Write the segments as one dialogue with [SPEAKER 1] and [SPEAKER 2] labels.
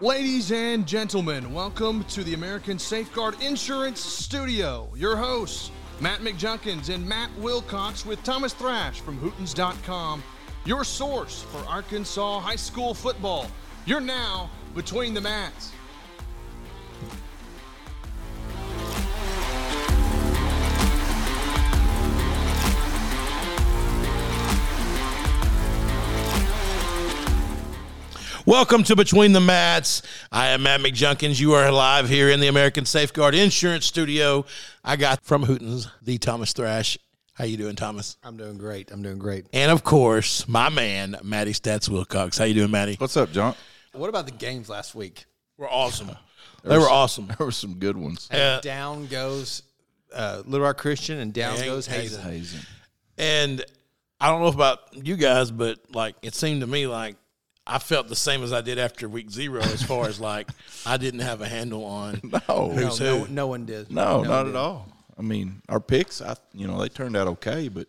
[SPEAKER 1] Ladies and gentlemen, welcome to the American Safeguard Insurance Studio. Your hosts, Matt McJunkins and Matt Wilcox, with Thomas Thrash from Hootens.com, your source for Arkansas high school football. You're now between the mats.
[SPEAKER 2] Welcome to Between the Mats. I am Matt McJunkins. You are live here in the American Safeguard Insurance Studio. I got from Hootens the Thomas Thrash. How you doing, Thomas?
[SPEAKER 3] I'm doing great. I'm doing great.
[SPEAKER 2] And of course, my man Matty Stats Wilcox. How you doing, Matty?
[SPEAKER 4] What's up, John?
[SPEAKER 3] What about the games last week?
[SPEAKER 2] We're awesome. They were awesome.
[SPEAKER 4] There were some good ones.
[SPEAKER 2] Yeah.
[SPEAKER 3] Down goes uh, Little Rock Christian and down
[SPEAKER 2] Dang,
[SPEAKER 3] goes Hazen.
[SPEAKER 4] Hazen.
[SPEAKER 2] And I don't know about you guys, but like it seemed to me like I felt the same as I did after week zero, as far as like I didn't have a handle on
[SPEAKER 4] No,
[SPEAKER 3] No,
[SPEAKER 2] who's
[SPEAKER 3] no,
[SPEAKER 2] who.
[SPEAKER 3] no one did.
[SPEAKER 4] no,
[SPEAKER 3] one
[SPEAKER 4] not
[SPEAKER 3] did.
[SPEAKER 4] at all. I mean, our picks, I you know, they turned out okay, but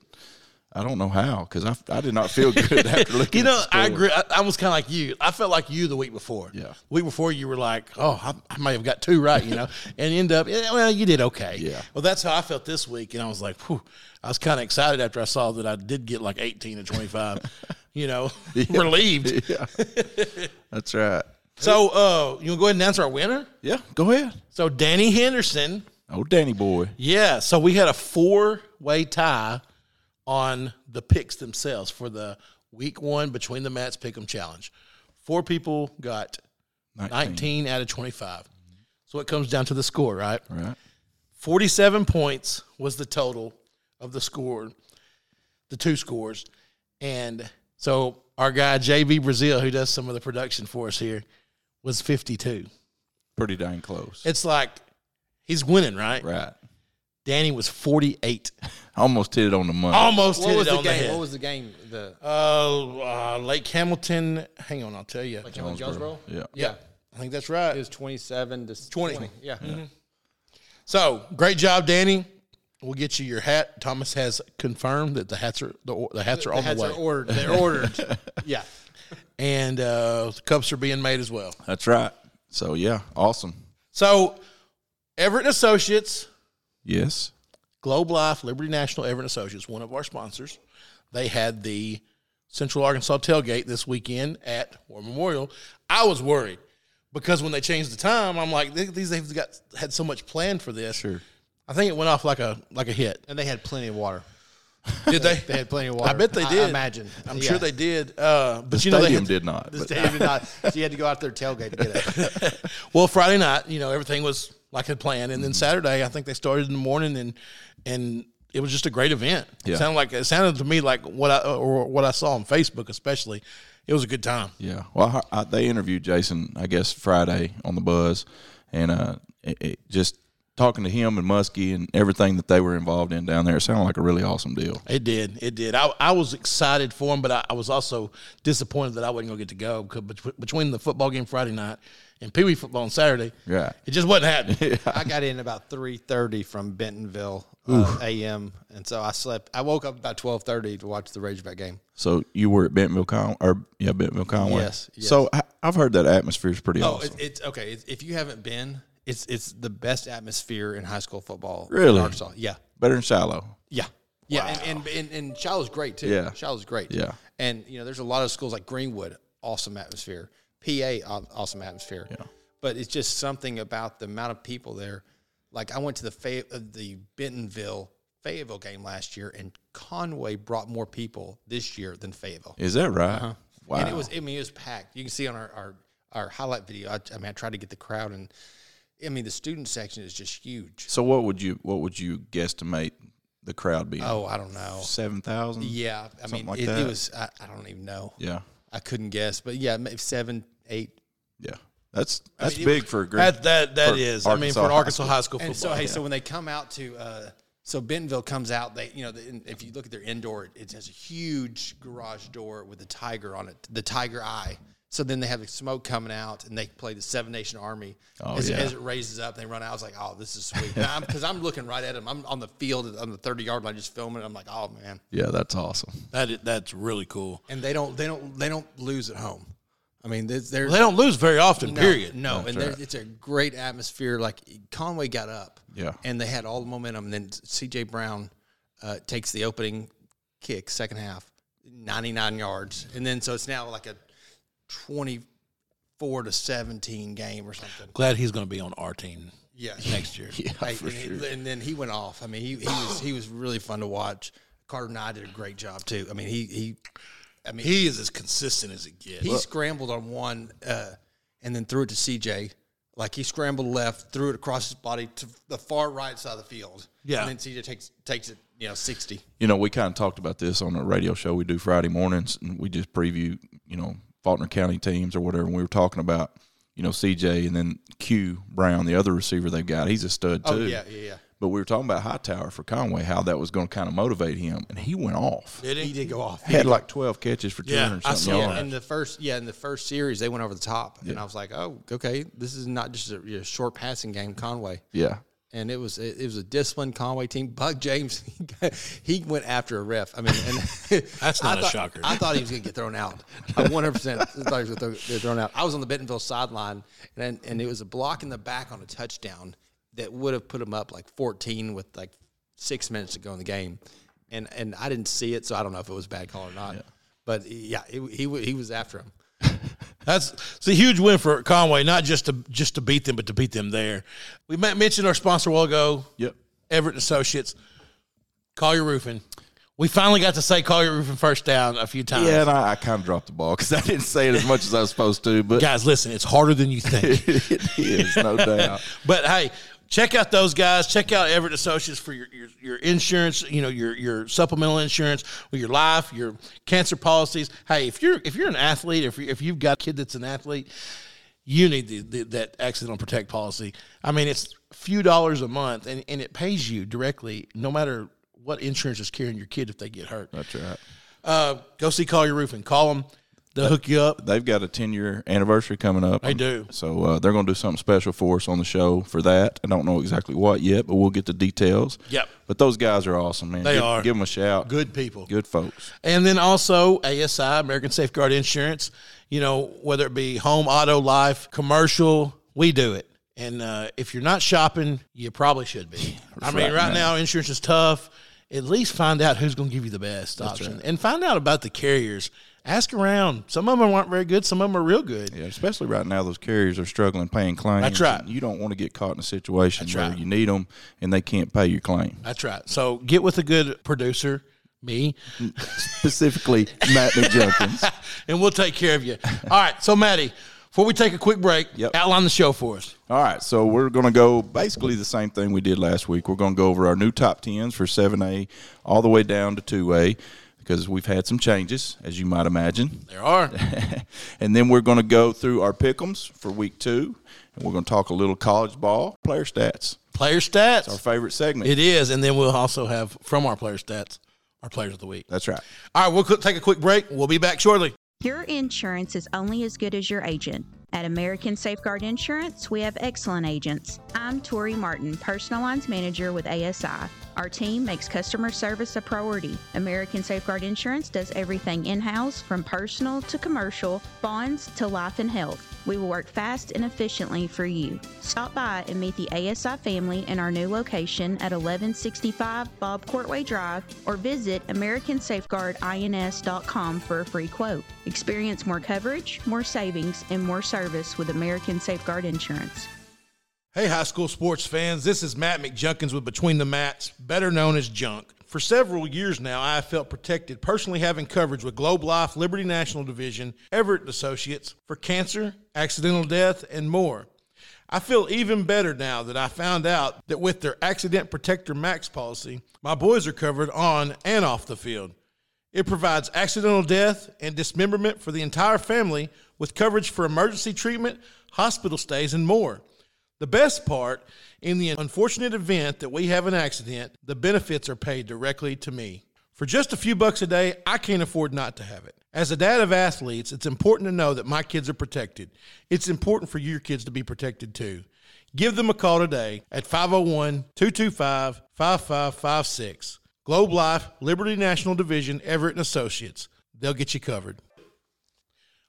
[SPEAKER 4] I don't know how because I, I did not feel good after looking.
[SPEAKER 2] You know,
[SPEAKER 4] at the
[SPEAKER 2] I
[SPEAKER 4] score.
[SPEAKER 2] agree. I, I was kind of like you. I felt like you the week before.
[SPEAKER 4] Yeah.
[SPEAKER 2] The week before, you were like, oh, I, I might have got two right, you know, and end up, eh, well, you did okay.
[SPEAKER 4] Yeah.
[SPEAKER 2] Well, that's how I felt this week. And I was like, whew, I was kind of excited after I saw that I did get like 18 to 25, you know, relieved.
[SPEAKER 4] That's right.
[SPEAKER 2] So, uh, you want to go ahead and announce our winner?
[SPEAKER 4] Yeah, go ahead.
[SPEAKER 2] So, Danny Henderson.
[SPEAKER 4] Oh, Danny boy.
[SPEAKER 2] Yeah. So, we had a four way tie on the picks themselves for the week one between the mats pick 'em challenge. Four people got 19 out of 25. So it comes down to the score, right?
[SPEAKER 4] Right.
[SPEAKER 2] 47 points was the total of the score, the two scores. And so our guy, JB Brazil, who does some of the production for us here, was 52.
[SPEAKER 4] Pretty dang close.
[SPEAKER 2] It's like he's winning, right?
[SPEAKER 4] right.
[SPEAKER 2] Danny was 48.
[SPEAKER 4] I almost hit it on the money.
[SPEAKER 2] Almost
[SPEAKER 3] What
[SPEAKER 2] hit
[SPEAKER 3] was
[SPEAKER 2] it
[SPEAKER 3] the
[SPEAKER 2] on the
[SPEAKER 3] game?
[SPEAKER 2] head.
[SPEAKER 3] what was the game? The
[SPEAKER 2] uh, uh, Lake Hamilton. Hang on, I'll tell you.
[SPEAKER 3] Jonesboro.
[SPEAKER 4] Yeah.
[SPEAKER 3] Yeah.
[SPEAKER 2] I think that's right.
[SPEAKER 3] It was 27 to
[SPEAKER 2] 20.
[SPEAKER 3] 20. Yeah.
[SPEAKER 2] Mm-hmm. So great job, Danny. We'll get you your hat. Thomas has confirmed that the hats are the, the hats are on
[SPEAKER 3] Hats
[SPEAKER 2] the way,
[SPEAKER 3] are ordered. They're ordered. yeah.
[SPEAKER 2] and uh, the cups are being made as well.
[SPEAKER 4] That's right. So yeah, awesome.
[SPEAKER 2] So Everett and Associates,
[SPEAKER 4] Yes.
[SPEAKER 2] Globe Life, Liberty National, Everett and Associates, one of our sponsors, they had the Central Arkansas tailgate this weekend at War Memorial. I was worried because when they changed the time, I'm like, "Th- these they've got had so much planned for this.
[SPEAKER 4] Sure.
[SPEAKER 2] I think it went off like a like a hit.
[SPEAKER 3] And they had plenty of water.
[SPEAKER 2] Did they?
[SPEAKER 3] They had plenty of water.
[SPEAKER 2] I bet they did.
[SPEAKER 3] imagine.
[SPEAKER 2] I'm
[SPEAKER 3] Yeah.
[SPEAKER 2] sure they did. Uh, but you know, they
[SPEAKER 4] Stadium
[SPEAKER 2] had,
[SPEAKER 4] did not.
[SPEAKER 3] This
[SPEAKER 4] but-
[SPEAKER 3] day did not. So you had to go out there tailgate to get it.
[SPEAKER 2] well, Friday night, you know, everything was like had planned,
[SPEAKER 4] Mm-hmm.
[SPEAKER 2] and then Saturday, I think they started in the morning, and and it was just a great event. It
[SPEAKER 4] Yeah.
[SPEAKER 2] sounded like it sounded to me like what I or what I saw on Facebook, especially. It was a good time.
[SPEAKER 4] Yeah. Well, I, I, they interviewed Jason, I guess, Friday on the Buzz, and uh, it, it, just talking to him and Muskie and everything that they were involved in down there, it sounded like a really awesome deal.
[SPEAKER 2] It did. It did. I, I was excited for him, but I, I was also disappointed that I wasn't going to get to go because bet- between the football game Friday night and Pee Wee football on Saturday,
[SPEAKER 4] Right.
[SPEAKER 2] it just wasn't happening.
[SPEAKER 3] I got in about three thirty from Bentonville uh, a.m. and so I slept. I woke up about twelve thirty to watch the Razorback game.
[SPEAKER 4] So you were at Bentonville Con, or yeah, Bentonville Conway.
[SPEAKER 3] Yes, yes.
[SPEAKER 4] So I, I've heard that atmosphere is pretty
[SPEAKER 3] Oh,
[SPEAKER 4] awesome.
[SPEAKER 3] it, it's okay. It's, if you haven't been, it's it's the best atmosphere in high school football.
[SPEAKER 4] Really?
[SPEAKER 3] in Arkansas. Yeah,
[SPEAKER 4] Better than Shiloh.
[SPEAKER 3] yeah, yeah. And, and and and Shiloh's great too.
[SPEAKER 4] Yeah.
[SPEAKER 3] Shiloh's great.
[SPEAKER 4] Yeah.
[SPEAKER 3] and you know, there's a lot of schools like Greenwood, awesome atmosphere. PA, aw- awesome atmosphere. Yeah, but it's just something about the amount of people there. Like I went to the Fay- uh, the Bentonville Fayetteville game last year, and Conway brought more people this year than Fayetteville.
[SPEAKER 4] Is that right? Wow.
[SPEAKER 3] Uh-huh. And it was, I mean, it was packed. You can see on our our, our highlight video. I, I mean, I tried to get the crowd, and I mean, the student section is just huge.
[SPEAKER 4] so what would you what would you guesstimate the crowd being?
[SPEAKER 3] Oh, I don't know.
[SPEAKER 4] seven thousand.
[SPEAKER 3] Yeah, I mean,
[SPEAKER 4] like
[SPEAKER 3] it, it
[SPEAKER 4] that.
[SPEAKER 3] was. I, I don't even know.
[SPEAKER 4] Yeah.
[SPEAKER 3] I couldn't guess, but yeah, maybe seven, eight.
[SPEAKER 4] Yeah. That's that's
[SPEAKER 3] mean, it
[SPEAKER 4] big for a group.
[SPEAKER 2] that that that
[SPEAKER 4] For
[SPEAKER 2] is. I mean, for an Arkansas
[SPEAKER 4] Arkansas
[SPEAKER 2] high school football.
[SPEAKER 3] And so, hey, so when they come out to, uh, so Bentonville comes out, they, you know, the, and if you look at their indoor, it has a huge garage door with a tiger on it, the tiger eye. So then they have the smoke coming out, and they play the Seven Nation Army
[SPEAKER 4] Oh,
[SPEAKER 3] as,
[SPEAKER 4] yeah.
[SPEAKER 3] as it raises up. They run out. I was like, oh, this is sweet, because I'm, looking right at them. I'm on the field on the thirty yard line, just filming. I'm like, oh man.
[SPEAKER 4] yeah, that's awesome.
[SPEAKER 2] that is, that's really cool.
[SPEAKER 3] And they don't, they don't, they don't lose at home. I mean, there's, there's
[SPEAKER 2] Well, they don't lose very often.
[SPEAKER 3] no,
[SPEAKER 2] period.
[SPEAKER 3] No,
[SPEAKER 4] That's
[SPEAKER 3] and there
[SPEAKER 4] right.
[SPEAKER 3] it's a great atmosphere. Like Conway got up,
[SPEAKER 4] Yeah.
[SPEAKER 3] and they had all the momentum. And then C.J. Brown uh, takes the opening kick, second half, ninety nine yards, and then so it's now like a twenty four to seventeen game or something.
[SPEAKER 2] Glad he's going to be on our team
[SPEAKER 3] Yeah,
[SPEAKER 2] next year.
[SPEAKER 4] Yeah,
[SPEAKER 3] Like,
[SPEAKER 4] for
[SPEAKER 3] and, he-
[SPEAKER 4] sure.
[SPEAKER 3] and then he went off. I mean, he, he was he was really fun to watch. Carter Nye did a great job too. I mean, he he, I mean,
[SPEAKER 2] He is as consistent as it gets.
[SPEAKER 3] he scrambled on one uh, and then threw it to CJ. Like he scrambled left, threw it across his body to the far right side of the field.
[SPEAKER 2] Yeah.
[SPEAKER 3] and then CJ takes takes it, you know, sixty.
[SPEAKER 4] you know, we kind of talked about this on a radio show we do Friday mornings, and we just preview, you know, Faulkner County teams or whatever. And we were talking about, you know, CJ and then Q Brown, the other receiver they've got. He's a stud too.
[SPEAKER 3] Oh yeah, yeah, yeah.
[SPEAKER 4] But we were talking about Hightower for Conway, how that was going to kind of motivate him, and he went off.
[SPEAKER 2] Did he?
[SPEAKER 3] He did go off.
[SPEAKER 4] He had like twelve catches for two
[SPEAKER 2] Yeah,
[SPEAKER 4] hundred
[SPEAKER 2] I
[SPEAKER 4] something
[SPEAKER 2] saw
[SPEAKER 4] yards.
[SPEAKER 3] Yeah, in the first, yeah, in the first series, they went over the top, and I was like, "Oh, okay, this is not just a, a short passing game, Conway."
[SPEAKER 4] Yeah,
[SPEAKER 3] and it was it, it was a disciplined Conway team. Buck James, he, got- he went after a ref. I mean, and
[SPEAKER 2] That's
[SPEAKER 3] I
[SPEAKER 2] not a
[SPEAKER 3] thought-
[SPEAKER 2] shocker.
[SPEAKER 3] I thought he was going to get thrown out. I 100 percent thought he was going to get thrown out. I was on the Bentonville sideline, and and it was a block in the back on a touchdown that would have put him up like 14 with like six minutes to go in the game, and and I didn't see it, so I don't know if it was a bad call or not. But yeah, it, he wa- he was after him.
[SPEAKER 2] That's it's a huge win for Conway, not just to just to beat them, but to beat them there. We met, mentioned our sponsor a while ago.
[SPEAKER 4] Yep.
[SPEAKER 2] Everett and Associates. Call your roofing. We finally got to say call your roofing first down a few times.
[SPEAKER 4] yeah, and I, I kind of dropped the ball because I didn't say it as much as I was supposed to, but
[SPEAKER 2] Guys, listen, it's harder than you think.
[SPEAKER 4] it is no doubt.
[SPEAKER 2] But hey, check out those guys. Check out Everett Associates for your, your, your insurance, you know, your your supplemental insurance, with your life, your cancer policies. Hey, if you're if you're an athlete, if you, if you've got a kid that's an athlete, you need the, the, that accidental protect policy. I mean, it's a few dollars a month, and, and it pays you directly, no matter what insurance is carrying your kid if they get hurt.
[SPEAKER 4] That's right.
[SPEAKER 2] Uh, go see Call Your Roofing. Call them. They'll hook you up.
[SPEAKER 4] they've got a 10 year anniversary coming up. They
[SPEAKER 2] do.
[SPEAKER 4] So uh, they're going to do something special for us on the show for that. I don't know exactly what yet, but we'll get the details.
[SPEAKER 2] Yep.
[SPEAKER 4] But those guys are awesome, man.
[SPEAKER 2] They
[SPEAKER 4] give,
[SPEAKER 2] are.
[SPEAKER 4] Give them a shout.
[SPEAKER 2] Good people.
[SPEAKER 4] Good folks.
[SPEAKER 2] And then also ASI, American Safeguard Insurance, you know, whether it be home, auto, life, commercial, we do it. And uh, if you're not shopping, you probably should be. I mean,
[SPEAKER 4] right,
[SPEAKER 2] right
[SPEAKER 4] man.
[SPEAKER 2] now, insurance is tough. At least find out who's going to give you the best option and find out about the carriers. Ask around. Some of them aren't very good, some of them are real good.
[SPEAKER 4] Yeah, especially right now, those carriers are struggling paying claims.
[SPEAKER 2] That's right.
[SPEAKER 4] and You don't want to get caught in a situation
[SPEAKER 2] That's
[SPEAKER 4] where
[SPEAKER 2] right.
[SPEAKER 4] you need them and they can't pay your claim.
[SPEAKER 2] That's right. So get with a good producer, me,
[SPEAKER 4] Specifically, Matt McJunkins.
[SPEAKER 2] and we'll take care of you. All right. So, Maddie, before we take a quick break,
[SPEAKER 4] Yep.
[SPEAKER 2] outline the show for us.
[SPEAKER 4] All right, so we're going to go basically the same thing we did last week. We're going to go over our new top 10s for 7A all the way down to 2A because we've had some changes, as you might imagine.
[SPEAKER 2] There are.
[SPEAKER 4] and then we're going to go through our pick'ems for week two, and we're going to talk a little college ball, player stats,
[SPEAKER 2] Player stats.
[SPEAKER 4] our favorite segment.
[SPEAKER 2] It is, and then we'll also have from our player stats our players of the week.
[SPEAKER 4] That's right.
[SPEAKER 2] All right, we'll qu- take a quick break. We'll be back shortly.
[SPEAKER 5] Your insurance is only as good as your agent. At American Safeguard Insurance, we have excellent agents. I'm Tori Martin, Personal Lines Manager with ASI. Our team makes customer service a priority. American Safeguard Insurance does everything in house from personal to commercial, bonds to life and health. We will work fast and efficiently for you. Stop by and meet the ASI family in our new location at 1165 Bob Courtway Drive or visit AmericanSafeguardINS.com for a free quote. Experience more coverage, more savings, and more service with American Safeguard Insurance.
[SPEAKER 2] Hey, high school sports fans, this is Matt McJunkins with Between the Mats, better known as Junk. For several years now, I have felt protected personally having coverage with Globe Life, Liberty National Division, Everett and Associates for cancer, accidental death, and more. I feel even better now that I found out that with their Accident Protector Max policy, my boys are covered on and off the field. It provides accidental death and dismemberment for the entire family with coverage for emergency treatment, hospital stays, and more. The best part, in the unfortunate event that we have an accident, the benefits are paid directly to me. For just a few bucks a day, I can't afford not to have it. As a dad of athletes, it's important to know that my kids are protected. It's important for your kids to be protected too. Give them a call today at 501 225 5556. Globe Life, Liberty National Division, Everett and Associates. They'll get you covered.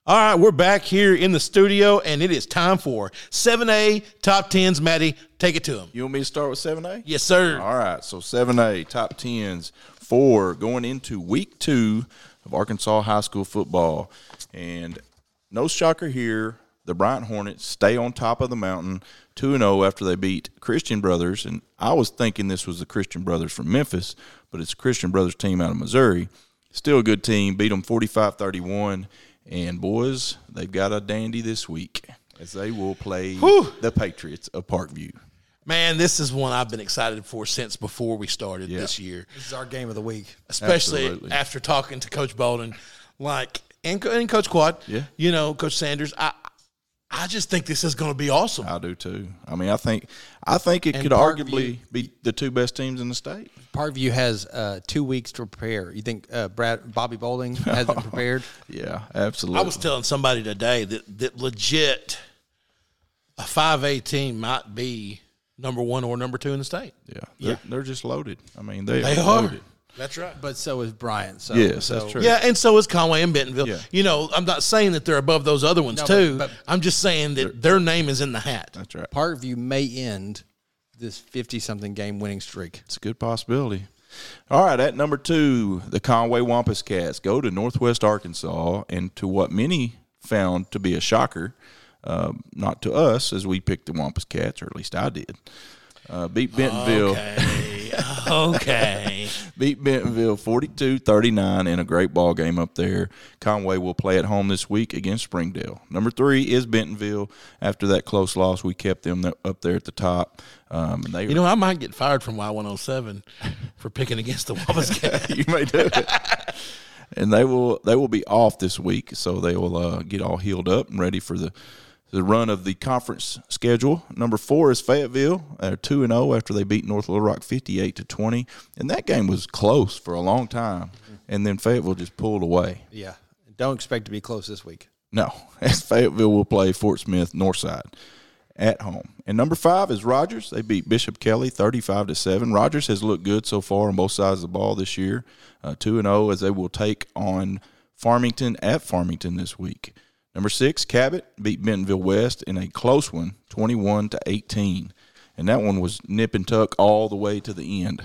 [SPEAKER 2] All right, we're back here in the studio, and it is time for 7A Top 10s. Maddie, take it to them.
[SPEAKER 4] You want me to start with 7A?
[SPEAKER 2] Yes, sir.
[SPEAKER 4] All right, so 7A, top 10s for going into week two of Arkansas high school football. And no shocker here, the Bryant Hornets stay on top of the mountain 2 0 after they beat Christian Brothers. And I was thinking this was the Christian Brothers from Memphis, but it's Christian Brothers team out of Missouri. Still a good team, beat them 45 31. And boys, they've got a dandy this week as they will play the Patriots of Parkview.
[SPEAKER 2] Man, this is one I've been excited for since before we started this year,
[SPEAKER 3] This is our game of the week.
[SPEAKER 2] especially
[SPEAKER 4] Absolutely.
[SPEAKER 2] after talking to Coach Bolden, like and, Co- and Coach Quad.
[SPEAKER 4] Yeah.
[SPEAKER 2] you know, Coach Sanders. I I just think this is going to be awesome.
[SPEAKER 4] I do too. I mean, I think I think it
[SPEAKER 3] And
[SPEAKER 4] could
[SPEAKER 3] Parkview-
[SPEAKER 4] arguably be the two best teams in the state.
[SPEAKER 3] Parkview has uh, two weeks to prepare. You think uh, Brad Bobby Bowling hasn't prepared?
[SPEAKER 4] Yeah, absolutely.
[SPEAKER 2] I was telling somebody today that that legit a five A team might be number one or number two in the state.
[SPEAKER 4] yeah, they're, they're just loaded. I mean, they,
[SPEAKER 2] They
[SPEAKER 4] are,
[SPEAKER 2] are.
[SPEAKER 4] loaded.
[SPEAKER 2] That's right.
[SPEAKER 3] But so is Bryant. So
[SPEAKER 4] Yes,
[SPEAKER 3] so-
[SPEAKER 4] that's true.
[SPEAKER 2] Yeah, and so is Conway and Bentonville.
[SPEAKER 4] Yeah.
[SPEAKER 2] You know, I'm not saying that they're above those other ones too.
[SPEAKER 3] but-
[SPEAKER 2] I'm just saying that their name is in the hat.
[SPEAKER 4] That's right.
[SPEAKER 3] Parkview may end this fifty-something game winning streak.
[SPEAKER 4] It's a good possibility. All right, at number two, the Conway Wampus Cats go to Northwest Arkansas, and to what many found to be a shocker, um, not to us, as we picked the Wampus Cats, or at least I did. Uh, beat Bentonville.
[SPEAKER 2] Oh, Okay. okay.
[SPEAKER 4] beat Bentonville 42-39 in a great ball game up there. Conway will play at home this week against Springdale. Number three is Bentonville. After that close loss, we kept them th- up there at the top. Um, and they,
[SPEAKER 2] You know, I might get fired from Y107 for picking against the Wampus Cat.
[SPEAKER 4] you may do it. and they will they will be off this week, so they will uh, get all healed up and ready for the the run of the conference schedule. Number four is Fayetteville. They're two and zero after they beat North Little Rock fifty eight to twenty, and that game was close for a long time, and then Fayetteville just pulled away.
[SPEAKER 3] Yeah, don't expect to be close this week.
[SPEAKER 4] No, as Fayetteville will play Fort Smith Northside at home. And number five is Rogers. They beat Bishop Kelly thirty-five to seven. Rogers has looked good so far on both sides of the ball this year, uh, two and zero as they will take on Farmington at Farmington this week. Number six, Cabot beat Bentonville West in a close one, twenty-one to eighteen, and that one was nip and tuck all the way to the end.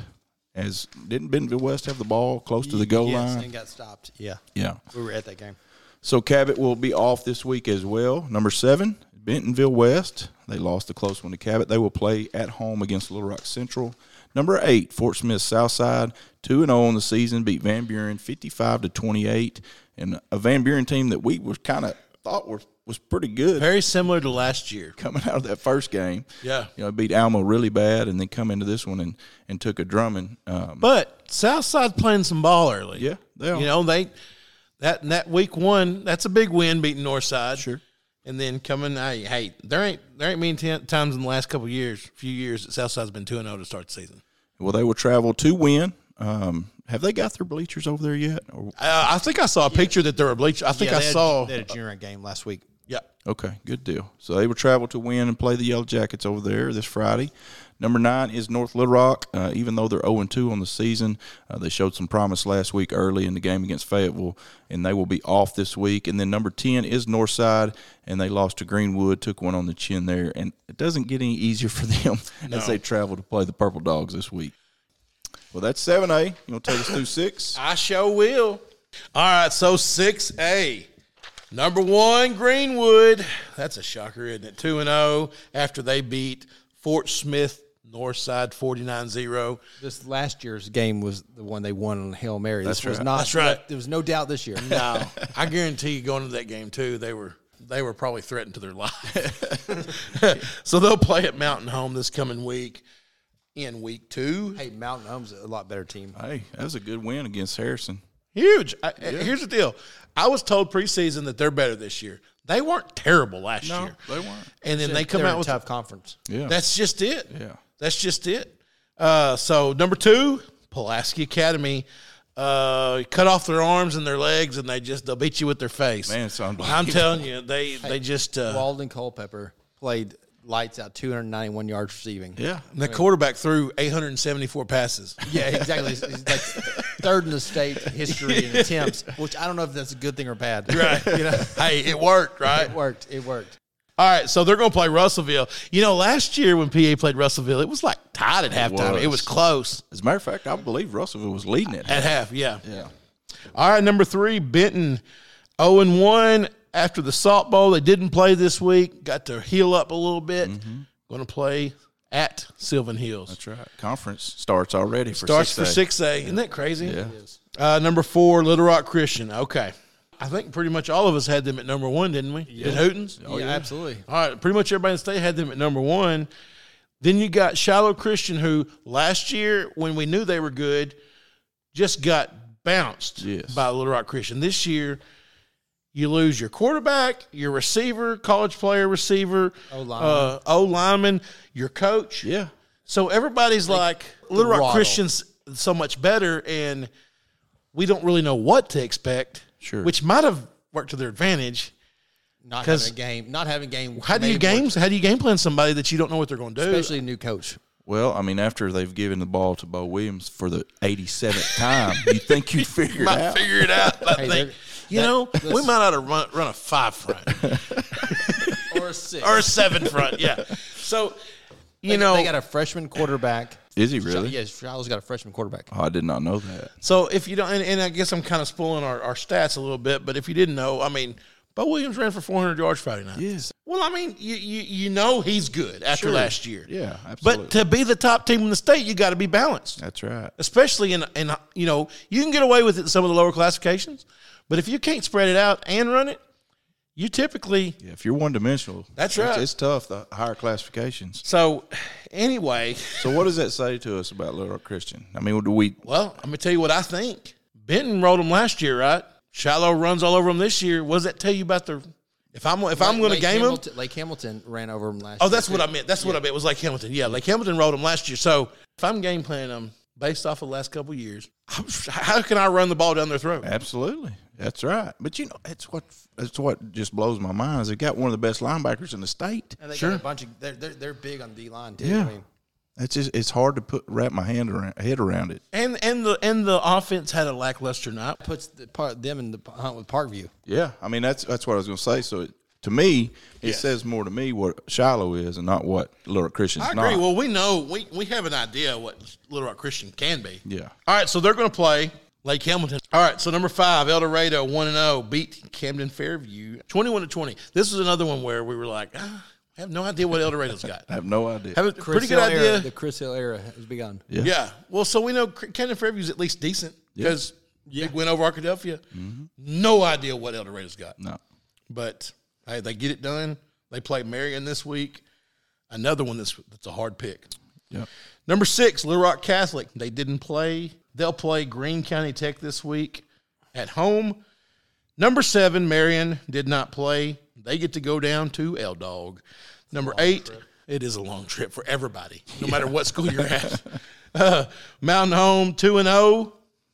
[SPEAKER 4] As didn't Bentonville West have the ball close to the goal
[SPEAKER 3] Yes,
[SPEAKER 4] line?
[SPEAKER 3] and got stopped. Yeah,
[SPEAKER 4] Yeah.
[SPEAKER 3] we were at that game.
[SPEAKER 4] So Cabot will be off this week as well. Number seven, Bentonville West. They lost the close one to Cabot. They will play at home against Little Rock Central. Number eight, Fort Smith Southside, two and zero on the season, beat Van Buren fifty-five to twenty-eight, and a Van Buren team that we was kind of thought was was pretty good
[SPEAKER 2] Very similar to last year.
[SPEAKER 4] coming out of that first game.
[SPEAKER 2] Yeah.
[SPEAKER 4] you know, beat Alma really bad, and then come into this one and and took a drumming. Um,
[SPEAKER 2] But Southside playing some ball early.
[SPEAKER 4] yeah, they are.
[SPEAKER 2] You know, they that that week one, that's a big win beating Northside. Sure. And then coming, hey, hey, there ain't there ain't many ten, times in the last couple of years, few years that Southside's been two and zero to start the season.
[SPEAKER 4] well, they will travel to win. Um, have they got their bleachers over there yet? Or,
[SPEAKER 2] Uh, I think I saw a picture that there were bleachers. I think I saw.
[SPEAKER 3] they had a junior game last week.
[SPEAKER 2] yeah.
[SPEAKER 4] Okay, good deal. So they will travel to win and play the Yellow Jackets over there this Friday. Number nine is North Little Rock. Uh, even though they're 0 2 on the season, uh, they showed some promise last week early in the game against Fayetteville, and they will be off this week. And then number 10 is Northside, and they lost to Greenwood, took one on the chin there. And it doesn't get any easier for them as they travel to play the Purple Dogs this week. Well, that's 7A. You want to take us through 6?
[SPEAKER 2] I sure will. All right, so 6A. Number one, Greenwood. That's a shocker, isn't it? 2 and 0 after they beat Fort Smith Northside 49 0.
[SPEAKER 3] This last year's game was the one they won on Hail Mary. This was not.
[SPEAKER 2] That's right.
[SPEAKER 3] There was no doubt this year.
[SPEAKER 2] No, I guarantee you going into that game, too, they were. They were probably threatened to their life. so they'll play at Mountain Home this coming week in week two.
[SPEAKER 3] Hey, Mountain Home's a lot better team.
[SPEAKER 4] Hey, that was a good win against Harrison.
[SPEAKER 2] Huge. I, Here's the deal. I was told preseason that they're better this year. They weren't terrible last
[SPEAKER 4] No,
[SPEAKER 2] year.
[SPEAKER 4] they weren't.
[SPEAKER 2] And then they come
[SPEAKER 3] They're
[SPEAKER 2] out
[SPEAKER 3] a
[SPEAKER 2] with
[SPEAKER 3] tough conference.
[SPEAKER 4] Yeah.
[SPEAKER 2] That's just it.
[SPEAKER 4] Yeah.
[SPEAKER 2] That's just it. Uh, so number two, Pulaski Academy. Uh, cut off their arms and their legs, and they just they'll beat you with their face.
[SPEAKER 4] Man, it's unbelievable.
[SPEAKER 2] I'm telling you, they they just uh,
[SPEAKER 3] Walden Culpepper played lights out, 291 yards receiving.
[SPEAKER 4] Yeah.
[SPEAKER 2] And that quarterback threw 874 passes.
[SPEAKER 3] Yeah, exactly. He's, he's like third in the state history in attempts, which I don't know if that's a good thing or bad.
[SPEAKER 2] Right.
[SPEAKER 3] You know,
[SPEAKER 2] hey, it worked, right?
[SPEAKER 3] it worked. It worked.
[SPEAKER 2] All right, so they're going to play Russellville. You know, last year when PA played Russellville, it was like tied at halftime. It was
[SPEAKER 4] was.
[SPEAKER 2] close
[SPEAKER 4] As a matter of fact, I believe Russellville was leading it.
[SPEAKER 2] at half, yeah.
[SPEAKER 4] Yeah.
[SPEAKER 2] All right, number three, Benton, 0 and 1 after the Salt Bowl. They didn't play this week, got to heal up a little bit. Going to play at Sylvan Hills.
[SPEAKER 4] That's right. Conference starts already for
[SPEAKER 2] Starts
[SPEAKER 4] 6A.
[SPEAKER 2] for 6A. Isn't that crazy?
[SPEAKER 4] Yeah.
[SPEAKER 2] Uh, number four, Little Rock Christian. Okay. I think pretty much all of us had them at number one, didn't we? Did Hootens?
[SPEAKER 3] yeah, absolutely.
[SPEAKER 2] All right, pretty much everybody in the state had them at number one. Then you got Shallow Christian, who last year, when we knew they were good, just got bounced
[SPEAKER 4] Yes.
[SPEAKER 2] by Little Rock Christian. This year, you lose your quarterback, your receiver, college player receiver,
[SPEAKER 3] O-lineman.
[SPEAKER 2] uh, O lineman, your coach.
[SPEAKER 4] Yeah.
[SPEAKER 2] So everybody's like, Little Rock
[SPEAKER 3] throttle.
[SPEAKER 2] Christian's so much better, and we don't really know what to expect.
[SPEAKER 4] Sure.
[SPEAKER 2] Which might have worked to their advantage.
[SPEAKER 3] Not
[SPEAKER 2] 'Cause-
[SPEAKER 3] having a game. Not having a game.
[SPEAKER 2] How do
[SPEAKER 3] made
[SPEAKER 2] you
[SPEAKER 3] it
[SPEAKER 2] games? How do you game plan somebody that you don't know what they're going to do?
[SPEAKER 3] work, Especially a new coach.
[SPEAKER 4] Well, I mean, after they've given the ball to Bo Williams for the 87th time, you think you figured it
[SPEAKER 2] might
[SPEAKER 4] out?
[SPEAKER 2] figure it out. I
[SPEAKER 3] Hey,
[SPEAKER 2] think.
[SPEAKER 3] they're-
[SPEAKER 2] You know, we might ought to run, run a five front
[SPEAKER 3] Or six.
[SPEAKER 2] or a seven front. Yeah. So, you know,
[SPEAKER 3] they got a freshman quarterback.
[SPEAKER 4] Is he really?
[SPEAKER 3] Yeah, Shiloh's got a freshman quarterback.
[SPEAKER 4] Oh, I did not know that.
[SPEAKER 2] so if you don't, and, and I guess I'm kind of spoiling our, our stats a little bit, but if you didn't know, I mean, Bo Williams ran for 400 yards Friday night.
[SPEAKER 4] Yes.
[SPEAKER 2] Well, I mean, you you, you know he's good after
[SPEAKER 4] Sure.
[SPEAKER 2] last year.
[SPEAKER 4] Yeah, absolutely.
[SPEAKER 2] But to be the top team in the state, you got to be balanced.
[SPEAKER 4] That's right.
[SPEAKER 2] especially in in you know you can get away with it in some of the lower classifications, but if you can't spread it out and run it, you typically
[SPEAKER 4] Yeah, if you're one dimensional,
[SPEAKER 2] That's
[SPEAKER 4] it's-
[SPEAKER 2] right.
[SPEAKER 4] It's tough, the higher classifications.
[SPEAKER 2] so anyway.
[SPEAKER 4] So, what does that say to us about Little Rock Christian? I mean, do we.
[SPEAKER 2] Well, I'm gonna tell you what I think. Benton rolled them last year, right? Shallow runs all over them this year. What does that tell you about their? If I'm if I'm gonna
[SPEAKER 3] Lake
[SPEAKER 2] game them,
[SPEAKER 3] Hamilton, Lake Hamilton ran over him last.
[SPEAKER 2] oh, that's
[SPEAKER 3] year,
[SPEAKER 2] what I meant. That's what I meant. It was like Hamilton. Yeah, like Hamilton rolled them last year. So if I'm game planning them based off of the last couple of years, I'm- how can I run the ball down their throat?
[SPEAKER 4] Absolutely. That's right. But, you know, that's what that's what just blows my mind is they've got one of the best linebackers in the state.
[SPEAKER 3] And they got a bunch of they're, they're they're big on D line too.
[SPEAKER 4] Yeah.
[SPEAKER 3] I mean,
[SPEAKER 4] It's just it's hard to put wrap my hand around head around it.
[SPEAKER 2] And and the and the offense had a lackluster night.
[SPEAKER 3] puts the part them in the hunt with Parkview.
[SPEAKER 4] Yeah, I mean that's that's what I was going to say. So it, to me, it says more to me what Shiloh is and not what Little Rock Christian's
[SPEAKER 2] I agree.
[SPEAKER 4] not.
[SPEAKER 2] Well, we know we we have an idea what Little Rock Christian can be.
[SPEAKER 4] yeah,
[SPEAKER 2] All right, so they're going to play Lake Hamilton. All right, so number five, El Dorado, one and zero, beat Camden Fairview, twenty-one to twenty. This was another one where we were like, ah, I have no idea what El Dorado's got.
[SPEAKER 4] I have no idea.
[SPEAKER 2] Have a pretty good idea.
[SPEAKER 3] the Chris Hill era has begun.
[SPEAKER 4] Yeah.
[SPEAKER 2] Yeah. Well, so we know C- Camden Fairview's at least decent because big win over Arkadelphia.
[SPEAKER 4] Mm-hmm.
[SPEAKER 2] No idea what El Dorado's got.
[SPEAKER 4] no,
[SPEAKER 2] But hey, they get it done. They play Marion this week. Another one that's that's a hard pick.
[SPEAKER 4] yeah,
[SPEAKER 2] Number six, Little Rock Catholic. They didn't play. They'll play Greene County Tech this week at home. Number seven, Marion did not play. They get to go down to L Dog. Number eight, it is a long trip for everybody, no matter what school you're at. Uh, Mountain Home two and zero,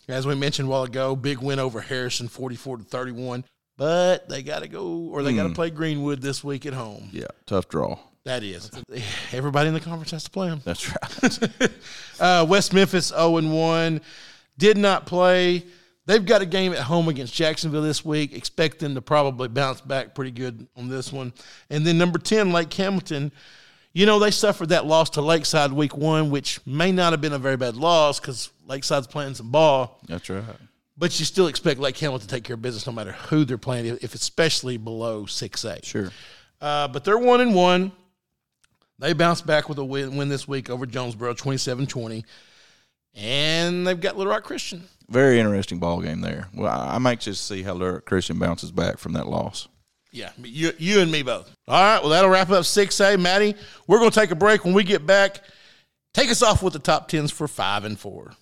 [SPEAKER 2] as we mentioned a while ago, big win over Harrison, forty four to thirty one. But they got to go, or they got to play Greenwood this week at home.
[SPEAKER 4] yeah, tough draw.
[SPEAKER 2] That is, everybody in the conference has to play them.
[SPEAKER 4] That's right.
[SPEAKER 2] Uh, West Memphis 0 and 1. Did not play. They've got a game at home against Jacksonville this week. Expect them to probably bounce back pretty good on this one. And then number 10, Lake Hamilton. You know, they suffered that loss to Lakeside week one, which may not have been a very bad loss because Lakeside's playing some ball,
[SPEAKER 4] That's right.
[SPEAKER 2] but you still expect Lake Hamilton to take care of business no matter who they're playing, if if especially below 6'8.
[SPEAKER 4] Sure.
[SPEAKER 2] Uh, but they're one and one. They bounced back with a win, win this week over Jonesboro, 27-20. And they've got Little Rock Christian.
[SPEAKER 4] Very interesting ball game there. Well, I- I'm anxious to see how Little Rock Christian bounces back from that loss.
[SPEAKER 2] Yeah, you, you and me both. All right, well, that'll wrap up 6A. Maddie, we're going to take a break. When we get back, take us off with the top 10s for 5 and 4.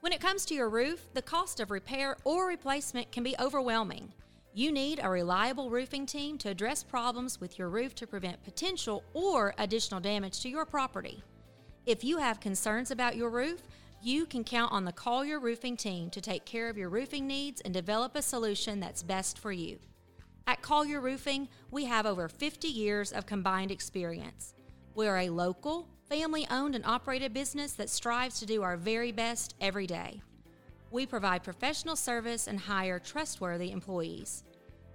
[SPEAKER 6] When it comes to your roof, the cost of repair or replacement can be overwhelming. You need a reliable roofing team to address problems with your roof to prevent potential or additional damage to your property. If you have concerns about your roof, you can count on the Collier Roofing team to take care of your roofing needs and develop a solution that's best for you. At Collier Roofing, we have over 50 years of combined experience. We're a local, family owned and operated business that strives to do our very best every day. We provide professional service and hire trustworthy employees.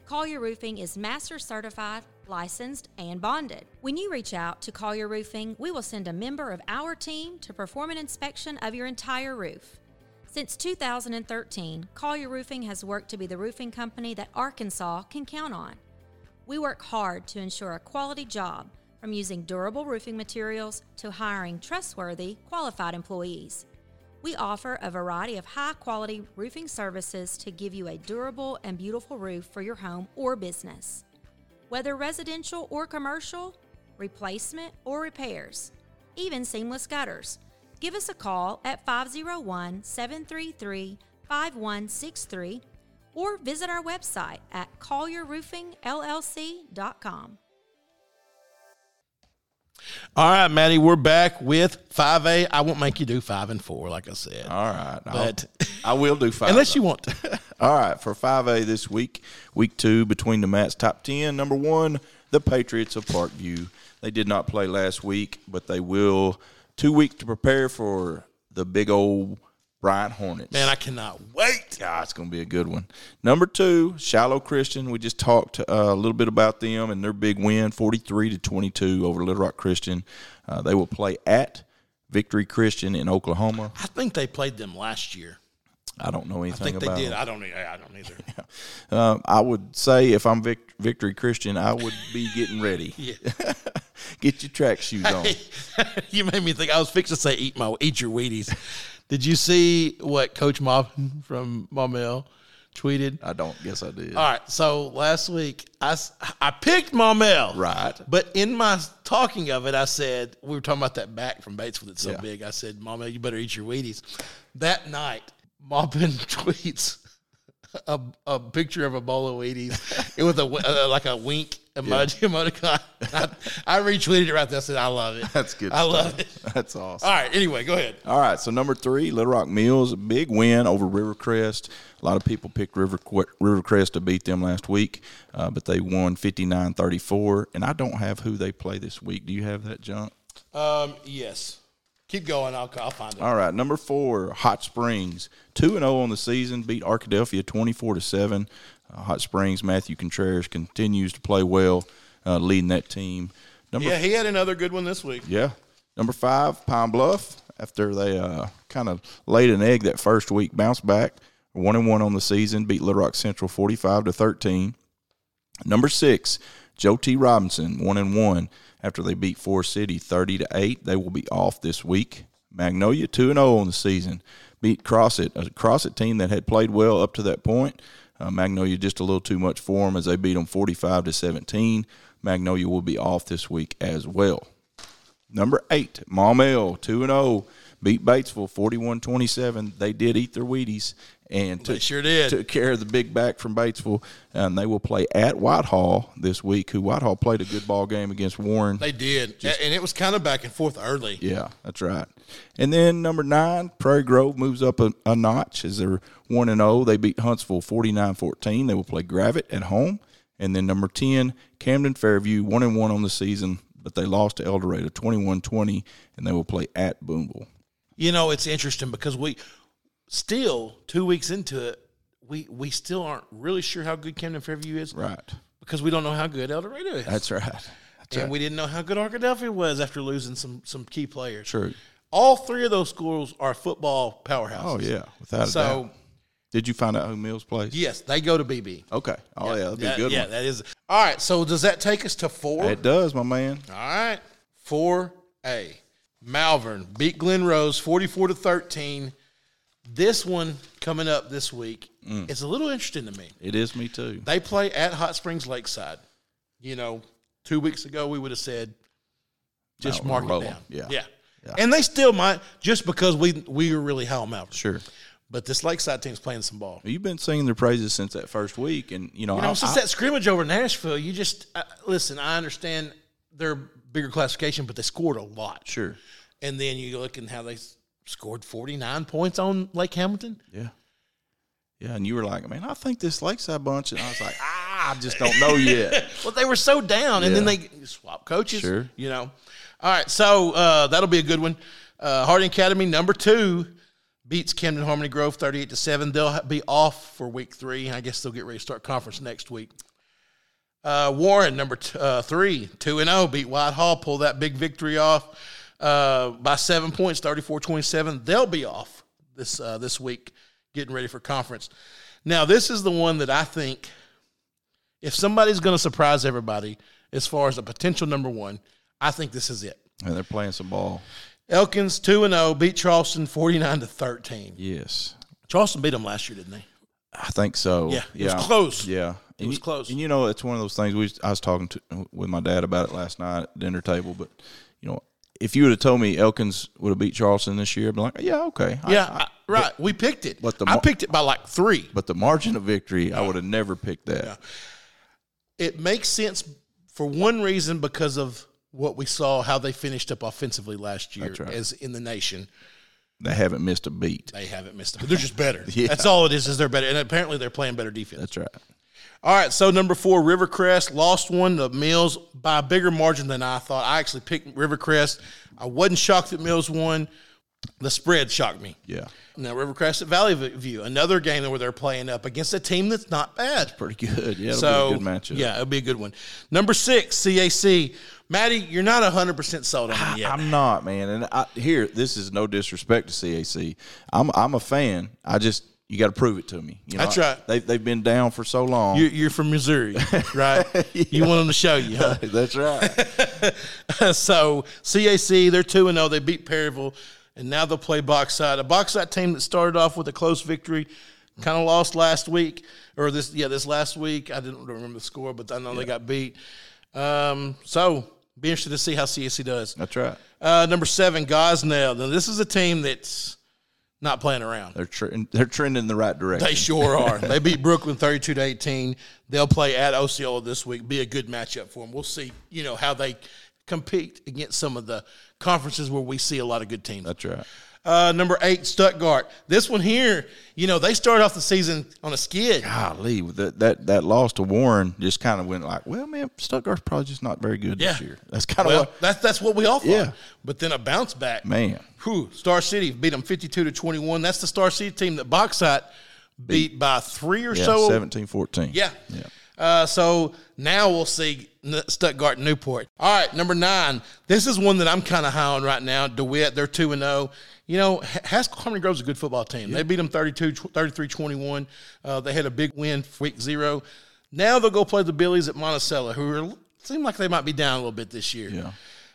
[SPEAKER 6] Collier Roofing is master certified, licensed, and bonded. When you reach out to Collier Roofing, we will send a member of our team to perform an inspection of your entire roof. Since 2013, Collier Roofing has worked to be the roofing company that Arkansas can count on. We work hard to ensure a quality job, from using durable roofing materials to hiring trustworthy, qualified employees. We offer a variety of high quality roofing services to give you a durable and beautiful roof for your home or business. Whether residential or commercial, replacement or repairs, even seamless gutters, give us a call at 501 733 5163 or visit our website at collierroofingllc.com.
[SPEAKER 2] All right, Maddie, we're back with five A. I won't make you do five and four, like I said,
[SPEAKER 4] All right. I'll-
[SPEAKER 2] But-
[SPEAKER 4] I will do five.
[SPEAKER 2] unless you want to.
[SPEAKER 4] All right, for 5A this week, week two between the Mats top 10. Number one, the Patriots of Parkview. They did not play last week, but they will two weeks to prepare for the big old Bryant Hornets.
[SPEAKER 2] Man, I cannot wait.
[SPEAKER 4] God, it's going to be a good one. Number two, Shallow Christian. We just talked uh, a little bit about them and their big win, forty-three to twenty-two over Little Rock Christian. Uh, they will play at Victory Christian in Oklahoma.
[SPEAKER 2] I think they played them last year.
[SPEAKER 4] I don't know
[SPEAKER 2] I
[SPEAKER 4] anything
[SPEAKER 2] think they
[SPEAKER 4] about
[SPEAKER 2] did.
[SPEAKER 4] them.
[SPEAKER 2] I don't. e- I don't either.
[SPEAKER 4] Um, I would say if I'm Vic- Victory Christian, I would be getting ready. Get your track shoes on.
[SPEAKER 2] you made me think. I was fixing to say, "Eat my eat your Wheaties." Did you see what Coach Mobin from Maumelle tweeted?
[SPEAKER 4] I don't guess I did.
[SPEAKER 2] All right. So last week, I, s- I picked Maumelle.
[SPEAKER 4] Right.
[SPEAKER 2] But in my talking of it, I said, we were talking about that back from Batesville that's so
[SPEAKER 4] Yeah.
[SPEAKER 2] big. I said, Maumelle, you better eat your Wheaties. That night, Maupin tweets a, a picture of a bowl of Wheaties It was a, w- uh, like a wink emoji emoticon. I, I retweeted it right there. I said, I love it.
[SPEAKER 4] That's good.
[SPEAKER 2] I love it.
[SPEAKER 4] stuff. That's awesome.
[SPEAKER 2] All right. Anyway, go ahead.
[SPEAKER 4] All right, so number three, Little Rock Mills, a big win over Rivercrest. A lot of people picked River, Rivercrest to beat them last week, uh, but they won 59 34. And I don't have who they play this week. Do you have that, John?
[SPEAKER 2] Um, yes. Keep going. I'll, I'll find it.
[SPEAKER 4] All right, number four, Hot Springs, two and zero on the season, beat Arkadelphia twenty four to seven. Uh, Hot Springs, Matthew Contreras continues to play well, uh, leading that team. Number
[SPEAKER 2] Yeah, he had another good one this week.
[SPEAKER 4] yeah. Number five, Pine Bluff. After they uh, kind of laid an egg that first week, bounced back one and one on the season, beat Little Rock Central forty five to thirteen. Number six, Joe T. Robinson one and one after they beat Forest City thirty to eight. They will be off this week. Magnolia two and zero on the season, beat Crossit, a Crossit team that had played well up to that point. Uh, Magnolia just a little too much for them as they beat them forty five to seventeen. Magnolia will be off this week as well. Number eight, Maumelle, 2 and 0, beat Batesville 41 27. They did eat their Wheaties and took,
[SPEAKER 2] sure did.
[SPEAKER 4] took care of the big back from Batesville. And they will play at Whitehall this week, who Whitehall played a good ball game against Warren.
[SPEAKER 2] They did, A- and it was kind of back and forth early.
[SPEAKER 4] yeah, that's right. And then number nine, Prairie Grove moves up a, a notch as they're 1 and 0. They beat Huntsville 49 14. They will play Gravett at home. And then number 10, Camden Fairview, 1 and 1 on the season, but they lost to El Dorado 21 20, and they will play at Boonville.
[SPEAKER 2] You know, it's interesting because we still two weeks into it, we we still aren't really sure how good Camden Fairview is,
[SPEAKER 4] Right.
[SPEAKER 2] Because we don't know how good El Dorado is,
[SPEAKER 4] That's right.
[SPEAKER 2] and we didn't know how good Arkadelphia was after losing some some key players.
[SPEAKER 4] True.
[SPEAKER 2] All three of those schools are football powerhouses.
[SPEAKER 4] Oh yeah, without a
[SPEAKER 2] So
[SPEAKER 4] doubt. Did you find out who Mills plays?
[SPEAKER 2] yes, they go to BB.
[SPEAKER 4] Okay. Oh yeah, that'd be a good
[SPEAKER 2] yeah,
[SPEAKER 4] one.
[SPEAKER 2] that is. All right. So does that take us to four?
[SPEAKER 4] It does, my man.
[SPEAKER 2] All right. 4A. Malvern beat Glen Rose 44 to 13. This one coming up this week
[SPEAKER 4] Mm.
[SPEAKER 2] is a little interesting to me.
[SPEAKER 4] It is me too.
[SPEAKER 2] They play at Hot Springs Lakeside. You know, two weeks ago we would have said just
[SPEAKER 4] Malvern,
[SPEAKER 2] mark
[SPEAKER 4] roll
[SPEAKER 2] it
[SPEAKER 4] 'em.
[SPEAKER 2] down.
[SPEAKER 4] Yeah.
[SPEAKER 2] yeah.
[SPEAKER 4] Yeah.
[SPEAKER 2] And they still might just because we we are really high on Malvern.
[SPEAKER 4] Sure.
[SPEAKER 2] But this Lakeside team's playing some ball.
[SPEAKER 4] You've been singing their praises since that first week, and you know,
[SPEAKER 2] You know,
[SPEAKER 4] I,
[SPEAKER 2] since
[SPEAKER 4] I-
[SPEAKER 2] that scrimmage over Nashville, you just uh, listen. I understand their bigger classification, but they scored a lot.
[SPEAKER 4] sure.
[SPEAKER 2] And then you look and how they s- scored 49 points on Lake Hamilton.
[SPEAKER 4] Yeah. Yeah, and you were like, man, I think this Lakeside bunch, and I was like, ah, I just don't know yet.
[SPEAKER 2] Well, they were so down, and then
[SPEAKER 4] Yeah.
[SPEAKER 2] they swap coaches.
[SPEAKER 4] Sure.
[SPEAKER 2] You know. All right, so uh, that'll be a good one. Uh, Harding Academy number two beats Camden Harmony Grove thirty-eight to seven. They'll ha- be off for week three. I guess they'll get ready to start conference next week. Uh, Warren number t- uh, three two and zero beat Whitehall. Pull that big victory off uh, by seven points, 34-27. They'll be off this uh, this week, getting ready for conference. Now this is the one that I think if somebody's going to surprise everybody as far as a potential number one, I think this is it.
[SPEAKER 4] And they're playing some ball.
[SPEAKER 2] Elkins two and zero beat Charleston forty nine to thirteen.
[SPEAKER 4] Yes.
[SPEAKER 2] Charleston beat them last year, didn't they?
[SPEAKER 4] I think so.
[SPEAKER 2] Yeah, it was close.
[SPEAKER 4] Yeah, it
[SPEAKER 2] was close.
[SPEAKER 4] And you know, it's one of those things. We I was talking to with my dad about it last night at dinner table. But you know, if you would have told me Elkins would have beat Charleston this year, I'd be like, yeah, okay, I-
[SPEAKER 2] yeah,
[SPEAKER 4] I-
[SPEAKER 2] I- right. we picked it.
[SPEAKER 4] but the
[SPEAKER 2] I
[SPEAKER 4] mar-
[SPEAKER 2] picked it by like three.
[SPEAKER 4] but the margin of victory, I would have never picked that.
[SPEAKER 2] it makes sense for one reason because of what we saw how they finished up offensively last year
[SPEAKER 4] That's right.
[SPEAKER 2] as in the nation
[SPEAKER 4] They haven't missed a beat.
[SPEAKER 2] they haven't missed it but they're just better
[SPEAKER 4] Yeah.
[SPEAKER 2] that's all it is is they're better and apparently they're playing better defense
[SPEAKER 4] That's right.
[SPEAKER 2] All right, so number four, Rivercrest lost one to Mills by a bigger margin than I thought. I actually picked Rivercrest. I wasn't shocked that Mills won. The spread shocked me.
[SPEAKER 4] Yeah,
[SPEAKER 2] Now Rivercrest at Valley View, another game where they're playing up against a team that's not bad.
[SPEAKER 4] pretty good. Yeah, it'll
[SPEAKER 2] so
[SPEAKER 4] be a good matchup.
[SPEAKER 2] yeah, it'll be a good one. Number six, CAC. Maddie, you're not hundred percent sold on them yet.
[SPEAKER 4] Ah, I'm not, man. And I, here, this is no disrespect to CAC. I'm I'm a fan. I just you got to prove it to me. You know,
[SPEAKER 2] That's right.
[SPEAKER 4] They they've been down for so long.
[SPEAKER 2] You're, you're from Missouri, right? You want them to show you, huh?
[SPEAKER 4] That's right.
[SPEAKER 2] so CAC, they're two and zero. They beat Perryville, and now they'll play Boxside, a Boxside team that started off with a close victory, kind of lost last week or this yeah this last week. I didn't remember the score, but I know they got beat. Um, so be interested to see how CAC does.
[SPEAKER 4] That's right.
[SPEAKER 2] Uh, number seven, Gosnell. Now this is a team that's not playing around.
[SPEAKER 4] They're tre- they're trending in the right direction.
[SPEAKER 2] They sure are. they beat Brooklyn 32 to 18. They'll play at Osceola this week. Be a good matchup for them. We'll see, you know, how they compete against some of the conferences where we see a lot of good teams.
[SPEAKER 4] That's right.
[SPEAKER 2] Uh, number eight, Stuttgart. This one here, you know, they started off the season on a skid.
[SPEAKER 4] Golly, that that that loss to Warren just kind of went like, well, man, Stuttgart's probably just not very good this
[SPEAKER 2] Yeah.
[SPEAKER 4] year. That's kind of
[SPEAKER 2] Well,
[SPEAKER 4] what,
[SPEAKER 2] that's that's what we all thought.
[SPEAKER 4] Yeah.
[SPEAKER 2] But then a bounce back.
[SPEAKER 4] man.
[SPEAKER 2] Whew, Star City beat them 52 to 21. That's the Star City team that Boxite beat by three or
[SPEAKER 4] Yeah,
[SPEAKER 2] so
[SPEAKER 4] 17-14.
[SPEAKER 2] Yeah.
[SPEAKER 4] yeah.
[SPEAKER 2] Uh, so now we'll see N- Stuttgart and Newport. All right, number nine. This is one that I'm kind of high on right now. DeWitt, they're 2 and 0. You know, H- Haskell Harmony Grove's a good football team. They beat them 32 tw- 33 21. Uh, they had a big win for week zero. Now they'll go play the Billies at Monticello, who are, seem like they might be down a little bit this year.
[SPEAKER 4] Yeah.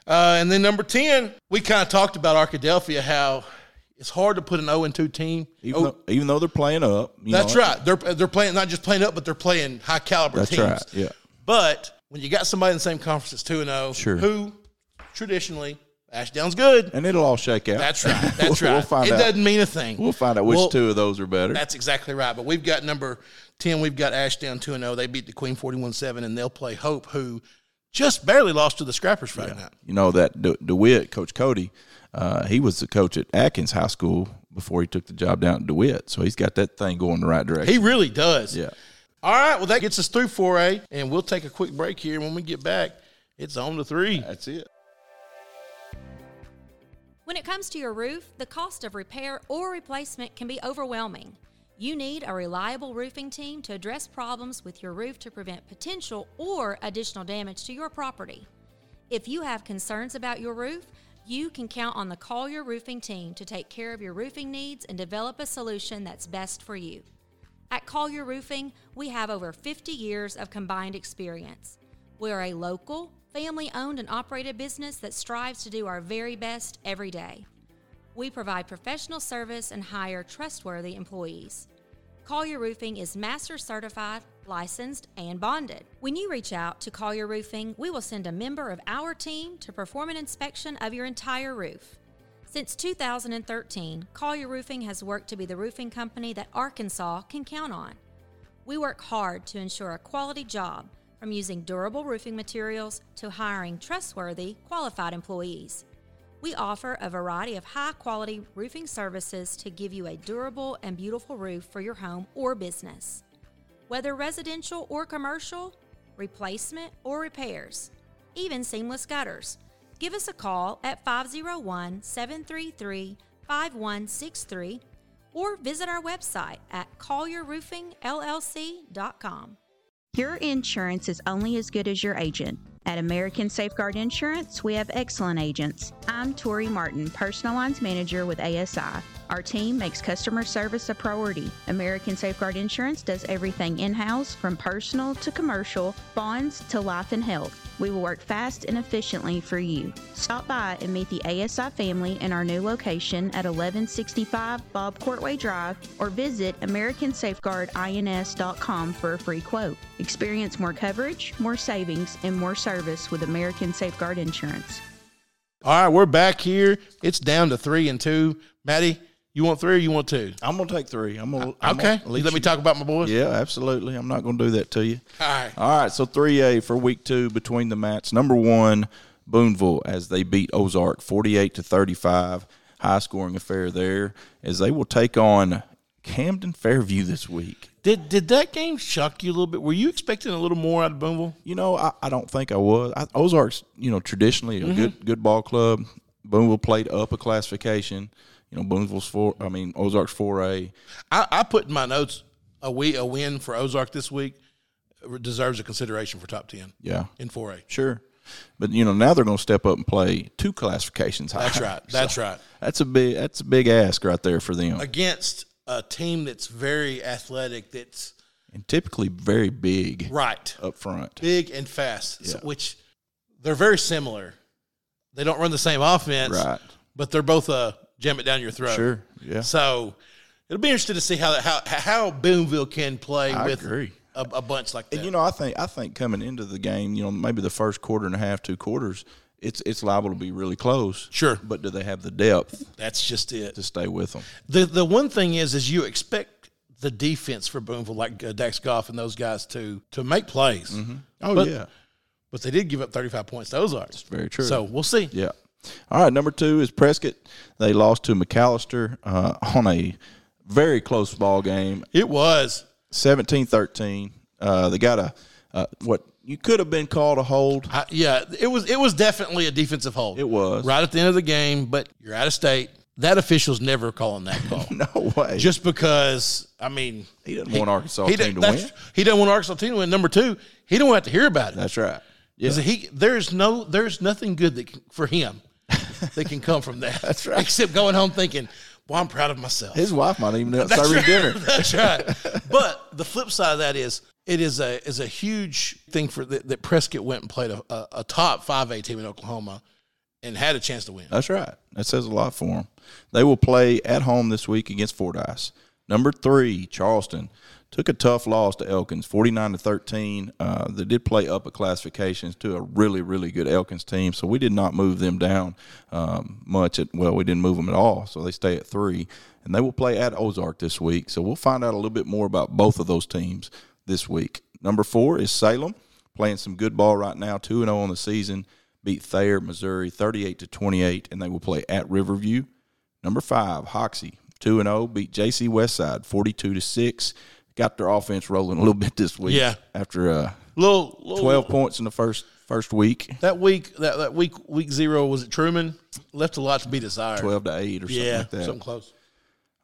[SPEAKER 2] Uh, and then number 10, we kind of talked about Arkadelphia, how it's hard to put an 0 and 2 team.
[SPEAKER 4] Even,
[SPEAKER 2] Oh,
[SPEAKER 4] though, even though they're playing up, you
[SPEAKER 2] that's
[SPEAKER 4] know,
[SPEAKER 2] right. They're they're playing not just playing up, but they're playing high caliber
[SPEAKER 4] That's
[SPEAKER 2] teams.
[SPEAKER 4] right, yeah.
[SPEAKER 2] But when you got somebody in the same conference as two and zero,
[SPEAKER 4] Sure.
[SPEAKER 2] who traditionally Ashdown's good.
[SPEAKER 4] And it'll all shake out.
[SPEAKER 2] That's right. That's
[SPEAKER 4] We'll-
[SPEAKER 2] right.
[SPEAKER 4] We'll find
[SPEAKER 2] it
[SPEAKER 4] out.
[SPEAKER 2] doesn't mean a thing.
[SPEAKER 4] We'll find out which
[SPEAKER 2] Well,
[SPEAKER 4] two of those are better.
[SPEAKER 2] That's exactly right. But we've got number ten. We've got Ashdown two and zero. They beat the Queen forty one seven, and they'll play Hope, who just barely lost to the Scrappers Friday night.
[SPEAKER 4] You know that De- Dewitt, Coach Cody, uh, he was the coach at Atkins High School before he took the job down at Dewitt. So he's got that thing going the right direction.
[SPEAKER 2] He really does.
[SPEAKER 4] yeah.
[SPEAKER 2] All right. Well, that gets us through four A, and we'll take a quick break here. When we get back, it's on to three.
[SPEAKER 4] That's it.
[SPEAKER 6] When it comes to your roof, the cost of repair or replacement can be overwhelming. You need a reliable roofing team to address problems with your roof to prevent potential or additional damage to your property. If you have concerns about your roof, you can count on the Collier Roofing team to take care of your roofing needs and develop a solution that's best for you. At Collier Roofing, we have over 50 years of combined experience. We're a local, family owned and operated business that strives to do our very best every day. We provide professional service and hire trustworthy employees. Collier Roofing is master certified, licensed, and bonded. When you reach out to Collier Roofing, we will send a member of our team to perform an inspection of your entire roof. Since 2013, Collier Roofing has worked to be the roofing company that Arkansas can count on. We work hard to ensure a quality job, from using durable roofing materials to hiring trustworthy, qualified employees. We offer a variety of high quality roofing services to give you a durable and beautiful roof for your home or business. whether residential or commercial, replacement or repairs, even seamless gutters. Give us a call at 501 733 5163 or visit our website at collierroofingllc.com.
[SPEAKER 5] Your insurance is only as good as your agent. At American Safeguard Insurance, we have excellent agents. I'm Tori Martin, Personal Lines Manager with ASI. Our team makes customer service a priority. American Safeguard Insurance does everything in house from personal to commercial, bonds to life and health. We will work fast and efficiently for you. Stop by and meet the ASI family in our new location at 1165 Bob Courtway Drive or visit AmericanSafeguardINS.com for a free quote. Experience more coverage, more savings, and more service with American Safeguard Insurance.
[SPEAKER 2] All right, we're back here. It's down to three and two. Maddie, you want three or you want two?
[SPEAKER 4] I'm gonna take three. I'm gonna I'm
[SPEAKER 2] Okay.
[SPEAKER 4] gonna
[SPEAKER 2] You let me talk about my boys.
[SPEAKER 4] Yeah, absolutely. I'm not going to do that to you.
[SPEAKER 2] All right.
[SPEAKER 4] All right. So 3A for week two between the mats. Number one, Boonville as they beat Ozark 48 to 35. High scoring affair there as they will take on Camden Fairview this week.
[SPEAKER 2] Did did that game shock you a little bit? Were you expecting a little more out of Boonville?
[SPEAKER 4] You know, I, I don't think I was. I, Ozark's, you know, traditionally
[SPEAKER 2] Mm-hmm.
[SPEAKER 4] a good good ball club. Boonville played up a classification. You know, Boonville's four. I mean, Ozark's four A.
[SPEAKER 2] I, I put in my notes a we a win for Ozark this week deserves a consideration for top ten
[SPEAKER 4] Yeah,
[SPEAKER 2] in four A.
[SPEAKER 4] sure. But you know, now they're going to step up and play two classifications higher.
[SPEAKER 2] That's right.
[SPEAKER 4] So-
[SPEAKER 2] That's right.
[SPEAKER 4] That's a big that's a big ask right there for them.
[SPEAKER 2] Against a team that's very athletic, that's
[SPEAKER 4] And typically very big
[SPEAKER 2] right,
[SPEAKER 4] up front.
[SPEAKER 2] big and fast, so-
[SPEAKER 4] Yeah.
[SPEAKER 2] which they're very similar. They don't run the same offense,
[SPEAKER 4] Right.
[SPEAKER 2] But they're both a jam it down your throat.
[SPEAKER 4] Sure. Yeah.
[SPEAKER 2] So it'll be interesting to see how that, how how Boonville can play
[SPEAKER 4] I
[SPEAKER 2] with
[SPEAKER 4] agree.
[SPEAKER 2] A, a bunch like that.
[SPEAKER 4] And you know, I think I think coming into the game, you know, maybe the first quarter and a half, two quarters, it's it's liable to be really close.
[SPEAKER 2] Sure.
[SPEAKER 4] But do they have the depth
[SPEAKER 2] that's just it.
[SPEAKER 4] to stay with them?
[SPEAKER 2] The the one thing is is you expect the defense for Boonville like uh, Dax Goff and those guys to to make plays,
[SPEAKER 4] Oh
[SPEAKER 2] But-
[SPEAKER 4] yeah.
[SPEAKER 2] but they did give up thirty five points to Ozark.
[SPEAKER 4] very true.
[SPEAKER 2] So we'll see.
[SPEAKER 4] Yeah. All right, number two is Prescott. They lost to McAllister uh, on a very close ball game.
[SPEAKER 2] It was.
[SPEAKER 4] 17 13. Uh, they got a, uh, what you could have been called a hold.
[SPEAKER 2] I, yeah, it was. It was definitely a defensive hold.
[SPEAKER 4] It was.
[SPEAKER 2] right at the end of the game, but you're out of state. That official's never calling that call.
[SPEAKER 4] No way.
[SPEAKER 2] Just because, I mean,
[SPEAKER 4] he doesn't want Arkansas
[SPEAKER 2] he
[SPEAKER 4] team
[SPEAKER 2] didn't.
[SPEAKER 4] to
[SPEAKER 2] that's-
[SPEAKER 4] win.
[SPEAKER 2] He doesn't want Arkansas team to win. Number two, he don't want to have to hear about it.
[SPEAKER 4] That's right. Yeah.
[SPEAKER 2] Because he there's no there's nothing good that can, for him that can come from that. That's right. Except going home thinking, "Well, I'm proud of myself."
[SPEAKER 4] His wife might even help
[SPEAKER 2] That's
[SPEAKER 4] serve
[SPEAKER 2] right.
[SPEAKER 4] him dinner.
[SPEAKER 2] That's right. But the flip side of that is it is a is a huge thing for that, that Prescott went and played a, a, a top five A team in Oklahoma and had a chance to win.
[SPEAKER 4] That's right. That says a lot for them. They will play at home this week against Fordyce. Number three, Charleston took a tough loss to Elkins, forty-nine to thirteen. Uh, they did play up at classifications to a really, really good Elkins team, so we did not move them down um, much. At well, we didn't move them at all, so they stay at three, and they will play at Ozark this week. So we'll find out a little bit more about both of those teams this week. Number four is Salem playing some good ball right now, 2 0 on the season. Beat Thayer, Missouri, 38 to 28, and they will play at Riverview. Number five, Hoxie, 2 0, beat JC Westside, 42 to 6. Got their offense rolling a little bit this week.
[SPEAKER 2] Yeah.
[SPEAKER 4] After uh,
[SPEAKER 2] Little, little
[SPEAKER 4] 12 points in the first first week,
[SPEAKER 2] that week that, that week week zero was it Truman left a lot to be desired.
[SPEAKER 4] 12 to 8 or something
[SPEAKER 2] yeah,
[SPEAKER 4] like that.
[SPEAKER 2] something close.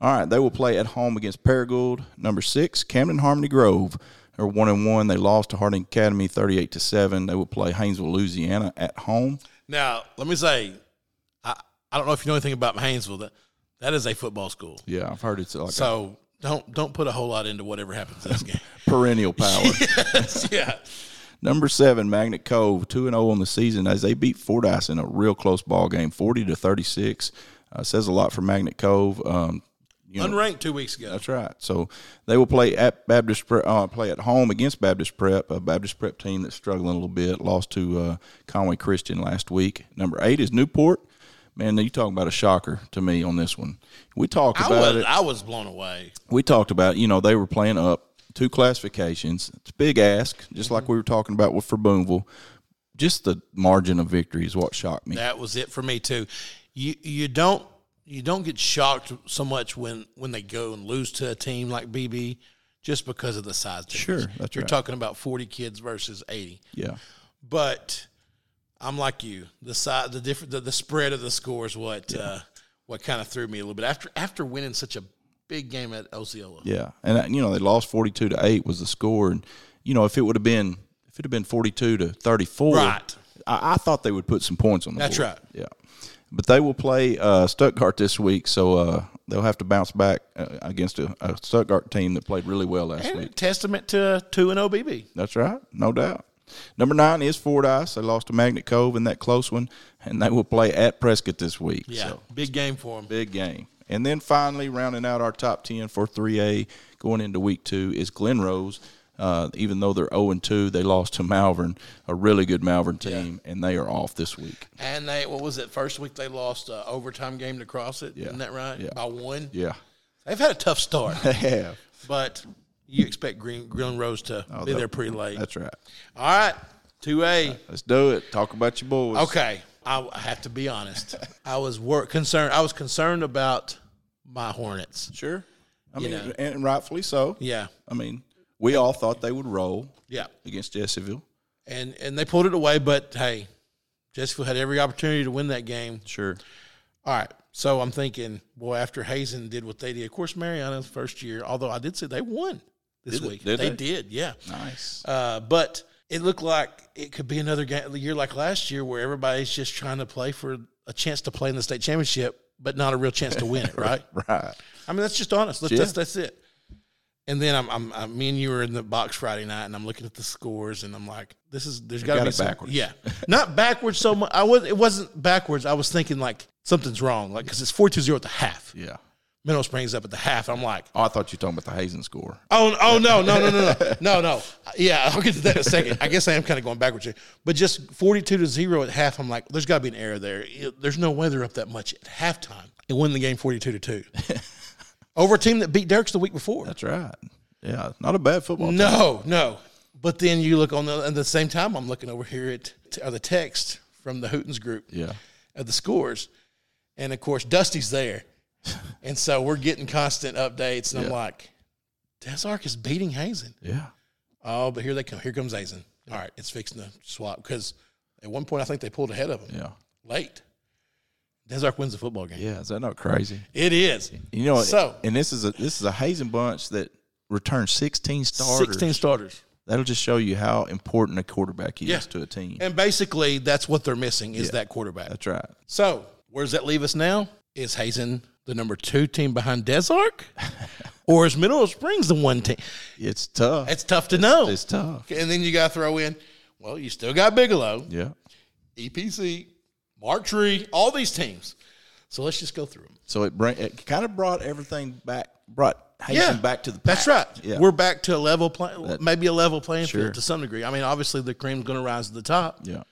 [SPEAKER 4] All right, they will play at home against Paragould. Number six, Camden Harmony Grove. They're one and one. They lost to Harding Academy, thirty-eight to seven. They will play Hainesville, Louisiana, at home.
[SPEAKER 2] Now let me say, I I don't know if you know anything about Hainesville. That that is a football school,
[SPEAKER 4] Yeah, I've heard it's like a
[SPEAKER 2] so don't don't put a whole lot into whatever happens in this game.
[SPEAKER 4] perennial power.
[SPEAKER 2] yeah,
[SPEAKER 4] Number seven, Magnet Cove, two and zero on the season as they beat Fordyce in a real close ball game, forty to thirty six. Uh, says a lot for Magnet Cove. Um, you know,
[SPEAKER 2] unranked two weeks ago.
[SPEAKER 4] that's right. So they will play at Baptist Prep, uh, play at home against Baptist Prep, a Baptist Prep team that's struggling a little bit. Lost to uh, Conway Christian last week. Number eight is Newport. Man, you talking about a shocker to me on this one. We talked
[SPEAKER 2] I
[SPEAKER 4] about
[SPEAKER 2] was
[SPEAKER 4] it
[SPEAKER 2] I was blown away.
[SPEAKER 4] we talked about, you know, they were playing up two classifications. It's a big ask, just like
[SPEAKER 2] Mm-hmm.
[SPEAKER 4] we were talking about with for Boonville. Just the margin of victory is what shocked me.
[SPEAKER 2] That was it for me too. You you don't you don't get shocked so much when when they go and lose to a team like BB. just because of the size difference.
[SPEAKER 4] Sure, that's
[SPEAKER 2] You're
[SPEAKER 4] right.
[SPEAKER 2] talking about 40 kids versus 80.
[SPEAKER 4] Yeah.
[SPEAKER 2] But I'm like you. The size, the different, the, the spread of the score is what uh, what kind of threw me a little bit after after winning such a big game at Osceola.
[SPEAKER 4] Yeah, and uh, you know they lost forty-two to eight was the score, and you know if it would have been if it had been forty-two to thirty-four,
[SPEAKER 2] Right.
[SPEAKER 4] I, I thought they would put some points on the
[SPEAKER 2] That's
[SPEAKER 4] board.
[SPEAKER 2] right.
[SPEAKER 4] Yeah, but they will play uh, Stuttgart this week, so uh, they'll have to bounce back uh, against a, a Stuttgart team that played really well last
[SPEAKER 2] And a
[SPEAKER 4] week.
[SPEAKER 2] testament to two and OBB.
[SPEAKER 4] That's right, no doubt. Number nine is Fordyce. They lost to Magnet Cove in that close one, and they will play at Prescott this week.
[SPEAKER 2] Yeah,
[SPEAKER 4] so
[SPEAKER 2] big game for them.
[SPEAKER 4] big game. And then finally, rounding out our top 10 for 3A going into week two is Glen Rose. Uh, even though they're 0 and 2, they lost to Malvern, a really good Malvern team, and they are off this week.
[SPEAKER 2] And they, what was it? First week they lost uh, overtime game to Cross It.
[SPEAKER 4] Yeah.
[SPEAKER 2] Isn't that right?
[SPEAKER 4] Yeah.
[SPEAKER 2] By one.
[SPEAKER 4] Yeah.
[SPEAKER 2] They've had a tough start,
[SPEAKER 4] Yeah.
[SPEAKER 2] but you expect Green Green Rose to be
[SPEAKER 4] Oh, that-
[SPEAKER 2] there pretty late.
[SPEAKER 4] That's right.
[SPEAKER 2] All right, two A.
[SPEAKER 4] Let's do it. Talk about your boys.
[SPEAKER 2] Okay, I I have to be honest. I was wor- concerned. I was concerned about my Hornets.
[SPEAKER 4] Sure. I
[SPEAKER 2] You
[SPEAKER 4] mean,
[SPEAKER 2] know.
[SPEAKER 4] and rightfully so.
[SPEAKER 2] Yeah,
[SPEAKER 4] I mean, we all thought they would roll
[SPEAKER 2] yeah,
[SPEAKER 4] against Jesseville.
[SPEAKER 2] and and they pulled it away. But hey, Jessica had every opportunity to win that game.
[SPEAKER 4] Sure.
[SPEAKER 2] All right. So I'm thinking, boy, after Hazen did what they did, of course, Mariano's first year, although I did say they won this
[SPEAKER 4] Did they?
[SPEAKER 2] week.
[SPEAKER 4] Did
[SPEAKER 2] they,
[SPEAKER 4] they?
[SPEAKER 2] did, yeah.
[SPEAKER 4] Nice.
[SPEAKER 2] Uh, but it looked like it could be another game, year like last year where everybody's just trying to play for a chance to play in the state championship, but not a real chance to win it, right?
[SPEAKER 4] Right.
[SPEAKER 2] I mean, that's just honest. Let's,
[SPEAKER 4] Yeah.
[SPEAKER 2] that's, that's it. And then I'm, I'm, i me and you were in the box Friday night, and I'm looking at the scores, and I'm like, this is there's got to
[SPEAKER 4] got
[SPEAKER 2] be
[SPEAKER 4] it
[SPEAKER 2] some-
[SPEAKER 4] backwards.
[SPEAKER 2] Yeah, not backwards so much. I was it wasn't backwards. I was thinking like something's wrong, like because it's four two zero at the half.
[SPEAKER 4] Yeah.
[SPEAKER 2] Mineral Springs up at the half. I'm like,
[SPEAKER 4] Oh, I thought you were talking about the Hazen score.
[SPEAKER 2] Oh, oh no, no, no, no, no, no, no. Yeah, I'll get to that in a second. I guess I am kind of going backwards here, but just forty-two to zero at half. I'm like, there's got to be an error there. There's no way they're up that much at halftime and win the game forty-two to two over a team that beat Dirks the week before.
[SPEAKER 4] That's right. Yeah. Not a bad football team.
[SPEAKER 2] No, no. But then you look on the at the same time. I'm looking over here at t- or the text from the Hootens group
[SPEAKER 4] Yeah.
[SPEAKER 2] of the scores, and of course Dusty's there, and so we're getting constant updates. And I'm
[SPEAKER 4] Yeah.
[SPEAKER 2] like, Desark is beating Hazen.
[SPEAKER 4] Yeah.
[SPEAKER 2] Oh, but here they come. Here comes Hazen. All right, it's fixing to swap because at one point I think they pulled ahead of him
[SPEAKER 4] Yeah.
[SPEAKER 2] late. Desark wins the football game.
[SPEAKER 4] Yeah, is that not crazy?
[SPEAKER 2] It is
[SPEAKER 4] You know,
[SPEAKER 2] So-
[SPEAKER 4] and this is a this is a Hazen bunch that returned 16 starters.
[SPEAKER 2] sixteen starters.
[SPEAKER 4] That'll just show you how important a quarterback is
[SPEAKER 2] Yeah.
[SPEAKER 4] to a team.
[SPEAKER 2] And basically, that's what they're missing is that quarterback.
[SPEAKER 4] That's right.
[SPEAKER 2] So, where does that leave us now? Is Hazen the number two team behind Desark? or is Mineral Springs the one team?
[SPEAKER 4] It's tough.
[SPEAKER 2] It's tough to know.
[SPEAKER 4] It's tough.
[SPEAKER 2] and then you got to throw in, well, you still got Bigelow,
[SPEAKER 4] Yeah.
[SPEAKER 2] EPC, E Mark Tree, all these teams. So let's just go through them.
[SPEAKER 4] So it bring it kind of brought everything back, brought Hazen back to the.
[SPEAKER 2] That's right.
[SPEAKER 4] pack. Yeah.
[SPEAKER 2] We're back to a level play,
[SPEAKER 4] That-
[SPEAKER 2] maybe a level playing
[SPEAKER 4] Sure.
[SPEAKER 2] field to some degree. I mean, obviously the cream's going to rise to the top,
[SPEAKER 4] yeah.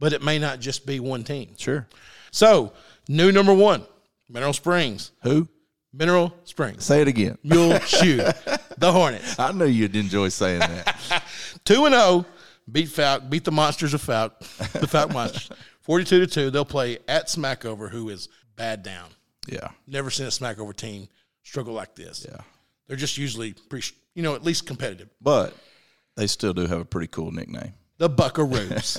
[SPEAKER 2] but it may not just be one team.
[SPEAKER 4] Sure.
[SPEAKER 2] So, new number one, Mineral Springs.
[SPEAKER 4] Who?
[SPEAKER 2] Mineral Springs.
[SPEAKER 4] Say it again.
[SPEAKER 2] Mule Shoe, the Hornets.
[SPEAKER 4] I knew you'd enjoy saying that.
[SPEAKER 2] 2 and 0, beat Falk, beat the Monsters of Falk, the Falk Monsters. 42 to 2, they'll play at Smackover, who is bad down.
[SPEAKER 4] yeah.
[SPEAKER 2] Never seen a Smackover team struggle like this.
[SPEAKER 4] Yeah.
[SPEAKER 2] They're just usually pretty, you know, at least competitive.
[SPEAKER 4] But they still do have a pretty cool nickname.
[SPEAKER 2] The Buckaroos.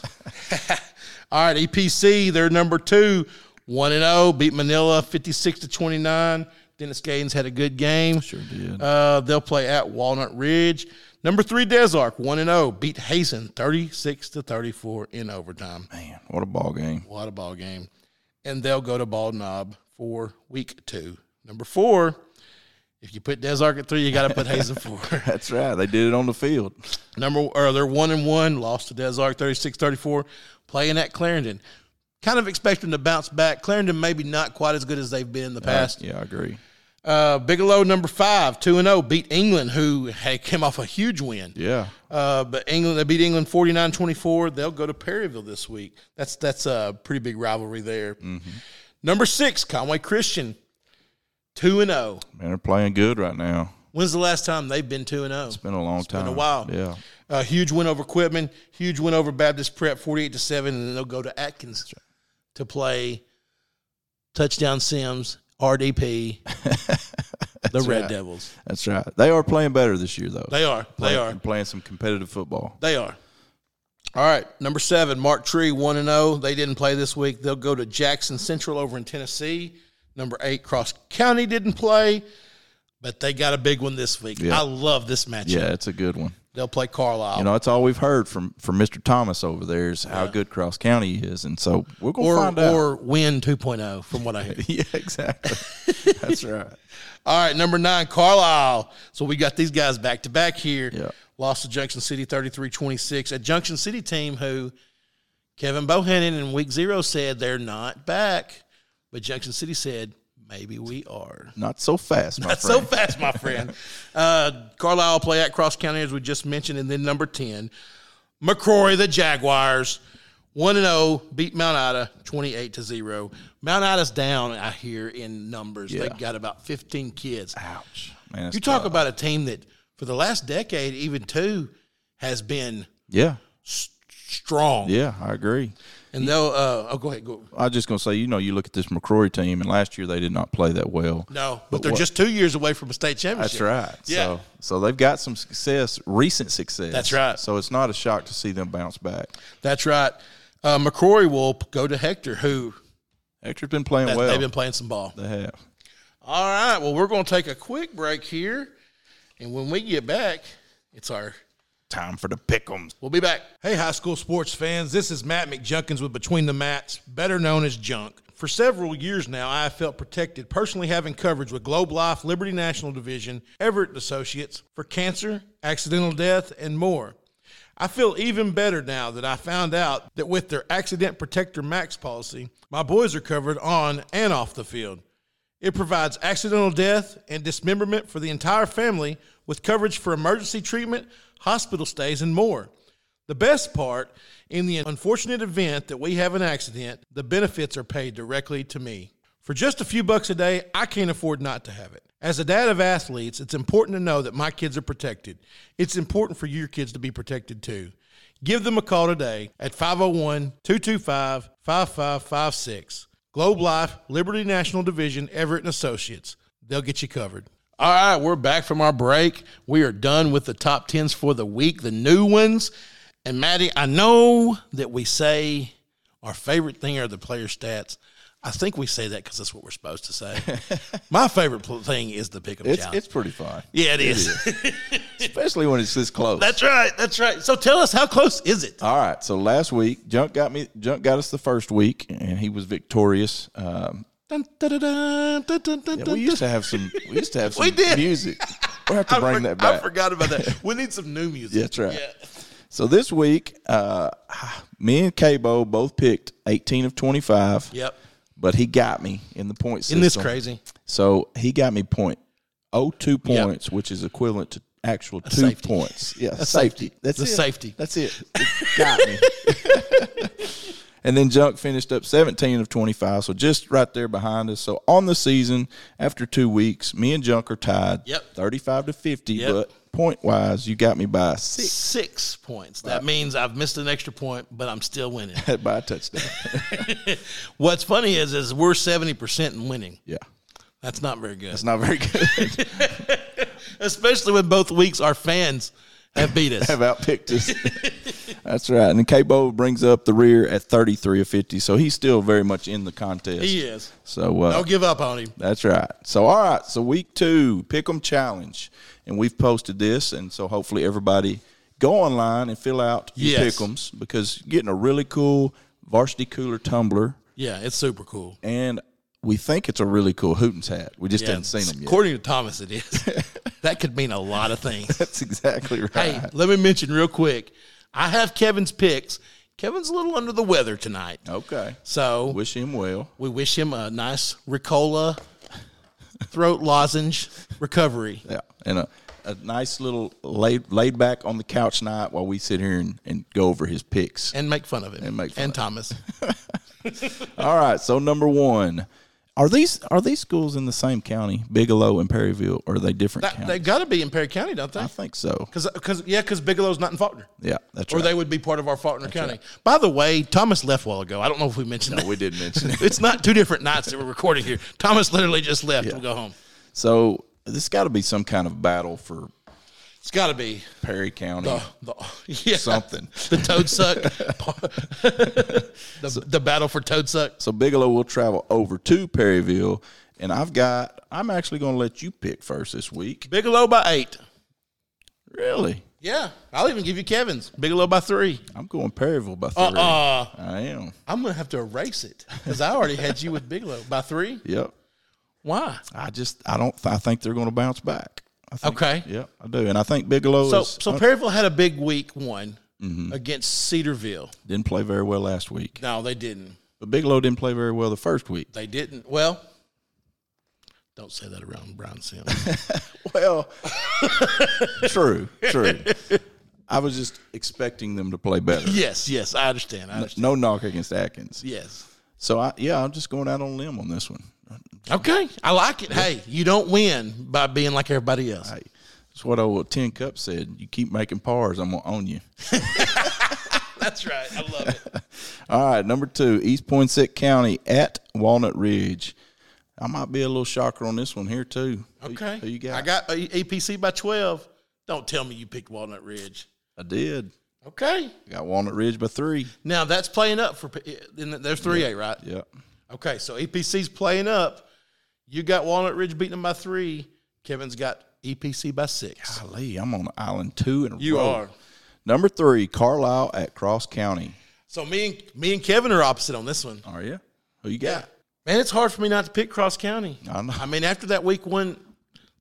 [SPEAKER 2] All right, EPC, they're number two, 1 and 0, beat Manila 56 to 29. Dennis Gaines had a good game.
[SPEAKER 4] Sure did.
[SPEAKER 2] Uh, they'll play at Walnut Ridge. Number three, Desark, 1 and 0, beat Hazen 36 to 34 in overtime.
[SPEAKER 4] Man, what a ball game.
[SPEAKER 2] What a ball game. And they'll go to Bald Knob for week two. Number four, if you put Desark at three, you got to put Hazen four.
[SPEAKER 4] That's right. They did it on the field.
[SPEAKER 2] Number or they're one and one, lost to Desark 36-34, playing at Clarendon. Kind of expecting to bounce back. Clarendon maybe not quite as good as they've been in the past.
[SPEAKER 4] Yeah, I agree.
[SPEAKER 2] Uh, Bigelow number five, two and zero, beat England, who had came off a huge win.
[SPEAKER 4] Yeah.
[SPEAKER 2] Uh, but England they beat England 49-24. They'll go to Perryville this week. That's that's a pretty big rivalry there.
[SPEAKER 4] Mm-hmm.
[SPEAKER 2] Number six, Conway Christian, two and zero.
[SPEAKER 4] Man, they're playing good right now.
[SPEAKER 2] When's the last time they've been two and oh? zero?
[SPEAKER 4] It's been a long time.
[SPEAKER 2] been a while.
[SPEAKER 4] Yeah.
[SPEAKER 2] A huge win over Quitman, huge win over Baptist Prep, forty-eight to seven, and then they'll go to Atkins to play touchdown Sims RDP the Red
[SPEAKER 4] right.
[SPEAKER 2] Devils.
[SPEAKER 4] That's right. They are playing better this year, though.
[SPEAKER 2] They are. They
[SPEAKER 4] Play-
[SPEAKER 2] are.
[SPEAKER 4] playing some competitive football.
[SPEAKER 2] They are. All right, number seven, Mark Tree, one and zero. They didn't play this week. They'll go to Jackson Central over in Tennessee. Number eight, Cross County didn't play, but they got a big one this week.
[SPEAKER 4] Yeah.
[SPEAKER 2] I love this matchup.
[SPEAKER 4] Yeah, it's a good one.
[SPEAKER 2] They'll play Carlisle.
[SPEAKER 4] You know, that's all we've heard from from Mr. Thomas over there is how good Cross County is, and so we're going to
[SPEAKER 2] or
[SPEAKER 4] find out.
[SPEAKER 2] or win 2.0 from what I hear.
[SPEAKER 4] yeah, exactly. that's right.
[SPEAKER 2] All right, number nine, Carlisle. So we got these guys back to back here.
[SPEAKER 4] Yeah.
[SPEAKER 2] Lost to Junction City 33 26. A Junction City team who Kevin Bohannon in week zero said they're not back, but Junction City said maybe we are.
[SPEAKER 4] Not so fast, my
[SPEAKER 2] Not so
[SPEAKER 4] friend.
[SPEAKER 2] fast, my friend. uh, Carlisle play at Cross County, as we just mentioned. And then number 10, McCrory, the Jaguars, 1 and 0, beat Mount Ida 28 to 0. Mount Ida's down, I hear, in numbers.
[SPEAKER 4] Yeah.
[SPEAKER 2] They've got about 15 kids.
[SPEAKER 4] Ouch, man. that's
[SPEAKER 2] You talk
[SPEAKER 4] tough.
[SPEAKER 2] about a team that for the last decade, even two, has been
[SPEAKER 4] yeah,
[SPEAKER 2] strong.
[SPEAKER 4] yeah. I agree.
[SPEAKER 2] And they'll uh, oh go ahead, go
[SPEAKER 4] I was just going to say, you know, you look at this McCrory team, and last year they did not play that well.
[SPEAKER 2] no, but, they're
[SPEAKER 4] what-
[SPEAKER 2] just two years away from a state championship.
[SPEAKER 4] That's right.
[SPEAKER 2] Yeah.
[SPEAKER 4] So, so they've got some success, recent success.
[SPEAKER 2] That's right.
[SPEAKER 4] So it's not a shock to see them bounce back.
[SPEAKER 2] That's right. Uh, McCrory will p- go to Hector, who
[SPEAKER 4] Hector's been playing
[SPEAKER 2] that-
[SPEAKER 4] well.
[SPEAKER 2] they've been playing some ball.
[SPEAKER 4] They have.
[SPEAKER 2] All right. Well, we're going to take a quick break here, and when we get back, it's our
[SPEAKER 4] Time for the pick'ems.
[SPEAKER 2] We'll be back. Hey, high school sports fans. This is Matt McJunkins with Between the Mats, better known as Junk. For several years now, I have felt protected, personally having coverage with Globe Life, Liberty National Division, Everett and Associates for cancer, accidental death, and more. I feel even better now that I found out that with their Accident Protector Max policy, my boys are covered on and off the field. It provides accidental death and dismemberment for the entire family with coverage for emergency treatment, hospital stays, and more. The best part, in the unfortunate event that we have an accident, the benefits are paid directly to me. For just a few bucks a day, I can't afford not to have it. As a dad of athletes, it's important to know that my kids are protected. It's important for your kids to be protected too. Give them a call today at 501 225 5556. Globe Life, Liberty National Division, Everett and Associates. They'll get you covered. All right, we're back from our break. We are done with the top 10s for the week, the new ones. And Maddie, I know that we say our favorite thing are the player stats. I think we say that because that's what we're supposed to say. My favorite pl- thing is the pick 'em
[SPEAKER 4] It's
[SPEAKER 2] challenge.
[SPEAKER 4] it's pretty fun,
[SPEAKER 2] yeah, it is.
[SPEAKER 4] especially when it's this close.
[SPEAKER 2] that's right. That's right. So tell us, how close is it?
[SPEAKER 4] All right. So last week, Junk got me. Junk got us the first week, and he was victorious. Um,
[SPEAKER 2] Dun, dun, dun, dun, dun, dun, dun,
[SPEAKER 4] yeah,
[SPEAKER 2] dun,
[SPEAKER 4] we used to have some. We used to have some
[SPEAKER 2] We did.
[SPEAKER 4] music. We have to
[SPEAKER 2] I
[SPEAKER 4] bring
[SPEAKER 2] for-
[SPEAKER 4] that back.
[SPEAKER 2] I forgot about that. We need some new music.
[SPEAKER 4] Yeah, that's right. So this week, uh, me and Cabo both picked eighteen of twenty five.
[SPEAKER 2] Yep.
[SPEAKER 4] But he got me in the point system.
[SPEAKER 2] Isn't this crazy?
[SPEAKER 4] So he got me point oh two points, which is equivalent to actual two
[SPEAKER 2] safety.
[SPEAKER 4] points. Yeah, safety.
[SPEAKER 2] safety.
[SPEAKER 4] That's
[SPEAKER 2] The
[SPEAKER 4] it.
[SPEAKER 2] safety.
[SPEAKER 4] That's it. It got me. and then Junk finished up seventeen of twenty five, so just right there behind us. So on the season, after two weeks, me and Junk are tied.
[SPEAKER 2] Yep.
[SPEAKER 4] Thirty five to fifty,
[SPEAKER 2] Yep.
[SPEAKER 4] but point wise, you got me by six.
[SPEAKER 2] Six points. That means I've missed an extra point, but I'm still winning.
[SPEAKER 4] by a touchdown.
[SPEAKER 2] What's funny is, is we're seventy percent in winning.
[SPEAKER 4] yeah.
[SPEAKER 2] That's not very good,
[SPEAKER 4] It's not very good.
[SPEAKER 2] especially when both weeks our fans have beat us.
[SPEAKER 4] Have outpicked us. That's right. And then Cabo brings up the rear at 33 of 50. So he's still very much in the contest.
[SPEAKER 2] he is.
[SPEAKER 4] So uh,
[SPEAKER 2] Don't give up on him.
[SPEAKER 4] that's right. So, all right. So, week two, pick 'em challenge. And we've posted this. And so, hopefully, everybody go online and fill out your
[SPEAKER 2] Yes.
[SPEAKER 4] pick 'ems because you're getting a really cool varsity cooler tumbler.
[SPEAKER 2] Yeah, it's super cool.
[SPEAKER 4] And we think it's a really cool Hootens hat. We just
[SPEAKER 2] Yeah,
[SPEAKER 4] haven't seen them yet.
[SPEAKER 2] According to Thomas, it is. that could mean a lot of things.
[SPEAKER 4] That's exactly right.
[SPEAKER 2] Hey, let me mention real quick. I have Kevin's picks. Kevin's a little under the weather tonight,
[SPEAKER 4] Okay.
[SPEAKER 2] so
[SPEAKER 4] Wish him well.
[SPEAKER 2] we wish him a nice Ricola throat lozenge recovery.
[SPEAKER 4] Yeah, and a, a nice little laid laid back on the couch night while we sit here and, and go over his picks.
[SPEAKER 2] and make fun of him
[SPEAKER 4] And make fun of him.
[SPEAKER 2] Thomas.
[SPEAKER 4] All right, so number one, are these are these schools in the same county, Bigelow and Perryville, or are they different
[SPEAKER 2] That-
[SPEAKER 4] counties?
[SPEAKER 2] they got to be in Perry County, don't they?
[SPEAKER 4] I think so.
[SPEAKER 2] Because because yeah, because Bigelow's not in Faulkner,
[SPEAKER 4] Yeah, that's
[SPEAKER 2] or
[SPEAKER 4] right.
[SPEAKER 2] they would be part of our Faulkner County. By the way, Thomas left a while ago. I don't know if we mentioned that.
[SPEAKER 4] we did mention it.
[SPEAKER 2] it's not two different nights that we're recording here. Thomas literally just left. We'll go home.
[SPEAKER 4] So This got to be some kind of battle for
[SPEAKER 2] It's got to be
[SPEAKER 4] Perry County.
[SPEAKER 2] the, the yeah,
[SPEAKER 4] Something.
[SPEAKER 2] The toad suck. the, the battle for toad suck.
[SPEAKER 4] So Bigelow will travel over to Perryville, and I've got. I'm actually going to let you pick first this week.
[SPEAKER 2] Bigelow by eight.
[SPEAKER 4] Really?
[SPEAKER 2] Yeah, I'll even give you Kevin's Bigelow by three.
[SPEAKER 4] I'm going Perryville by 3
[SPEAKER 2] Uh-uh.
[SPEAKER 4] I am.
[SPEAKER 2] I'm gonna have to erase it because I already had you with Bigelow by three.
[SPEAKER 4] Yep.
[SPEAKER 2] Why?
[SPEAKER 4] I just. I don't. I think they're going to bounce back. I think,
[SPEAKER 2] Okay.
[SPEAKER 4] Yep. I do, and I think Bigelow
[SPEAKER 2] So
[SPEAKER 4] is,
[SPEAKER 2] so Perryville had a big week one
[SPEAKER 4] Mm-hmm.
[SPEAKER 2] against Cedarville.
[SPEAKER 4] didn't play very well last week,
[SPEAKER 2] No, they didn't.
[SPEAKER 4] but Bigelow didn't play very well the first week.
[SPEAKER 2] They didn't. Well, don't say that around Brian Sims.
[SPEAKER 4] Well, true, true. I was just expecting them to play better.
[SPEAKER 2] yes, yes, I understand. I understand.
[SPEAKER 4] No knock against Atkins.
[SPEAKER 2] Yes.
[SPEAKER 4] So I, yeah, I'm just going out on a limb on this one.
[SPEAKER 2] Okay, I like it. Hey, you don't win by being like everybody else.
[SPEAKER 4] Hey, that's what old Ten Cup said. You keep making pars, I'm gonna own you.
[SPEAKER 2] That's right. I love it.
[SPEAKER 4] All right, number two, East Poinsett County at Walnut Ridge. I might be a little shocker on this one here too. Who-
[SPEAKER 2] Okay.
[SPEAKER 4] who you got?
[SPEAKER 2] I got A- APC by 12. Don't tell me you picked Walnut Ridge.
[SPEAKER 4] I did.
[SPEAKER 2] Okay.
[SPEAKER 4] I got Walnut Ridge by three.
[SPEAKER 2] Now that's playing up for, P- in the- there's 3A, right?
[SPEAKER 4] Yep.
[SPEAKER 2] Okay, so APC's playing up. You got Walnut Ridge beating them by three. Kevin's got EPC by six.
[SPEAKER 4] Golly, I'm on island two and
[SPEAKER 2] You are.
[SPEAKER 4] number three, Carlisle at Cross County.
[SPEAKER 2] So me and me and Kevin are opposite on this one.
[SPEAKER 4] Are you? Who you got?
[SPEAKER 2] Man, it's hard for me not to pick Cross County.
[SPEAKER 4] I know.
[SPEAKER 2] I mean, after that week one,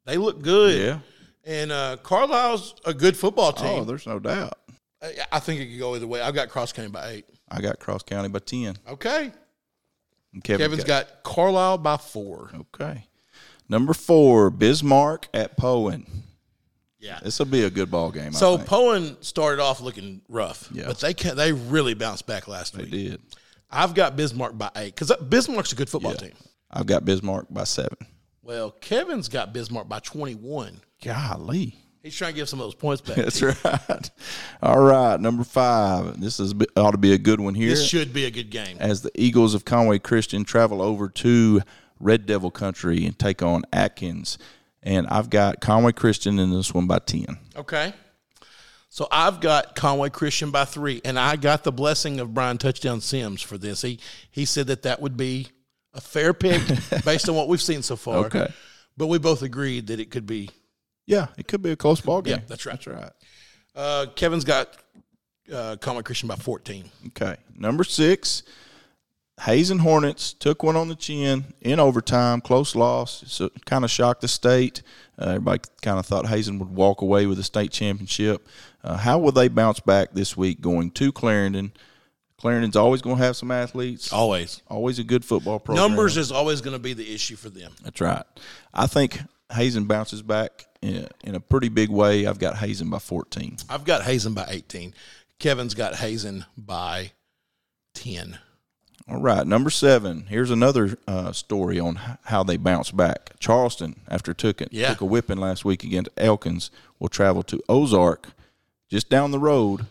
[SPEAKER 2] they look good.
[SPEAKER 4] Yeah.
[SPEAKER 2] And uh, Carlisle's a good football
[SPEAKER 4] Oh,
[SPEAKER 2] team.
[SPEAKER 4] there's no doubt.
[SPEAKER 2] I- I think it could go either way. I've got Cross County by eight.
[SPEAKER 4] I got Cross County by ten.
[SPEAKER 2] Okay.
[SPEAKER 4] And
[SPEAKER 2] Kevin's got Carlisle by four.
[SPEAKER 4] Okay. Number four, Bismarck at Poen.
[SPEAKER 2] Yeah.
[SPEAKER 4] This will be a good ball game. I
[SPEAKER 2] So
[SPEAKER 4] think.
[SPEAKER 2] Poen started off looking rough,
[SPEAKER 4] Yeah.
[SPEAKER 2] but they ca- they really bounced back last
[SPEAKER 4] they
[SPEAKER 2] week.
[SPEAKER 4] did.
[SPEAKER 2] I've got Bismarck by eight because Bismarck's a good football
[SPEAKER 4] Yeah.
[SPEAKER 2] team.
[SPEAKER 4] I've got Bismarck by seven.
[SPEAKER 2] Well, Kevin's got Bismarck by twenty one.
[SPEAKER 4] Golly.
[SPEAKER 2] He's trying to give some of those points back.
[SPEAKER 4] That's right. All right, number five. This is ought to be a good one here.
[SPEAKER 2] This should be a good game.
[SPEAKER 4] as the Eagles of Conway Christian travel over to Red Devil Country and take on Atkins. And I've got Conway Christian in this one by 10.
[SPEAKER 2] Okay. So I've got Conway Christian by three, and I got the blessing of Brian Touchdown Sims for this. He he said that that would be a fair pick based on what we've seen so far.
[SPEAKER 4] Okay.
[SPEAKER 2] But we both agreed that it could be.
[SPEAKER 4] Yeah, it could be a close ball game.
[SPEAKER 2] Yeah, that's right.
[SPEAKER 4] That's right.
[SPEAKER 2] Uh, Kevin's got uh, Conway Christian by fourteen.
[SPEAKER 4] Okay. Number six, Hazen Hornets took one on the chin in overtime, close loss. So it kind of shocked the state. Uh, everybody kind of thought Hazen would walk away with a state championship. Uh, how will they bounce back this week going to Clarendon? Clarendon's always going to have some athletes.
[SPEAKER 2] Always
[SPEAKER 4] Always a good football program.
[SPEAKER 2] numbers is always going to be the issue for them.
[SPEAKER 4] That's right. I think Hazen bounces back in, in a pretty big way. I've got Hazen by 14.
[SPEAKER 2] I've got Hazen by eighteen. Kevin's got Hazen by ten.
[SPEAKER 4] All right, number seven. Here's another uh, story on h- how they bounce back. Charleston, after took it,
[SPEAKER 2] Yeah.
[SPEAKER 4] took a whipping last week against Elkins, will travel to Ozark, just down the road.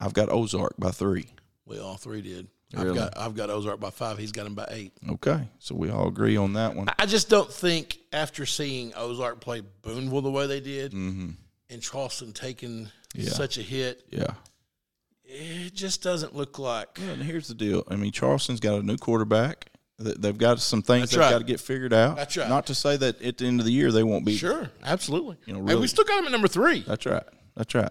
[SPEAKER 4] I've got Ozark by three.
[SPEAKER 2] We all three did. I've
[SPEAKER 4] Really?
[SPEAKER 2] got I've got Ozark by five. He's got him by eight.
[SPEAKER 4] Okay, so we all agree on that one.
[SPEAKER 2] I- I just don't think after seeing Ozark play Boonville the way they did, and Charleston taking
[SPEAKER 4] Mm-hmm. Yeah.
[SPEAKER 2] such a hit,
[SPEAKER 4] Yeah.
[SPEAKER 2] it just doesn't look like.
[SPEAKER 4] And here's the deal. I mean, Charleston's got a new quarterback. Th- They've got some things
[SPEAKER 2] That's
[SPEAKER 4] they've
[SPEAKER 2] right.
[SPEAKER 4] got to get figured out.
[SPEAKER 2] That's right.
[SPEAKER 4] Not to say that at the end of the year they won't be
[SPEAKER 2] Sure, absolutely.
[SPEAKER 4] You know,
[SPEAKER 2] Hey,
[SPEAKER 4] really-
[SPEAKER 2] we still got him at number three.
[SPEAKER 4] That's right. That's right.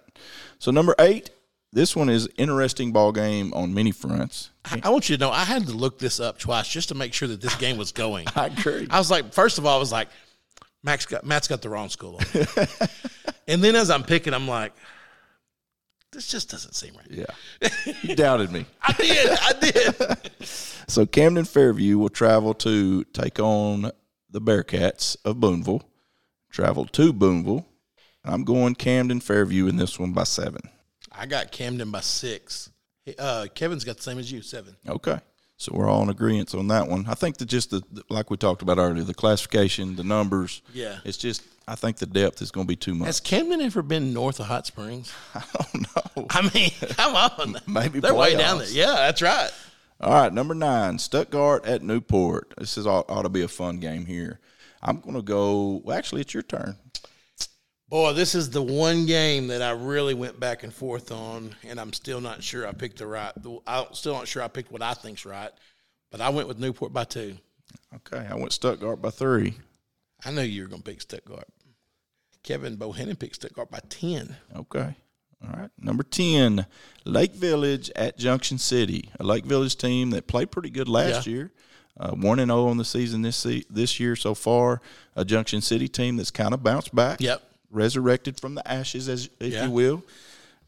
[SPEAKER 4] So number eight, this one is interesting ball game on many fronts.
[SPEAKER 2] I, I want you to know I had to look this up twice just to make sure that this game was going.
[SPEAKER 4] I agree.
[SPEAKER 2] I was like, first of all, I was like, Max got Matt's got the wrong school on, and then as I'm picking, I'm like, this just doesn't seem right.
[SPEAKER 4] Yeah. you doubted me.
[SPEAKER 2] I did, I did.
[SPEAKER 4] So Camden Fairview will travel to take on the Bearcats of Boonville. Travel to Boonville. I'm going Camden Fairview in this one by seven.
[SPEAKER 2] I got Camden by six. Uh, Kevin's got the same as you, seven.
[SPEAKER 4] Okay. So we're all in agreement on that one. I think that just the like we talked about earlier, the classification, the numbers.
[SPEAKER 2] Yeah.
[SPEAKER 4] It's just I think the depth is going to be too much.
[SPEAKER 2] Has Camden ever been north of Hot Springs?
[SPEAKER 4] I don't know.
[SPEAKER 2] I mean, come on.
[SPEAKER 4] Maybe
[SPEAKER 2] They're way down
[SPEAKER 4] playoffs.
[SPEAKER 2] there. Yeah, that's right.
[SPEAKER 4] All right, number nine, Stuttgart at Newport. This is ought, ought to be a fun game here. I'm going to go. Well, actually, it's your turn.
[SPEAKER 2] Boy, this is the one game that I really went back and forth on, and I'm still not sure I picked the right. I'm still not sure I picked what I think's right, but I went with Newport by two.
[SPEAKER 4] Okay, I went Stuttgart by three.
[SPEAKER 2] I knew you were going to pick Stuttgart. Kevin Bohannon picked Stuttgart by ten.
[SPEAKER 4] Okay. All right. Number 10, Lake Village at Junction City. A Lake Village team that played pretty good last
[SPEAKER 2] Yeah.
[SPEAKER 4] year. Uh, 1 and 0 on the season this se- this year so far. A Junction City team that's kind of bounced back.
[SPEAKER 2] Yep.
[SPEAKER 4] Resurrected from the ashes as if
[SPEAKER 2] Yeah.
[SPEAKER 4] you will.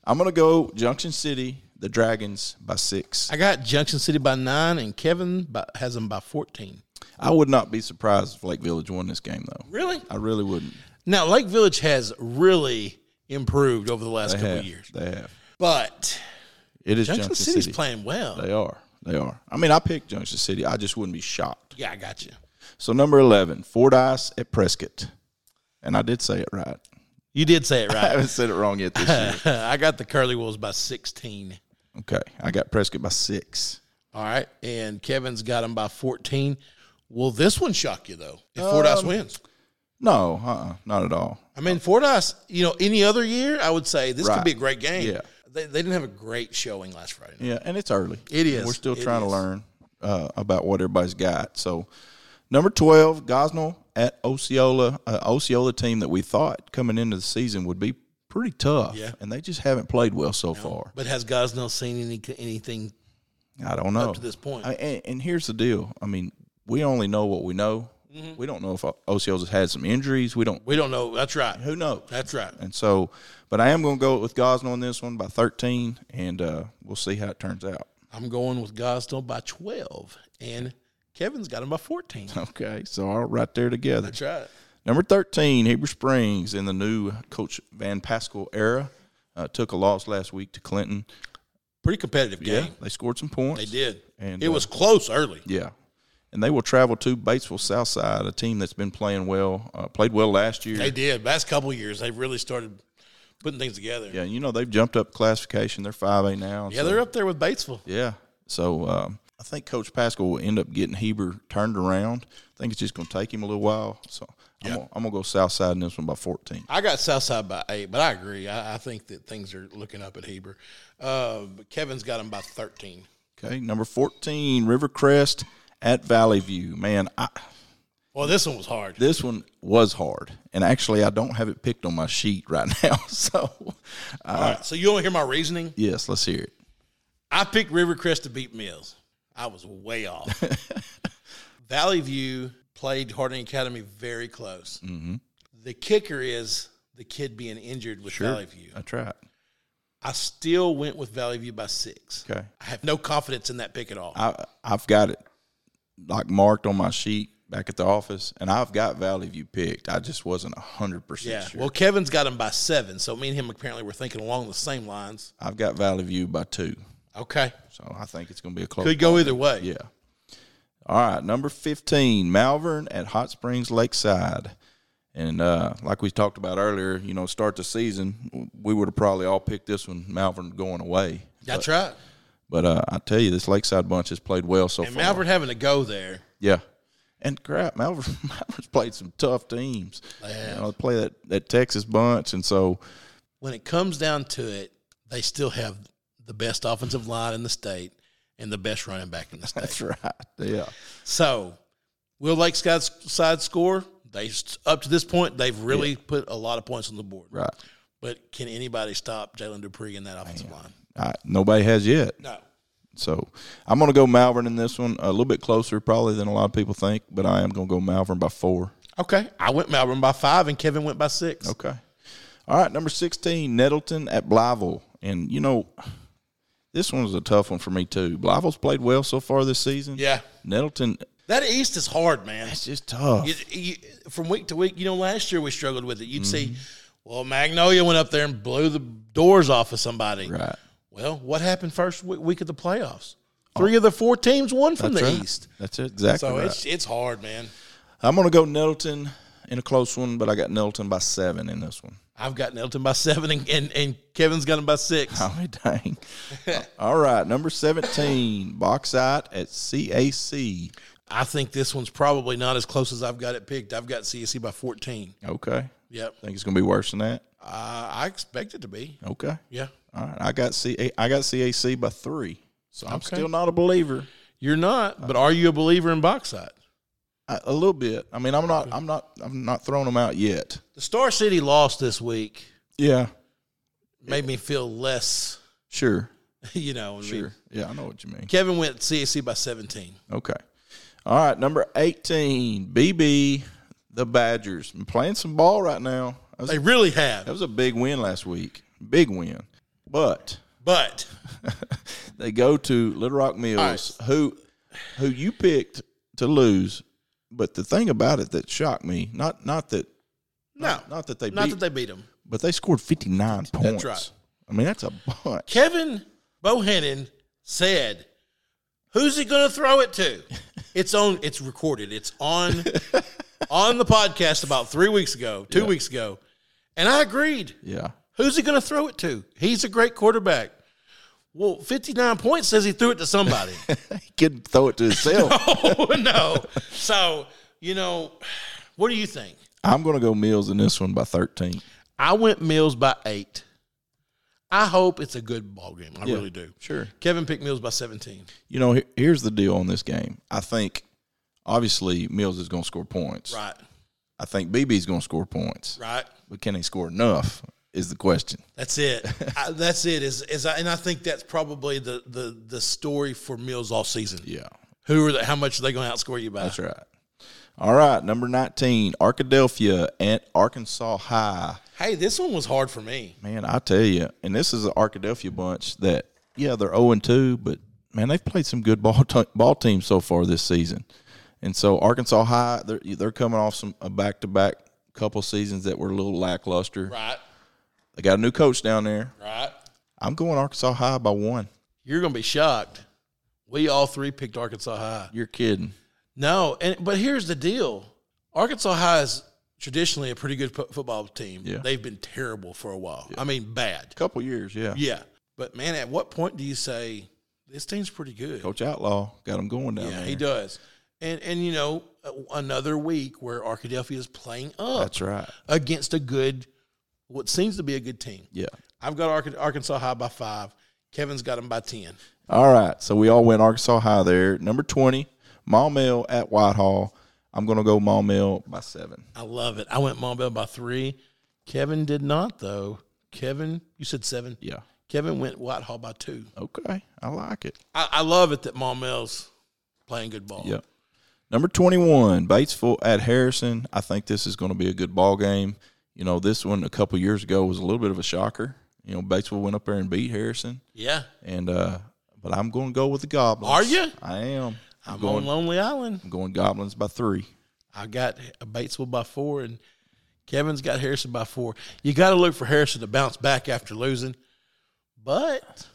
[SPEAKER 4] I'm going to go Junction City, the Dragons by 6.
[SPEAKER 2] I got Junction City by nine, and Kevin by, has them by fourteen.
[SPEAKER 4] I would not be surprised if Lake Village won this game though.
[SPEAKER 2] Really?
[SPEAKER 4] I really wouldn't.
[SPEAKER 2] Now Lake Village has really improved over the last
[SPEAKER 4] They
[SPEAKER 2] couple
[SPEAKER 4] have.
[SPEAKER 2] of years,
[SPEAKER 4] They have.
[SPEAKER 2] but
[SPEAKER 4] It is
[SPEAKER 2] Junction,
[SPEAKER 4] Junction,
[SPEAKER 2] City's
[SPEAKER 4] City.
[SPEAKER 2] playing well.
[SPEAKER 4] They are. They are. I mean, I picked Junction City. I just wouldn't be shocked.
[SPEAKER 2] yeah, I got you.
[SPEAKER 4] So number eleven, Fordyce at Prescott, and I did say it right.
[SPEAKER 2] You did say it
[SPEAKER 4] I
[SPEAKER 2] right.
[SPEAKER 4] haven't said it wrong yet this year.
[SPEAKER 2] I got the Curly Wolves by sixteen.
[SPEAKER 4] Okay, I got Prescott by six.
[SPEAKER 2] All right, and Kevin's got him by fourteen. Will this one shock you though? If
[SPEAKER 4] Um,
[SPEAKER 2] Fordyce wins,
[SPEAKER 4] No, uh-uh, not at all.
[SPEAKER 2] I mean Fordyce. You know, any other year, I would say this could
[SPEAKER 4] Right.
[SPEAKER 2] be a great game.
[SPEAKER 4] Yeah.
[SPEAKER 2] they, they didn't have a great showing last Friday. night.
[SPEAKER 4] Yeah, and it's early.
[SPEAKER 2] It is.
[SPEAKER 4] We're still
[SPEAKER 2] It
[SPEAKER 4] trying
[SPEAKER 2] is.
[SPEAKER 4] to learn uh, about what everybody's got. So, number twelve, Gosnell at Osceola, uh, Osceola team that we thought coming into the season would be pretty tough,
[SPEAKER 2] Yeah.
[SPEAKER 4] and they just haven't played well so far.
[SPEAKER 2] But has Gosnell seen any anything?
[SPEAKER 4] I don't know
[SPEAKER 2] to this point.
[SPEAKER 4] I, and, and here's the deal. I mean, we only know what we know.
[SPEAKER 2] Mm-hmm.
[SPEAKER 4] We don't know if O- Osceola's had some injuries. We don't.
[SPEAKER 2] We don't know. That's right.
[SPEAKER 4] Who knows?
[SPEAKER 2] That's right.
[SPEAKER 4] And so, but I am going to go with Gosnell on this one by 13, and uh, we'll see how it turns out.
[SPEAKER 2] I'm going with Gosnell by 12, and Kevin's got him by 14.
[SPEAKER 4] Okay, so all right there together.
[SPEAKER 2] That's right.
[SPEAKER 4] Number 13, Heber Springs in the new Coach Van Pascal era. Uh, took a loss last week to Clinton.
[SPEAKER 2] Pretty competitive game.
[SPEAKER 4] they scored some points.
[SPEAKER 2] They did.
[SPEAKER 4] And,
[SPEAKER 2] it
[SPEAKER 4] uh,
[SPEAKER 2] was close early.
[SPEAKER 4] Yeah. And they will travel to Batesville Southside, a team that's been playing well, uh, played well last year.
[SPEAKER 2] They did. Last couple of years, they've really started putting things together.
[SPEAKER 4] Yeah, you know they've jumped up classification. They're five A now.
[SPEAKER 2] Yeah,
[SPEAKER 4] so-
[SPEAKER 2] they're up there with Batesville.
[SPEAKER 4] yeah. So um, I think Coach Pascal will end up getting Heber turned around. I think it's just going to take him a little while. So I'm gonna- I'm going to go Southside in this one by 14.
[SPEAKER 2] I got Southside by eight, but I agree. I, I think that things are looking up at Heber. Uh, but Kevin's got him by 13.
[SPEAKER 4] Okay, number 14, Rivercrest at Valley View. Man, I,
[SPEAKER 2] Well, this one was hard.
[SPEAKER 4] this one was hard, and actually I don't have it picked on my sheet right now. So
[SPEAKER 2] All right. So you want to hear my reasoning?
[SPEAKER 4] yes, let's hear it.
[SPEAKER 2] I picked Rivercrest to beat Mills. I was way off. Valley View played Harding Academy very close.
[SPEAKER 4] Mm-hmm.
[SPEAKER 2] The kicker is the kid being injured with Valley View.
[SPEAKER 4] That's right.
[SPEAKER 2] I still went with Valley View by six.
[SPEAKER 4] Okay,
[SPEAKER 2] I have no confidence in that pick at all.
[SPEAKER 4] I I've got it like marked on my sheet back at the office, and I've got Valley View picked. I just wasn't hundred
[SPEAKER 2] yeah.
[SPEAKER 4] percent sure.
[SPEAKER 2] Well, Kevin's got him by seven, so me and him apparently were thinking along the same lines.
[SPEAKER 4] I've got Valley View by two,
[SPEAKER 2] Okay.
[SPEAKER 4] so I think it's going to be a close.
[SPEAKER 2] Could go either way.
[SPEAKER 4] Oh, Yeah. All right, number fifteen, Malvern at Hot Springs Lakeside, and uh, like we talked about earlier, you know, start the season, we would have probably all picked this one, Malvern going away.
[SPEAKER 2] That's right.
[SPEAKER 4] But uh, I tell you, this Lakeside bunch has played well so
[SPEAKER 2] And
[SPEAKER 4] far.
[SPEAKER 2] Malvern having to go there.
[SPEAKER 4] Yeah. And crap, Malvern, Malvern's played some tough teams. Yeah. You know, they play that, that Texas bunch. And so,
[SPEAKER 2] when it comes down to it, they still have the best offensive line in the state and the best running back in the state.
[SPEAKER 4] that's right. Yeah.
[SPEAKER 2] So, will Lake Scott's side score? They up to this point, they've really put a lot of points on the board.
[SPEAKER 4] Right.
[SPEAKER 2] But can anybody stop Jalen Dupree in that offensive line?
[SPEAKER 4] I, nobody has yet.
[SPEAKER 2] No.
[SPEAKER 4] So, I'm going to go Malvern in this one. A little bit closer, probably, than a lot of people think, but I am going to go Malvern by four.
[SPEAKER 2] Okay, I went Malvern by five, and Kevin went by six.
[SPEAKER 4] Okay. All right. Number 16, Nettleton at Blyville. And, you know, this one was a tough one for me, too. Blyville's played well so far this season.
[SPEAKER 2] Yeah,
[SPEAKER 4] Nettleton,
[SPEAKER 2] that East is hard, man.
[SPEAKER 4] it's just tough.
[SPEAKER 2] You, you, from week to week, you know, last year we struggled with it. You'd
[SPEAKER 4] Mm-hmm.
[SPEAKER 2] see, well, Magnolia went up there and blew the doors off of somebody.
[SPEAKER 4] Right.
[SPEAKER 2] Well, what happened first we- week of the playoffs? Three of the four teams won from
[SPEAKER 4] Oh. That's
[SPEAKER 2] the
[SPEAKER 4] right.
[SPEAKER 2] East.
[SPEAKER 4] That's it. Exactly.
[SPEAKER 2] So
[SPEAKER 4] right.
[SPEAKER 2] it's it's hard, man.
[SPEAKER 4] I'm gonna go Nettleton in a close one, but I got Nettleton by seven in this one.
[SPEAKER 2] I've got Elton by seven, and, and, and Kevin's got him by six.
[SPEAKER 4] Oh dang! All right, number seventeen, Boxite at CAC.
[SPEAKER 2] I think this one's probably not as close as I've got it picked. I've got CSC by 14.
[SPEAKER 4] Okay.
[SPEAKER 2] Yep.
[SPEAKER 4] Think it's going to be worse than that.
[SPEAKER 2] Uh, I expect it to be.
[SPEAKER 4] Okay.
[SPEAKER 2] Yeah.
[SPEAKER 4] All right. I got C. I got CAC by three. So I'm
[SPEAKER 2] Okay.
[SPEAKER 4] still not a believer.
[SPEAKER 2] You're not, but are you a believer in Bauxite?
[SPEAKER 4] A, a little bit. I mean, I'm not. I'm not. I'm not throwing them out yet.
[SPEAKER 2] The Star City loss this week
[SPEAKER 4] Yeah.
[SPEAKER 2] made me feel less,
[SPEAKER 4] Sure.
[SPEAKER 2] you know. I mean,
[SPEAKER 4] Sure. Yeah, I know what you mean.
[SPEAKER 2] Kevin went CSC by 17.
[SPEAKER 4] Okay. All right, number 18, BB, the Badgers. I'm playing some ball right now. That was,
[SPEAKER 2] They really
[SPEAKER 4] that
[SPEAKER 2] have,
[SPEAKER 4] was a big win last week. Big win. But
[SPEAKER 2] but
[SPEAKER 4] they go to Little Rock Mills, who who you picked to lose. But the thing about it that shocked me, not not that
[SPEAKER 2] no,
[SPEAKER 4] not that they
[SPEAKER 2] not
[SPEAKER 4] beat,
[SPEAKER 2] that they beat him.
[SPEAKER 4] but they scored 59 points.
[SPEAKER 2] right.
[SPEAKER 4] I mean, that's a bunch.
[SPEAKER 2] Kevin Bohannon said, "Who's he going to throw it to?" It's on. It's recorded. It's on on the podcast about three weeks ago, two weeks ago, and I agreed.
[SPEAKER 4] Yeah.
[SPEAKER 2] Who's he going to throw it to? He's a great quarterback. Well, fifty nine points says he threw it to somebody.
[SPEAKER 4] He couldn't throw it to himself.
[SPEAKER 2] oh no! So you know, what do you think?
[SPEAKER 4] I'm going to go Mills in this one by 13.
[SPEAKER 2] I went Mills by eight. I hope it's a good ball game. I really do.
[SPEAKER 4] Sure.
[SPEAKER 2] Kevin picked Mills by seventeen.
[SPEAKER 4] You know, he- here's the deal on this game. I think obviously Mills is going to score points.
[SPEAKER 2] Right.
[SPEAKER 4] I think BB's going to score points.
[SPEAKER 2] Right.
[SPEAKER 4] But can he score enough is the question.
[SPEAKER 2] That's it. I, that's it. Is is I, and I think that's probably the the the story for Mills all season.
[SPEAKER 4] Yeah.
[SPEAKER 2] Who are the, how much are they going to outscore you by?
[SPEAKER 4] That's right. All right, number 19, Arkadelphia and Arkansas High.
[SPEAKER 2] Hey, this one was hard for me.
[SPEAKER 4] Man, I tell you, and this is an Arkadelphia bunch that yeah, they're 0 and 2, but man, they've played some good ball t- ball teams so far this season. And so Arkansas High, they're they're coming off some a back-to-back couple seasons that were a little lackluster.
[SPEAKER 2] Right.
[SPEAKER 4] They got a new coach down there.
[SPEAKER 2] Right.
[SPEAKER 4] I'm going Arkansas High by one.
[SPEAKER 2] You're going to be shocked. We all three picked Arkansas High.
[SPEAKER 4] You're kidding.
[SPEAKER 2] No, and but here's the deal: Arkansas High is traditionally a pretty good fo- football team.
[SPEAKER 4] Yeah.
[SPEAKER 2] They've been terrible for a while. I mean, bad.
[SPEAKER 4] Couple years, yeah.
[SPEAKER 2] Yeah, but man, at what point do you say this team's pretty good?
[SPEAKER 4] Coach Outlaw got them going down
[SPEAKER 2] yeah,
[SPEAKER 4] there.
[SPEAKER 2] he does. And and you know uh, another week where Arkadelphia is playing up.
[SPEAKER 4] That's right.
[SPEAKER 2] Against a good, what seems to be a good team.
[SPEAKER 4] Yeah.
[SPEAKER 2] I've got Ark- Arkansas High by five. Kevin's got them by ten.
[SPEAKER 4] All right. So we all went Arkansas High there. Number 20, Maumelle at Whitehall. I'm going to go Maumelle by seven.
[SPEAKER 2] I love it. I went Montville by three. Kevin did not though. Kevin, you said seven.
[SPEAKER 4] Yeah.
[SPEAKER 2] Kevin went Whitehall by two.
[SPEAKER 4] Okay. I like it.
[SPEAKER 2] I, I love it that Maumell's playing good ball.
[SPEAKER 4] Yep. Number 21, Batesville at Harrison. I think this is going to be a good ball game. You know, this one a couple years ago was a little bit of a shocker. You know, Batesville went up there and beat Harrison.
[SPEAKER 2] Yeah.
[SPEAKER 4] And uh but I'm going to go with the Goblins.
[SPEAKER 2] Are ya?
[SPEAKER 4] I am. I'm,
[SPEAKER 2] I'm
[SPEAKER 4] going
[SPEAKER 2] on Lonely Island.
[SPEAKER 4] I'm going Goblins by 3.
[SPEAKER 2] I got Batesville by four and Kevin's got Harrison by four. You gotta look for Harrison to bounce back after losing. But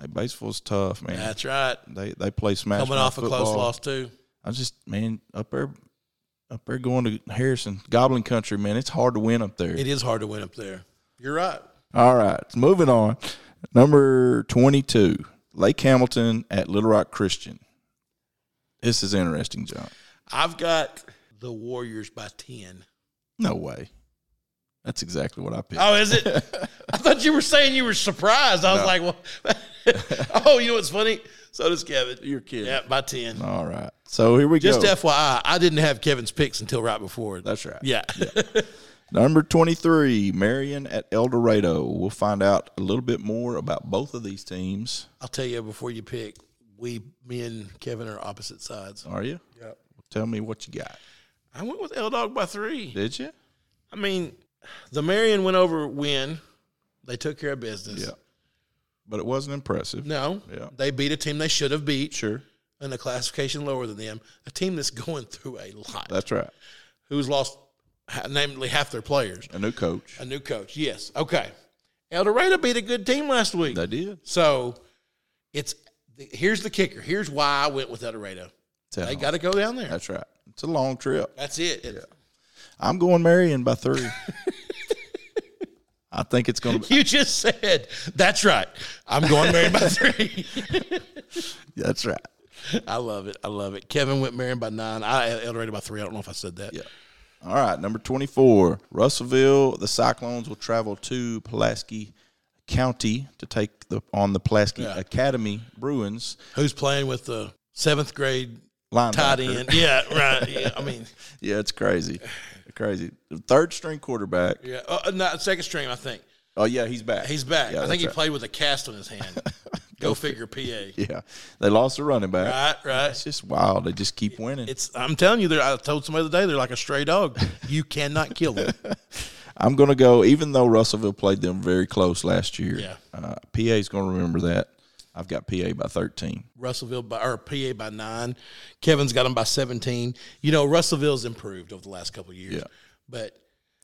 [SPEAKER 4] Hey, baseball's tough, man.
[SPEAKER 2] that's right.
[SPEAKER 4] they they play smash.
[SPEAKER 2] Coming
[SPEAKER 4] mouth
[SPEAKER 2] off a close
[SPEAKER 4] football.
[SPEAKER 2] loss too.
[SPEAKER 4] I just man up there up there going to Harrison Goblin Country, man. It's hard to win up there.
[SPEAKER 2] It is hard to win up there. You're right.
[SPEAKER 4] All right, moving on. Number 22, Lake Hamilton at Little Rock Christian. This is interesting, John.
[SPEAKER 2] I've got the Warriors by ten.
[SPEAKER 4] No way. That's exactly what I picked.
[SPEAKER 2] Oh, is it? I thought you were saying you were surprised. I was like, well, oh, you know what's funny? So does Kevin. You're kidding. Yeah, by 10.
[SPEAKER 4] All right. So here we
[SPEAKER 2] Just
[SPEAKER 4] go.
[SPEAKER 2] FYI, I didn't have Kevin's picks until right before.
[SPEAKER 4] That's right.
[SPEAKER 2] Yeah.
[SPEAKER 4] Number 23, Marion at El Dorado. We'll find out a little bit more about both of these teams.
[SPEAKER 2] I'll tell you before you pick, we, me and Kevin are opposite sides.
[SPEAKER 4] Are you? Yeah. Tell me what you got.
[SPEAKER 2] I went with L Dog by three.
[SPEAKER 4] Did you?
[SPEAKER 2] I mean, the Marion went over win. They took care of business.
[SPEAKER 4] Yeah. But it wasn't impressive.
[SPEAKER 2] No,
[SPEAKER 4] Yeah.
[SPEAKER 2] they beat a team they should have beat. Sure. And a classification lower than them, a team that's going through a lot.
[SPEAKER 4] That's right.
[SPEAKER 2] who's lost ha- namely half their players.
[SPEAKER 4] A new coach.
[SPEAKER 2] A new coach, yes. Okay. El Dorado beat a good team last week.
[SPEAKER 4] They did.
[SPEAKER 2] So it's here's the kicker. Here's why I went with El Dorado.
[SPEAKER 4] Tell
[SPEAKER 2] They
[SPEAKER 4] them.
[SPEAKER 2] got to go down there.
[SPEAKER 4] That's right. It's a long trip.
[SPEAKER 2] That's it.
[SPEAKER 4] I'm going Marion by three. I think it's going to be.
[SPEAKER 2] You just said that's right. I'm going married by three.
[SPEAKER 4] That's right.
[SPEAKER 2] I love it. I love it. Kevin went Marion by nine. I Eldorado by three. I don't know if I said that.
[SPEAKER 4] Yeah. All right, number 24, Russellville. The Cyclones will travel to Pulaski County to take the on the Pulaski
[SPEAKER 2] Yeah.
[SPEAKER 4] Academy Bruins
[SPEAKER 2] Who's playing with the seventh grade
[SPEAKER 4] linebacker.
[SPEAKER 2] tight end? Yeah, right. Yeah, I mean,
[SPEAKER 4] Yeah, it's crazy. Crazy. The third string quarterback.
[SPEAKER 2] yeah. Uh, not second stream. I think
[SPEAKER 4] Oh yeah, he's back.
[SPEAKER 2] he's back.
[SPEAKER 4] Yeah,
[SPEAKER 2] I think
[SPEAKER 4] that's
[SPEAKER 2] he
[SPEAKER 4] right.
[SPEAKER 2] played with a cast on his hand. Go, figure, PA.
[SPEAKER 4] Yeah. They lost the running back.
[SPEAKER 2] Right, right.
[SPEAKER 4] It's just wild. They just keep winning.
[SPEAKER 2] It's. I'm telling you, they're, I told somebody the other day they're like a stray dog. You cannot kill them.
[SPEAKER 4] I'm going to go, even though Russellville played them very close last year.
[SPEAKER 2] Yeah.
[SPEAKER 4] Uh, PA's going to remember that. I've got PA by 13.
[SPEAKER 2] Russellville by or PA by nine. Kevin's got them by seventeen. You know, Russellville's improved over the last couple of years.
[SPEAKER 4] Yeah.
[SPEAKER 2] But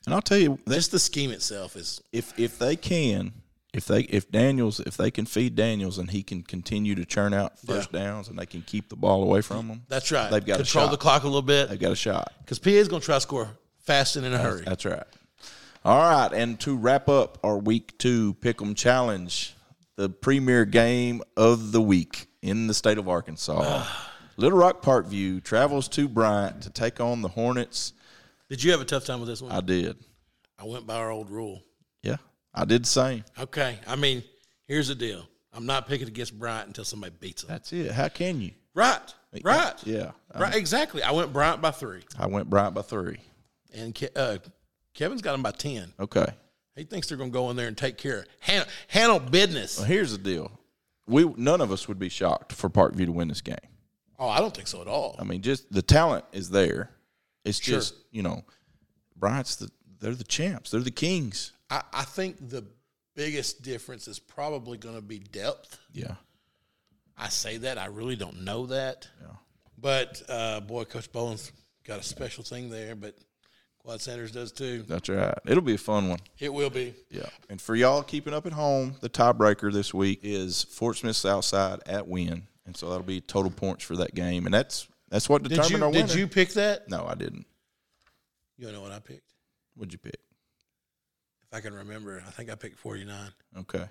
[SPEAKER 4] And I'll tell you, that
[SPEAKER 2] just the scheme itself is
[SPEAKER 4] if if they can, if they if Daniels if they can feed Daniels and he can continue to churn out first downs and they can keep the ball away from him,
[SPEAKER 2] that's right.
[SPEAKER 4] They've got a
[SPEAKER 2] control
[SPEAKER 4] shot.
[SPEAKER 2] the clock a little
[SPEAKER 4] they've
[SPEAKER 2] bit
[SPEAKER 4] got a shot.
[SPEAKER 2] because PA's going to try to score fast and in a hurry.
[SPEAKER 4] That's right. All right, and to wrap up our week two pick'em challenge, the premier game of the week in the state of Arkansas. Little Rock Parkview travels to Bryant to take on the Hornets.
[SPEAKER 2] Did you have a tough time with this one?
[SPEAKER 4] I did.
[SPEAKER 2] I went by our old rule.
[SPEAKER 4] Yeah. I did the same.
[SPEAKER 2] Okay, I mean, here's the deal. I'm not picking against Bryant until somebody beats him.
[SPEAKER 4] That's it. How can you?
[SPEAKER 2] Right, right,
[SPEAKER 4] Yeah.
[SPEAKER 2] right. Exactly. I went Bryant by three,
[SPEAKER 4] I went Bryant by three.
[SPEAKER 2] and Ke- uh, Kevin's got him by ten.
[SPEAKER 4] Okay.
[SPEAKER 2] He thinks they're going to go in there and take care, of handle, handle business.
[SPEAKER 4] Well, here's the deal: we none of us would be shocked for Parkview to win this game.
[SPEAKER 2] Oh, I don't think so at all.
[SPEAKER 4] I mean, just the talent is there. It's
[SPEAKER 2] Sure.
[SPEAKER 4] just you know, Bryant's the they're the champs, they're the kings.
[SPEAKER 2] I, I think the biggest difference is probably going to be depth.
[SPEAKER 4] Yeah,
[SPEAKER 2] I say that I really don't know that,
[SPEAKER 4] yeah,
[SPEAKER 2] but uh, boy, Coach Bowen's got a special thing there, but Quad Sanders does too.
[SPEAKER 4] that's right. It'll be a fun one.
[SPEAKER 2] It will be.
[SPEAKER 4] Yeah, and for y'all keeping up at home, the tiebreaker this week is Fort Smith Southside at Win, and so that'll be total points for that game, and that's that's what
[SPEAKER 2] Did
[SPEAKER 4] determined
[SPEAKER 2] you
[SPEAKER 4] our
[SPEAKER 2] did
[SPEAKER 4] winner.
[SPEAKER 2] you pick that?
[SPEAKER 4] No, I didn't.
[SPEAKER 2] You know what I picked?
[SPEAKER 4] What'd you pick?
[SPEAKER 2] If I can remember, I think I picked forty nine.
[SPEAKER 4] Okay,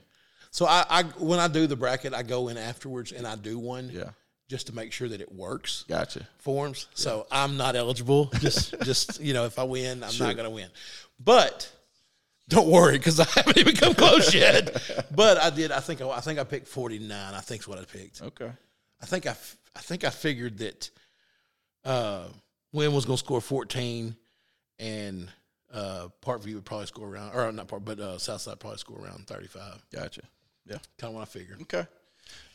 [SPEAKER 2] So I, I when I do the bracket, I go in afterwards and I do one
[SPEAKER 4] yeah,
[SPEAKER 2] just to make sure that it works.
[SPEAKER 4] gotcha.
[SPEAKER 2] forms. So I'm not eligible. Just, just you know, if I win, I'm not going to win. But don't worry because I haven't even come close yet. But I did. I think. I, I think I picked 49. I think's what I picked.
[SPEAKER 4] Okay,
[SPEAKER 2] I think I. f- I think I figured that uh, Wynn was going to score 14, and uh, Parkview would probably score around, or not Park, but uh, Southside probably score around 35.
[SPEAKER 4] gotcha. Yeah.
[SPEAKER 2] Kind of what I figured.
[SPEAKER 4] Okay.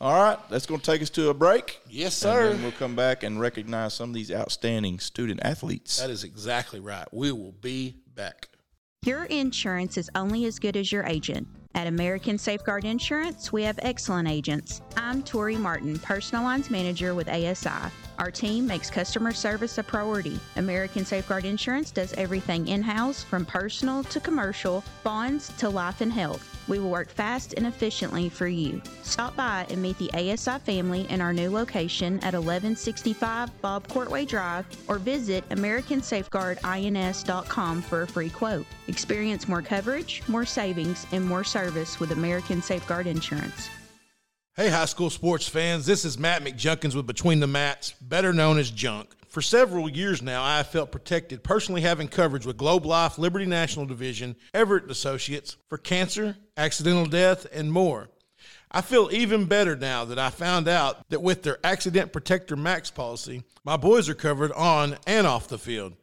[SPEAKER 4] All right. That's going to take us to a break.
[SPEAKER 2] Yes,
[SPEAKER 4] And
[SPEAKER 2] sir.
[SPEAKER 4] then we'll come back and recognize some of these outstanding student athletes.
[SPEAKER 2] That is exactly right. We will be back.
[SPEAKER 5] Your insurance is only as good as your agent. At American Safeguard Insurance, we have excellent agents. I'm Tori Martin, Personal Lines Manager with ASI. Our team makes customer service a priority. American Safeguard Insurance does everything in house from personal to commercial, bonds to life and health. We will work fast and efficiently for you. Stop by and meet the ASI family in our new location at 1165 Bob Courtway Drive or visit AmericanSafeguardINS.com for a free quote. Experience more coverage, more savings, and more service with American Safeguard Insurance.
[SPEAKER 2] Hey, high school sports fans, this is Matt McJunkins with Between the Mats, better known as Junk. For several years now, I have felt protected personally having coverage with Globe Life, Liberty National Division, Everett and Associates for cancer, accidental death, and more. I feel even better now that I found out that with their Accident Protector Max policy, my boys are covered on and off the field.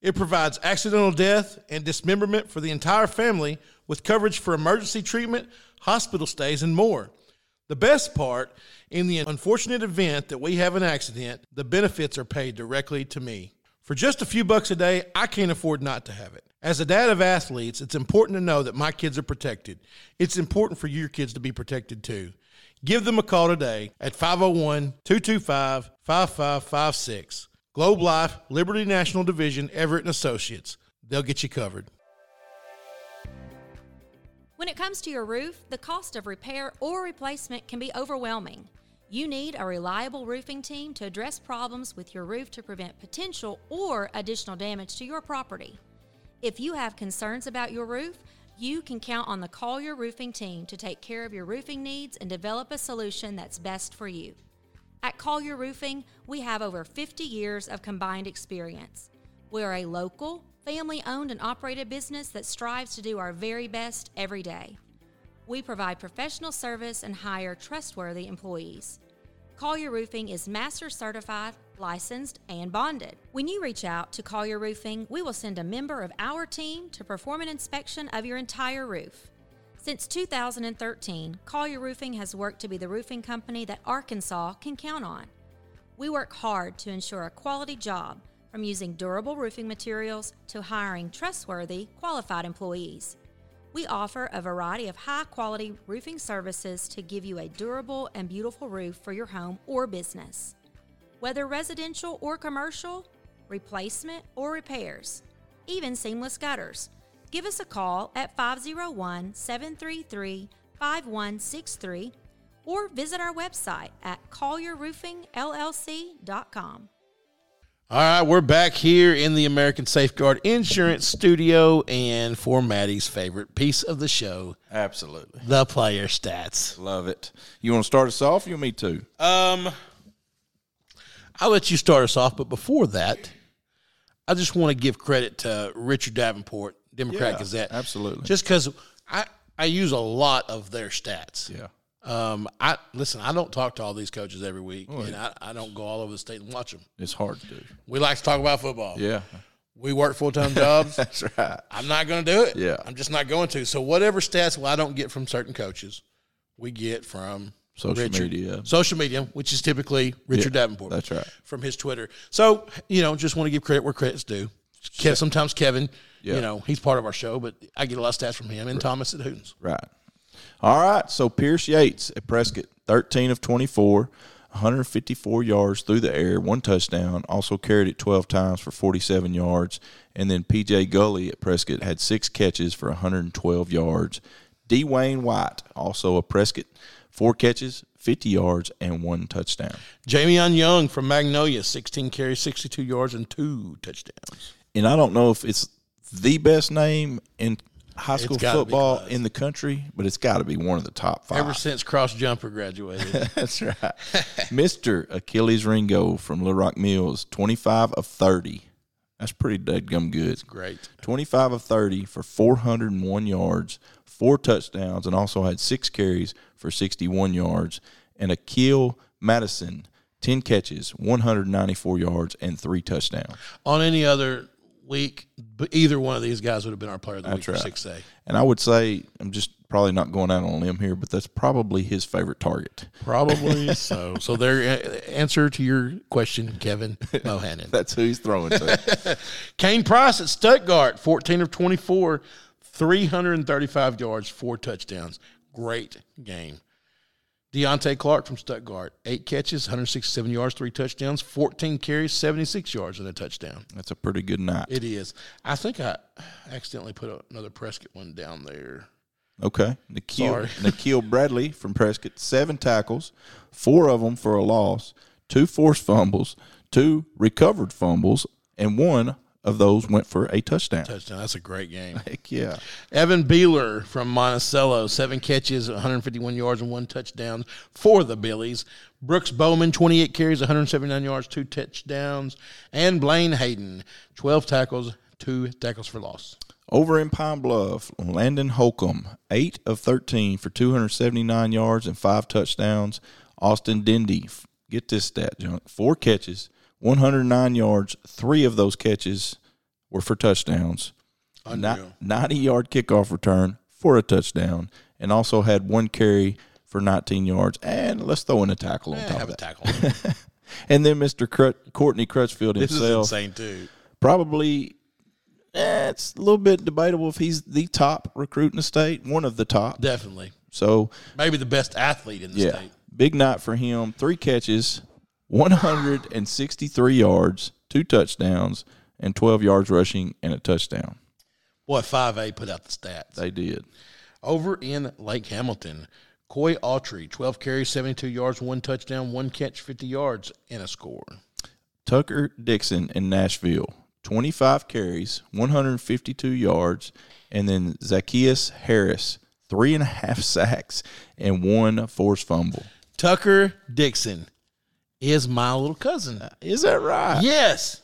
[SPEAKER 2] It provides accidental death and dismemberment for the entire family with coverage for emergency treatment, hospital stays, and more. The best part, in the unfortunate event that we have an accident, the benefits are paid directly to me. For just a few bucks a day, I can't afford not to have it. As a dad of athletes, it's important to know that my kids are protected. It's important for your kids to be protected too. Give them a call today at 501 225 5556. Globe Life, Liberty National Division, Everett and Associates. They'll get you covered.
[SPEAKER 6] When it comes to your roof, the cost of repair or replacement can be overwhelming. You need a reliable roofing team to address problems with your roof to prevent potential or additional damage to your property. If you have concerns about your roof, you can count on the Collier Roofing team to take care of your roofing needs and develop a solution that's best for you. At Collier Roofing, we have over 50 years of combined experience. We're a local, family owned and operated business that strives to do our very best every day. We provide professional service and hire trustworthy employees. Collier Roofing is master certified, licensed, and bonded. When you reach out to Collier Roofing, we will send a member of our team to perform an inspection of your entire roof. Since 2013, Collier Roofing has worked to be the roofing company that Arkansas can count on. We work hard to ensure a quality job, from using durable roofing materials to hiring trustworthy, qualified employees. We offer a variety of high quality roofing services to give you a durable and beautiful roof for your home or business. Whether residential or commercial, replacement or repairs, even seamless gutters, give us a call at 501 733 5163 or visit our website at collierroofingllc.com.
[SPEAKER 2] All right, we're back here in the American Safeguard Insurance Studio and for Maddie's favorite piece of the show,
[SPEAKER 4] Absolutely.
[SPEAKER 2] the player stats.
[SPEAKER 4] Love it. You want to start us off? You want me to?
[SPEAKER 2] Um, I'll let you start us off, but before that, I just want to give credit to Richard Davenport, Democrat
[SPEAKER 4] Yeah,
[SPEAKER 2] Gazette.
[SPEAKER 4] absolutely.
[SPEAKER 2] Just because I, I use a lot of their stats.
[SPEAKER 4] Yeah. Oh,
[SPEAKER 2] Um, I listen. I don't talk to all these coaches every week, and I, I don't go all over the state and watch them.
[SPEAKER 4] It's hard to do.
[SPEAKER 2] We like to talk about football.
[SPEAKER 4] Yeah.
[SPEAKER 2] We work full time jobs.
[SPEAKER 4] That's right.
[SPEAKER 2] I'm not going to do it.
[SPEAKER 4] Yeah.
[SPEAKER 2] I'm just not going to. So whatever stats well, I don't get from certain coaches, we get from
[SPEAKER 4] Social
[SPEAKER 2] Richard.
[SPEAKER 4] media.
[SPEAKER 2] Social media, which is typically Richard Davenport.
[SPEAKER 4] that's right.
[SPEAKER 2] From his Twitter. So, you know, just want to give credit where credit's due. Kev, sometimes Kevin,
[SPEAKER 4] Yeah.
[SPEAKER 2] you know, he's part of our show, but I get a lot of stats from him and Thomas at Hootens.
[SPEAKER 4] Right. All right. So Pierce Yates at Prescott, 13 of 24, 154 yards through the air, one touchdown, also carried it 12 times for 47 yards. And then PJ Gully at Prescott had six catches for 112 yards. Dwayne White, also a Prescott, four catches, 50 yards, and one touchdown.
[SPEAKER 2] Jamion Young from Magnolia, 16 carries, 62 yards, and two touchdowns.
[SPEAKER 4] and I don't know if it's the best name in high school
[SPEAKER 2] gotta be
[SPEAKER 4] football
[SPEAKER 2] close.
[SPEAKER 4] in the country, but it's got to be one of the top five.
[SPEAKER 2] Ever since Cross Jumper graduated.
[SPEAKER 4] That's right, Mister Achilles Ringo from Little Rock Mills, twenty-five of thirty. That's pretty dadgum good.
[SPEAKER 2] Great.
[SPEAKER 4] 25 of 30 for 401 yards, four touchdowns, and also had six carries for 61 yards. And Akil Madison, 10 catches, 194 yards, and three touchdowns.
[SPEAKER 2] On any other week, but either one of these guys would have been our player of the
[SPEAKER 4] That's
[SPEAKER 2] week
[SPEAKER 4] right.
[SPEAKER 2] for 6A.
[SPEAKER 4] And I would say, I'm just probably not going out on a limb here, but that's probably his favorite target.
[SPEAKER 2] Probably so. So their uh, answer to your question, Kevin Mohannon.
[SPEAKER 4] That's who he's throwing to.
[SPEAKER 2] Kane Price at Stuttgart, 14 of 24, 335 yards, four touchdowns. Great game. Deontay Clark from Stuttgart, eight catches, 167 yards, three touchdowns, 14 carries, 76 yards, and a touchdown.
[SPEAKER 4] that's a pretty good night.
[SPEAKER 2] It is. I think I accidentally put another Prescott one down there.
[SPEAKER 4] Okay. Nikhil,
[SPEAKER 2] Sorry.
[SPEAKER 4] Nikhil Bradley from Prescott, seven tackles, four of them for a loss, two forced fumbles, two recovered fumbles, and one of those went for a touchdown.
[SPEAKER 2] Touchdown. That's a great game.
[SPEAKER 4] Heck yeah.
[SPEAKER 2] Evan Beeler from Monticello, seven catches, 151 yards, and one touchdown for the Billies. Brooks Bowman, 28 carries, 179 yards, two touchdowns. And Blaine Hayden, 12 tackles, two tackles for loss.
[SPEAKER 4] Over in Pine Bluff, Landon Holcomb, 8 of 13 for 279 yards and 5 touchdowns. Austin Dendy, f- get this stat, junk, 4 catches, 109 yards. 3 of those catches were for touchdowns. Ni- 90 yard kickoff return for a touchdown, and also had one carry for 19 yards. And let's throw in a tackle on
[SPEAKER 2] Eh,
[SPEAKER 4] top
[SPEAKER 2] have
[SPEAKER 4] of
[SPEAKER 2] a
[SPEAKER 4] that.
[SPEAKER 2] tackle.
[SPEAKER 4] And then Mr. Crut- Courtney Crutchfield
[SPEAKER 2] this is
[SPEAKER 4] himself
[SPEAKER 2] insane, too.
[SPEAKER 4] probably eh, it's a little bit debatable if he's the top recruit in the state, one of the top.
[SPEAKER 2] Definitely.
[SPEAKER 4] So
[SPEAKER 2] Maybe the best athlete in the
[SPEAKER 4] yeah,
[SPEAKER 2] state.
[SPEAKER 4] big night for him. Three catches, 163 yards, two touchdowns, and 12 yards rushing and a touchdown.
[SPEAKER 2] Boy, 5A put out the stats.
[SPEAKER 4] They did.
[SPEAKER 2] Over in Lake Hamilton, Coy Autry, 12 carries, 72 yards, one touchdown, one catch, 50 yards, and a score.
[SPEAKER 4] Tucker Dixon in Nashville, 25 carries, 152 yards, and then Zacchaeus Harris, three and a half sacks and one forced fumble.
[SPEAKER 2] Tucker Dixon is my little cousin.
[SPEAKER 4] Uh, Is that right?
[SPEAKER 2] Yes.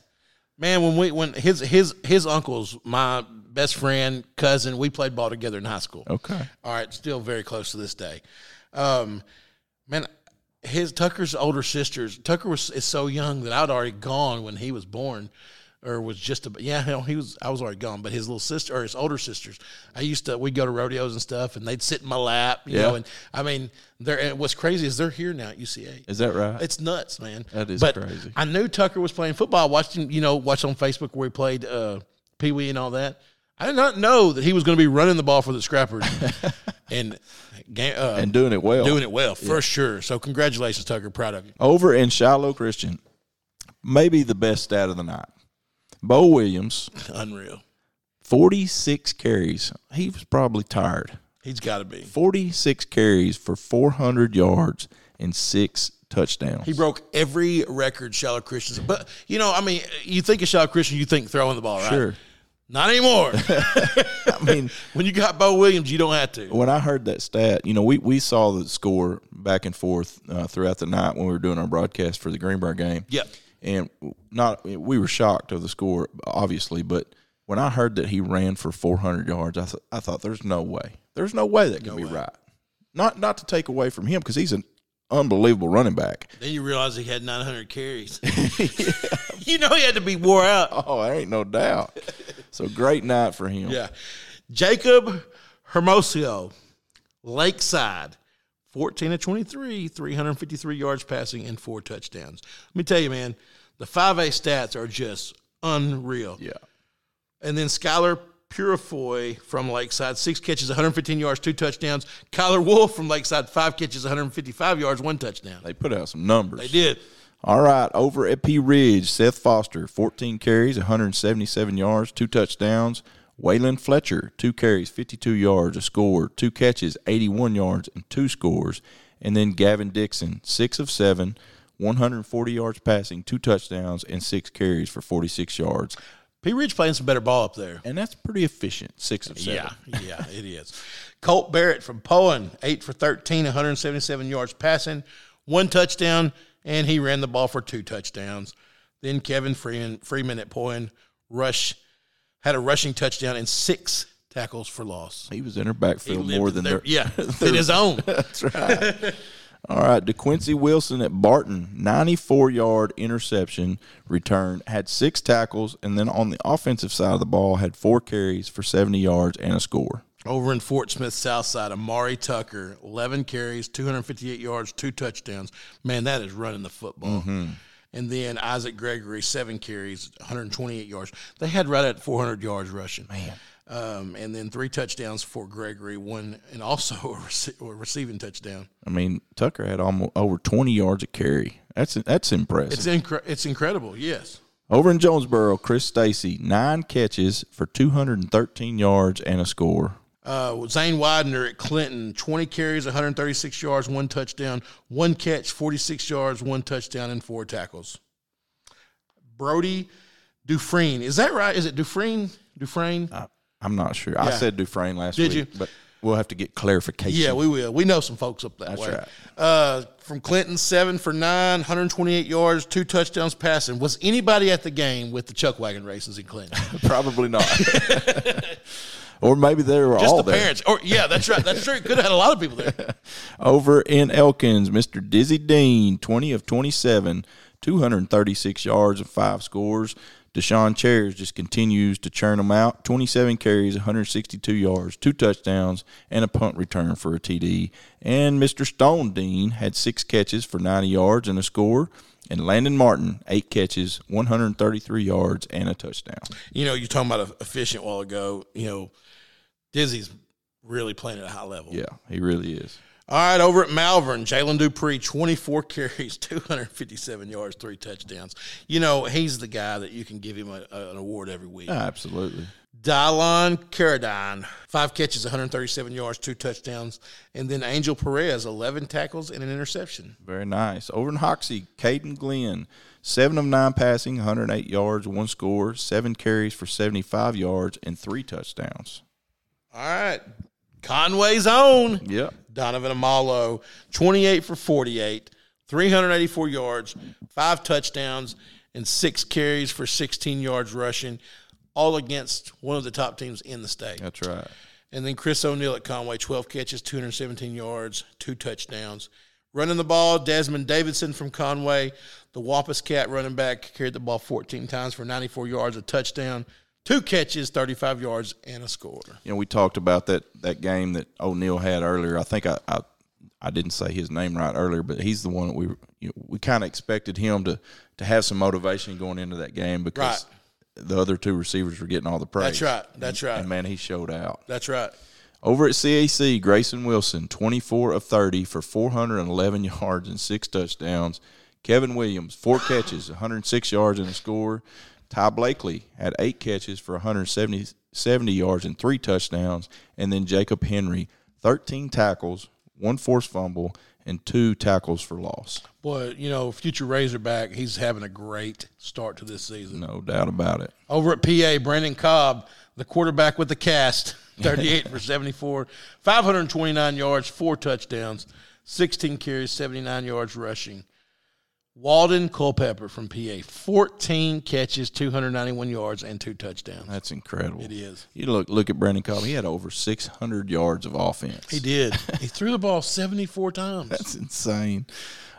[SPEAKER 2] Man, when we when his his his uncle's my best friend, cousin, we played ball together in high school.
[SPEAKER 4] Okay.
[SPEAKER 2] All right, still very close to this day. Um man, his Tucker's older sisters, Tucker was is so young that I'd already gone when he was born or was just about yeah, hell, he was I was already gone, but his little sister or his older sisters, I used to we'd go to rodeos and stuff and they'd sit in my lap, you
[SPEAKER 4] Yeah.
[SPEAKER 2] know, and I mean they're and what's crazy is they're here now at UCA.
[SPEAKER 4] Is that right?
[SPEAKER 2] It's nuts, man.
[SPEAKER 4] That is
[SPEAKER 2] but
[SPEAKER 4] crazy.
[SPEAKER 2] I knew Tucker was playing football. I watched him, you know, watched on Facebook where he played uh, Pee Wee and all that. I did not know that he was going to be running the ball for the Scrappers and ga- uh,
[SPEAKER 4] and doing it well.
[SPEAKER 2] doing it well for sure. So congratulations, Tucker. Proud of you.
[SPEAKER 4] Over in Shiloh Christian, maybe the best stat of the night. Bo Williams,
[SPEAKER 2] Unreal.
[SPEAKER 4] 46 carries. He was probably tired.
[SPEAKER 2] He's got to be.
[SPEAKER 4] 46 carries for 400 yards and six touchdowns.
[SPEAKER 2] He broke every record Shallow Christian. But you know, I mean, you think of Shallow Christian, you think throwing the ball, right?
[SPEAKER 4] Sure.
[SPEAKER 2] Not anymore.
[SPEAKER 4] I mean,
[SPEAKER 2] when you got Bo Williams, you don't have to.
[SPEAKER 4] when I heard that stat, you know, we, we saw the score back and forth uh, throughout the night when we were doing our broadcast for the Greenbrier game.
[SPEAKER 2] Yep.
[SPEAKER 4] And not we were shocked of the score, obviously, but when I heard that he ran for 400 yards, I, th- I thought there's no way. There's no way that can be right. Not not to take away from him because he's an unbelievable running back.
[SPEAKER 2] Then you realize he had 900 carries. you know he had to be wore out.
[SPEAKER 4] Oh, there ain't no doubt. so great night for him.
[SPEAKER 2] Yeah. Jacob Hermoso, Lakeside, 14 of 23, 353 yards passing and four touchdowns. Let me tell you, man, the 5A stats are just unreal.
[SPEAKER 4] Yeah.
[SPEAKER 2] And then Skylar Purifoy from Lakeside, six catches, 115 yards, two touchdowns. Kyler Wolf from Lakeside, five catches, 155 yards, one touchdown.
[SPEAKER 4] They put out some numbers.
[SPEAKER 2] They did.
[SPEAKER 4] All right, over at P Ridge, Seth Foster, 14 carries, 177 yards, two touchdowns. Waylon Fletcher, two carries, 52 yards, a score, two catches, 81 yards, and two scores. And then Gavin Dixon, six of seven, 140 yards passing, two touchdowns, and six carries for 46 yards.
[SPEAKER 2] P. Ridge playing some better ball up there.
[SPEAKER 4] And that's pretty efficient, six of seven.
[SPEAKER 2] Yeah, yeah, it is. Colt Barrett from Poen, eight for 13, 177 yards passing, one touchdown, and he ran the ball for two touchdowns. Then Kevin Freeman, Freeman at Poen rush had a rushing touchdown and six tackles for loss.
[SPEAKER 4] He was in her backfield more
[SPEAKER 2] lived
[SPEAKER 4] than
[SPEAKER 2] there-
[SPEAKER 4] their,
[SPEAKER 2] yeah, in his own.
[SPEAKER 4] That's right. All right, DeQuincy Wilson at Barton, 94 yard interception return, had six tackles, and then on the offensive side of the ball, had four carries for 70 yards and a score.
[SPEAKER 2] Over in Fort Smith, south side, Amari Tucker, 11 carries, 258 yards, two touchdowns. Man, that is running the football. And then Isaac Gregory, seven carries, 128 yards. They had right at 400 yards rushing. Man. Um, and then three touchdowns for Gregory, one, and also a, rece- a receiving touchdown.
[SPEAKER 4] I mean, Tucker had almost over 20 yards a carry. That's that's impressive.
[SPEAKER 2] It's, incre- it's incredible, yes.
[SPEAKER 4] Over in Jonesboro, Chris Stacy, nine catches for 213 yards and a score.
[SPEAKER 2] Uh, Zane Widener at Clinton, 20 carries, 136 yards, one touchdown, one catch, 46 yards, one touchdown, and four tackles. Brody Dufresne. Is that right? Is it Dufresne? Dufresne?
[SPEAKER 4] I'm not sure. I
[SPEAKER 2] Yeah.
[SPEAKER 4] said Dufresne last
[SPEAKER 2] Did
[SPEAKER 4] week,
[SPEAKER 2] you?
[SPEAKER 4] but we'll have to get clarification.
[SPEAKER 2] yeah, we will. We know some folks up that
[SPEAKER 4] That's
[SPEAKER 2] way.
[SPEAKER 4] right.
[SPEAKER 2] Uh, from Clinton, seven for nine, 128 yards, two touchdowns passing. Was anybody at the game with the chuck wagon races in Clinton?
[SPEAKER 4] Probably not. or maybe they were
[SPEAKER 2] Just
[SPEAKER 4] all
[SPEAKER 2] the
[SPEAKER 4] there.
[SPEAKER 2] parents. Or yeah, that's right. That's true. Could have had a lot of people there.
[SPEAKER 4] Over in Elkins, Mr. Dizzy Dean, 20 of 27, 236 yards and five scores. Deshaun Chairs just continues to churn them out. 27 carries, 162 yards, two touchdowns, and a punt return for a TD. And Mr. Stone Dean had six catches for 90 yards and a score. And Landon Martin, eight catches, 133 yards, and a touchdown.
[SPEAKER 2] You know, you're talking about efficient while ago. You know, Dizzy's really playing at a high level.
[SPEAKER 4] Yeah, he really is.
[SPEAKER 2] All right, over at Malvern, Jalen Dupree, 24 carries, 257 yards, three touchdowns. You know, he's the guy that you can give him a, a- an award every week.
[SPEAKER 4] Absolutely.
[SPEAKER 2] Dylon Carradine, five catches, 137 yards, two touchdowns. And then Angel Perez, 11 tackles and an interception.
[SPEAKER 4] Very nice. Over in Hoxie, Caden Glenn, seven of nine passing, 108 yards, one score, seven carries for 75 yards and three touchdowns.
[SPEAKER 2] All right, Conway's own.
[SPEAKER 4] Yep.
[SPEAKER 2] Donovan Amalo, 28 for 48, 384 yards, five touchdowns, and six carries for 16 yards rushing, all against one of the top teams in the state.
[SPEAKER 4] That's right.
[SPEAKER 2] And then Chris O'Neill at Conway, 12 catches, 217 yards, two touchdowns. Running the ball, Desmond Davidson from Conway, the Wampus Cat running back, carried the ball 14 times for 94 yards, a touchdown, two catches, 35 yards, and a score.
[SPEAKER 4] You know, we talked about that that game that O'Neal had earlier. I think I, I I didn't say his name right earlier, but he's the one that we you know, we kind of expected him to to have some motivation going into that game because the other two receivers were getting all the praise.
[SPEAKER 2] That's right. That's right.
[SPEAKER 4] And man, he showed out.
[SPEAKER 2] That's right.
[SPEAKER 4] Over at CAC, Grayson Wilson, 24 of 30 for 411 yards and six touchdowns. Kevin Williams, four catches, 106 yards and a score. Ty Blakely had eight catches for 170 70 yards and three touchdowns. And then Jacob Henry, 13 tackles, one forced fumble, and two tackles for loss.
[SPEAKER 2] Boy, you know, future Razorback, he's having a great start to this season.
[SPEAKER 4] No doubt about it.
[SPEAKER 2] Over at PA, Brandon Cobb, the quarterback with the cast, 38 for 74, 529 yards, four touchdowns, 16 carries, 79 yards rushing. Walden Culpepper from PA, 14 catches, 291 yards, and two touchdowns.
[SPEAKER 4] That's incredible. It
[SPEAKER 2] is.
[SPEAKER 4] You look look at Brandon Cobb. He had over 600 yards of offense.
[SPEAKER 2] He did. he threw the ball 74 times.
[SPEAKER 4] That's insane.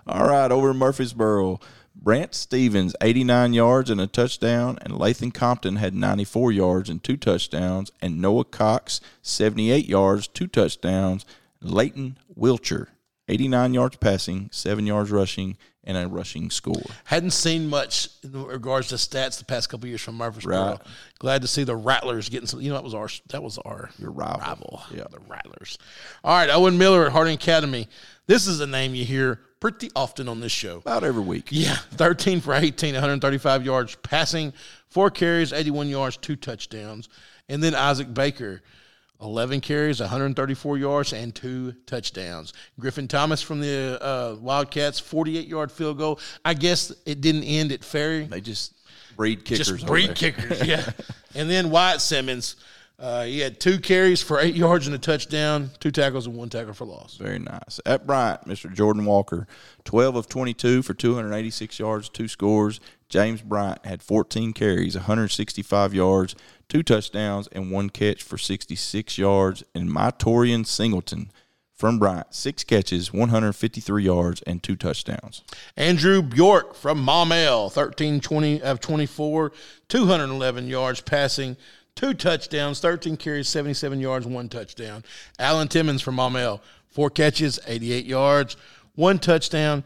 [SPEAKER 4] All right, over in Murfreesboro, Brant Stevens, 89 yards and a touchdown, and Lathan Compton had 94 yards and two touchdowns, and Noah Cox, 78 yards, two touchdowns, Leighton Wilcher, 89 yards passing, seven yards rushing, and a rushing score.
[SPEAKER 2] Hadn't seen much in regards to stats the past couple years from Murfreesboro.
[SPEAKER 4] Right.
[SPEAKER 2] Glad to see the Rattlers getting some. You know that was our that was our
[SPEAKER 4] Your rival.
[SPEAKER 2] Yeah,
[SPEAKER 4] Yeah.
[SPEAKER 2] the Rattlers. All right, Owen Miller at Harding Academy. This is a name you hear pretty often on this show.
[SPEAKER 4] About every week.
[SPEAKER 2] Yeah, 13 for 18, 135 yards passing, four carries, 81 yards, two touchdowns. And then Isaac Baker, 11 carries, 134 yards, and two touchdowns. Griffin Thomas from the uh, Wildcats, 48 yard field goal. I guess it didn't end at Ferry.
[SPEAKER 4] They just breed kickers.
[SPEAKER 2] Just
[SPEAKER 4] over
[SPEAKER 2] breed
[SPEAKER 4] there.
[SPEAKER 2] kickers, yeah. and then Wyatt Simmons, uh, he had two carries for eight yards and a touchdown, two tackles, and one tackle for loss.
[SPEAKER 4] Very nice. At Bryant, Mr. Jordan Walker, 12 of 22 for 286 yards, two scores. James Bryant had 14 carries, 165 yards, two touchdowns, and one catch for 66 yards. And my Torian Singleton from Bryant, six catches, 153 yards, and two touchdowns.
[SPEAKER 2] Andrew Bjork from Maumelle, 13 20 of 24, 211 yards passing, two touchdowns, 13 carries, 77 yards, one touchdown. Alan Timmons from Maumelle, four catches, 88 yards, one touchdown,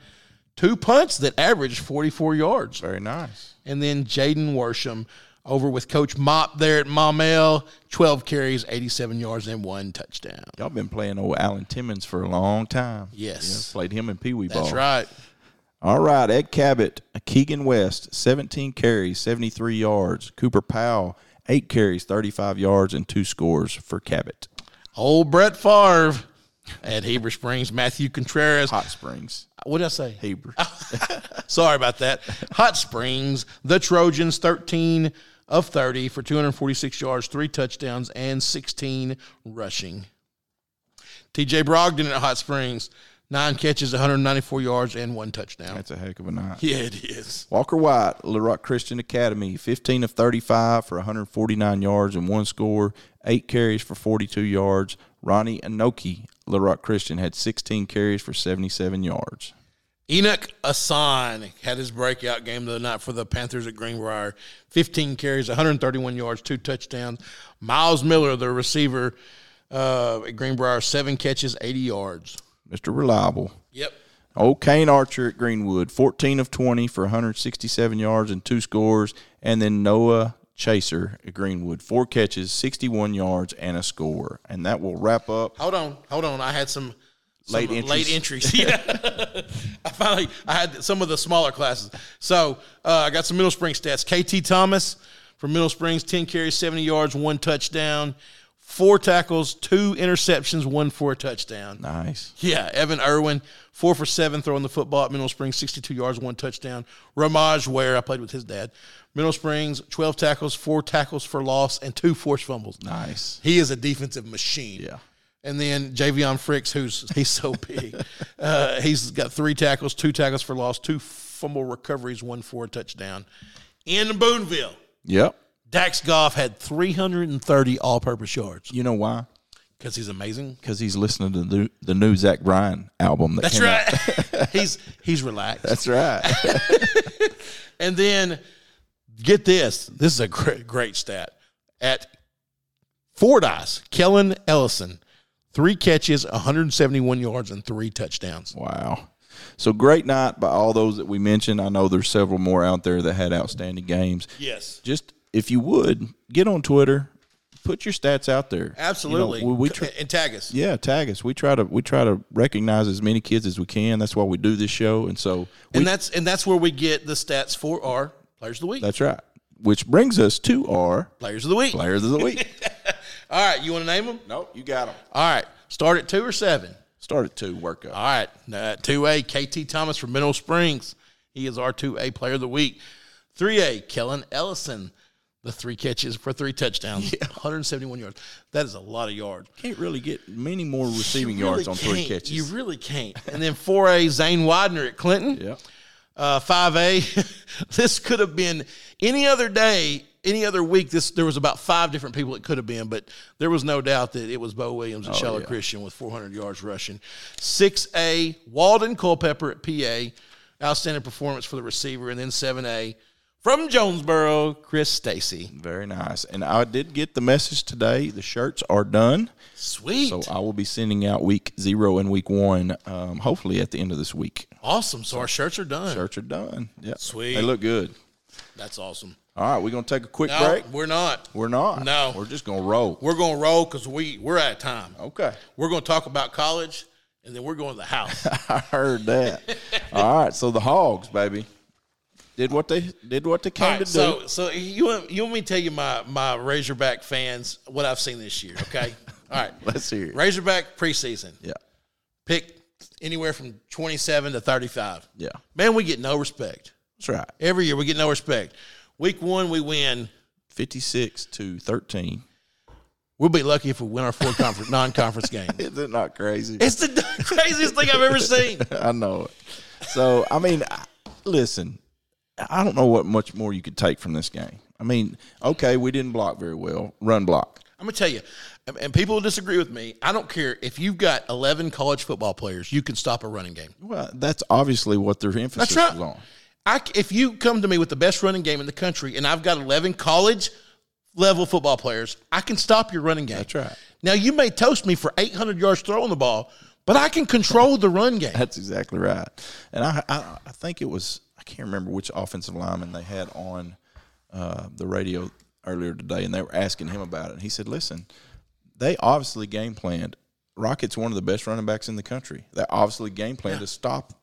[SPEAKER 2] two punts that averaged 44 yards
[SPEAKER 4] Very nice.
[SPEAKER 2] and then Jaden Worsham over with Coach Mop there at Maumelle, 12 carries, 87 yards, and one touchdown.
[SPEAKER 4] Y'all been playing old Allen Timmons for a long time.
[SPEAKER 2] Yes.
[SPEAKER 4] Yeah, played him in Pee Wee ball.
[SPEAKER 2] That's right.
[SPEAKER 4] All right, Ed Cabot, Keegan West, 17 carries, 73 yards. Cooper Powell, 8 carries, 35 yards, and 2 scores for Cabot.
[SPEAKER 2] Old Brett Favre at Heber Springs, Matthew Contreras.
[SPEAKER 4] Hot Springs,
[SPEAKER 2] What did I say?
[SPEAKER 4] Heber.
[SPEAKER 2] Sorry about that. Hot Springs, the Trojans, 13 of 30 for 246 yards, three touchdowns, and 16 rushing. TJ Brogdon at Hot Springs, nine catches, 194 yards, and one touchdown.
[SPEAKER 4] That's a heck of a night.
[SPEAKER 2] yeah, it is.
[SPEAKER 4] Walker White, Little Rock Christian Academy, 15 of 35 for 149 yards and one score, 8 carries for 42 yards. Ronnie Anoki, Little Rock Christian, had 16 carries for 77 yards.
[SPEAKER 2] Enoch Asan had his breakout game the other night for the Panthers at Greenbrier. 15 carries, 131 yards, two touchdowns. Miles Miller, the receiver uh, at Greenbrier, seven catches, 80 yards.
[SPEAKER 4] Mr. Reliable.
[SPEAKER 2] Yep.
[SPEAKER 4] Old Kane Archer at Greenwood, 14 of 20 for 167 yards and two scores. And then Noah Chaser at Greenwood, four catches, 61 yards, and a score. And that will wrap up.
[SPEAKER 2] Hold on, hold on. I had some, some
[SPEAKER 4] Late entries.
[SPEAKER 2] Late entries. Yeah. I finally I had some of the smaller classes. So uh, I got some Middle Springs stats. KT Thomas from Middle Springs, ten carries, seventy yards, one touchdown, four tackles, two interceptions, one for a touchdown.
[SPEAKER 4] Nice.
[SPEAKER 2] Yeah, Evan Irwin, four for seven, throwing the football at Mineral Springs, 62 yards, one touchdown. Ramaj Ware, I played with his dad. Mineral Springs, 12 tackles, four tackles for loss, and two forced fumbles.
[SPEAKER 4] Nice.
[SPEAKER 2] He is a defensive machine.
[SPEAKER 4] Yeah.
[SPEAKER 2] And then Javion Fricks, who's he's so big, uh, he's got three tackles, two tackles for loss, two fumble recoveries, one for a touchdown. In Boonville,
[SPEAKER 4] Yep.
[SPEAKER 2] Dax Goff had 330 all-purpose yards
[SPEAKER 4] You know why?
[SPEAKER 2] because he's amazing.
[SPEAKER 4] Because he's listening to the new, the new Zach Bryan album. That
[SPEAKER 2] That's
[SPEAKER 4] came out.
[SPEAKER 2] right. he's he's relaxed.
[SPEAKER 4] That's right.
[SPEAKER 2] And then get this. This is a great, great stat. At Fordyce, Kellen Ellison, three catches, 171 yards, and three touchdowns.
[SPEAKER 4] wow. So great night by all those that we mentioned. I know there's several more out there that had outstanding games.
[SPEAKER 2] Yes.
[SPEAKER 4] Just if you would get on Twitter, put your stats out there. You know,
[SPEAKER 2] Absolutely.
[SPEAKER 4] we, we tr-
[SPEAKER 2] and tag us.
[SPEAKER 4] yeah, tag us. We try to we try to recognize as many kids as we can. That's why we do this show. And so we,
[SPEAKER 2] and that's and that's where we get the stats for our players of the week.
[SPEAKER 4] that's right. Which brings us to our
[SPEAKER 2] players of the week.
[SPEAKER 4] players of the week.
[SPEAKER 2] All right, you want to name them?
[SPEAKER 4] nope, you got them.
[SPEAKER 2] All right. Start at two or seven.
[SPEAKER 4] Start at two. Work up.
[SPEAKER 2] All right. Uh, 2A, KT Thomas from Mineral Springs. He is our 2A player of the week. 3A, Kellen Ellison. The three catches for three touchdowns, 171 yards. That is a lot of yards.
[SPEAKER 4] Can't really get many more receiving
[SPEAKER 2] You really
[SPEAKER 4] yards on three
[SPEAKER 2] can't.
[SPEAKER 4] catches.
[SPEAKER 2] You really can't. And then 4A, Zane Widener at Clinton.
[SPEAKER 4] yeah.
[SPEAKER 2] Uh, 5A, this could have been any other day, any other week. This There was about five different people it could have been, but there was no doubt that it was Bo Williams and Shallow
[SPEAKER 4] Oh, yeah.
[SPEAKER 2] Christian with 400 yards rushing. 6A, Walden Culpepper at PA, outstanding performance for the receiver. And then 7A, from Jonesboro, Chris Stacy.
[SPEAKER 4] Very nice. And I did get the message today. The shirts are done.
[SPEAKER 2] Sweet.
[SPEAKER 4] So I will be sending out week zero and week one, um, hopefully at the end of this week.
[SPEAKER 2] awesome. So our shirts are done.
[SPEAKER 4] Shirts are done. Yeah.
[SPEAKER 2] Sweet.
[SPEAKER 4] They look good.
[SPEAKER 2] That's awesome.
[SPEAKER 4] All right, we're going to take a quick
[SPEAKER 2] No,
[SPEAKER 4] break.
[SPEAKER 2] we're not.
[SPEAKER 4] We're not.
[SPEAKER 2] No.
[SPEAKER 4] We're just going to roll.
[SPEAKER 2] We're going to roll because we, we're out of time.
[SPEAKER 4] okay.
[SPEAKER 2] We're going to talk about college, and then we're going to the house.
[SPEAKER 4] I heard that. All right. So the hogs, baby, did what they did what they came
[SPEAKER 2] All right,
[SPEAKER 4] to do.
[SPEAKER 2] so, so you want, you want me to tell you my my Razorback fans what I've seen this year? Okay, all right.
[SPEAKER 4] Let's hear it.
[SPEAKER 2] Razorback preseason
[SPEAKER 4] Yeah.
[SPEAKER 2] pick anywhere from twenty seven to thirty five.
[SPEAKER 4] Yeah.
[SPEAKER 2] man, we get no respect
[SPEAKER 4] That's right.
[SPEAKER 2] every year. We get no respect. Week one, we win.
[SPEAKER 4] 56 to 13.
[SPEAKER 2] We'll be lucky if we win our four conference non conference game.
[SPEAKER 4] Is it not crazy?
[SPEAKER 2] It's the craziest thing I've ever seen.
[SPEAKER 4] I know it. So I mean, I- listen, I don't know what much more you could take from this game. I mean, okay, we didn't block very well, run block.
[SPEAKER 2] I'm gonna tell you, and- and people will disagree with me. I don't care if you've got eleven college football players, you can stop a running game.
[SPEAKER 4] Well, that's obviously what their emphasis
[SPEAKER 2] That's right.
[SPEAKER 4] was on.
[SPEAKER 2] I c if you come to me with the best running game in the country and I've got 11 college level football players, I can stop your running game. That's
[SPEAKER 4] right.
[SPEAKER 2] Now, you may toast me for 800 yards throwing the ball, but I can control the run game.
[SPEAKER 4] That's exactly right. And I, I, I think it was I can't remember which offensive lineman they had on uh, the radio earlier today, and they were asking him about it. And he said, "Listen, they obviously game planned. Rocket's one of the best running backs in the country. They obviously game planned to stop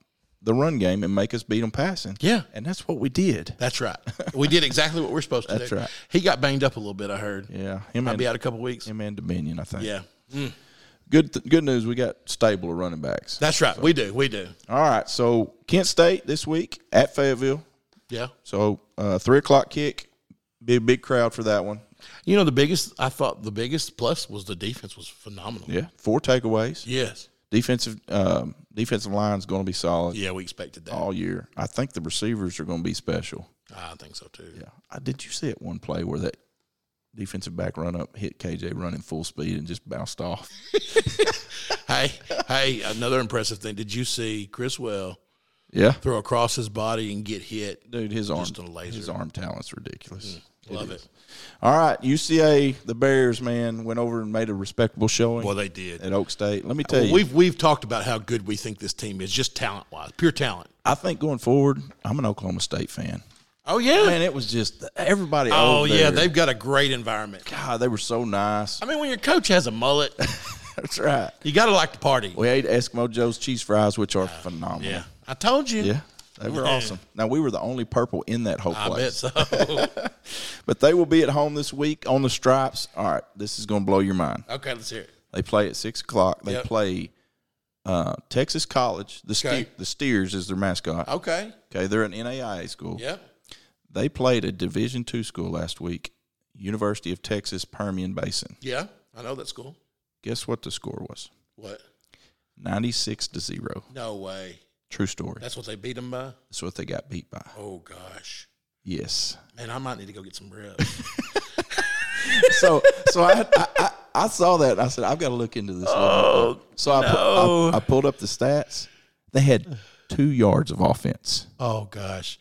[SPEAKER 4] the run game and make us beat them passing.
[SPEAKER 2] Yeah.
[SPEAKER 4] and that's what we did.
[SPEAKER 2] That's right. We did exactly what we're supposed to
[SPEAKER 4] That's
[SPEAKER 2] do.
[SPEAKER 4] right.
[SPEAKER 2] He got banged up a little bit, I heard.
[SPEAKER 4] Yeah, him
[SPEAKER 2] Might
[SPEAKER 4] and
[SPEAKER 2] be out a couple weeks.
[SPEAKER 4] him and Dominion, I think.
[SPEAKER 2] Yeah.
[SPEAKER 4] good th- good news. We got stable of running backs.
[SPEAKER 2] That's right. We do. We do.
[SPEAKER 4] All right, so Kent State this week at Fayetteville.
[SPEAKER 2] Yeah.
[SPEAKER 4] So uh, three o'clock kick, be a big crowd for that one.
[SPEAKER 2] You know, the biggest, I thought the biggest plus was the defense was phenomenal.
[SPEAKER 4] Yeah, four takeaways.
[SPEAKER 2] Yes.
[SPEAKER 4] Defensive um, defensive line's going to be solid
[SPEAKER 2] Yeah, we expected that.
[SPEAKER 4] all year. I think the receivers are going to be special.
[SPEAKER 2] I think so too.
[SPEAKER 4] Yeah, I, did you see it one play where that defensive back run up hit KJ running full speed and just bounced off?
[SPEAKER 2] Hey, hey, another impressive thing. Did you see Chris Well
[SPEAKER 4] Yeah,
[SPEAKER 2] throw across his body and get hit?
[SPEAKER 4] dude, his arm
[SPEAKER 2] Just a laser. Mm-hmm.
[SPEAKER 4] his arm talent's ridiculous.
[SPEAKER 2] Love it.
[SPEAKER 4] All right, UCA the Bears man went over and made a respectable showing
[SPEAKER 2] Well, they did.
[SPEAKER 4] at Oak State. Let me tell you,
[SPEAKER 2] We've we've talked about how good we think this team is, just talent wise, pure talent.
[SPEAKER 4] I think going forward, I'm an Oklahoma State fan.
[SPEAKER 2] Oh yeah.
[SPEAKER 4] Man, it was just everybody.
[SPEAKER 2] oh
[SPEAKER 4] over
[SPEAKER 2] yeah,
[SPEAKER 4] there,
[SPEAKER 2] they've got a great environment.
[SPEAKER 4] God, they were so nice.
[SPEAKER 2] I mean, when your coach has a mullet,
[SPEAKER 4] That's right.
[SPEAKER 2] you got to like the party.
[SPEAKER 4] We ate Eskimo Joe's cheese fries, which are phenomenal.
[SPEAKER 2] Yeah, I told you.
[SPEAKER 4] Yeah, they were awesome. Now we were the only purple in that whole
[SPEAKER 2] I
[SPEAKER 4] place,
[SPEAKER 2] bet so.
[SPEAKER 4] but they will be at home this week on the stripes. All right, this is going to blow your mind.
[SPEAKER 2] okay, let's hear it.
[SPEAKER 4] They play at six o'clock. They
[SPEAKER 2] Yep.
[SPEAKER 4] play uh, Texas College. The
[SPEAKER 2] Okay.
[SPEAKER 4] Ste- the Steers is their mascot.
[SPEAKER 2] Okay.
[SPEAKER 4] Okay, they're an NAIA school.
[SPEAKER 2] Yep.
[SPEAKER 4] They played a Division two school last week, University of Texas Permian Basin.
[SPEAKER 2] Yeah, I know that's cool.
[SPEAKER 4] Guess what the score was?
[SPEAKER 2] What?
[SPEAKER 4] 96 to 0.
[SPEAKER 2] No way.
[SPEAKER 4] True story.
[SPEAKER 2] That's what they beat them by.
[SPEAKER 4] That's what they got beat by.
[SPEAKER 2] Oh gosh,
[SPEAKER 4] Yes.
[SPEAKER 2] man, I might need to go get some ribs.
[SPEAKER 4] so so I, I I- I saw that and I said I've got to look into this. Oh, so I, pu- I I pulled up the stats. They had two yards of offense.
[SPEAKER 2] oh gosh,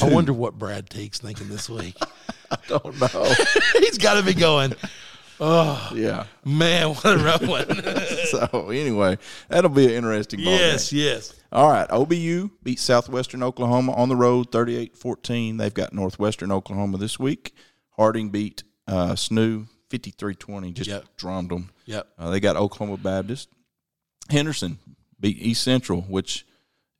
[SPEAKER 2] I wonder what Brad Teague's thinking this week. Oh,
[SPEAKER 4] Don't know.
[SPEAKER 2] He's got to be going,
[SPEAKER 4] yeah.
[SPEAKER 2] man. What a rough one.
[SPEAKER 4] So anyway, that'll be an interesting. ball game.
[SPEAKER 2] yes, yes.
[SPEAKER 4] All right, OBU beat Southwestern Oklahoma on the road 38-14. They've got Northwestern Oklahoma this week. Harding beat uh, SNU 53-20, just
[SPEAKER 2] Yep.
[SPEAKER 4] drummed them.
[SPEAKER 2] Yep.
[SPEAKER 4] Uh, they got Oklahoma Baptist. Henderson beat East Central, which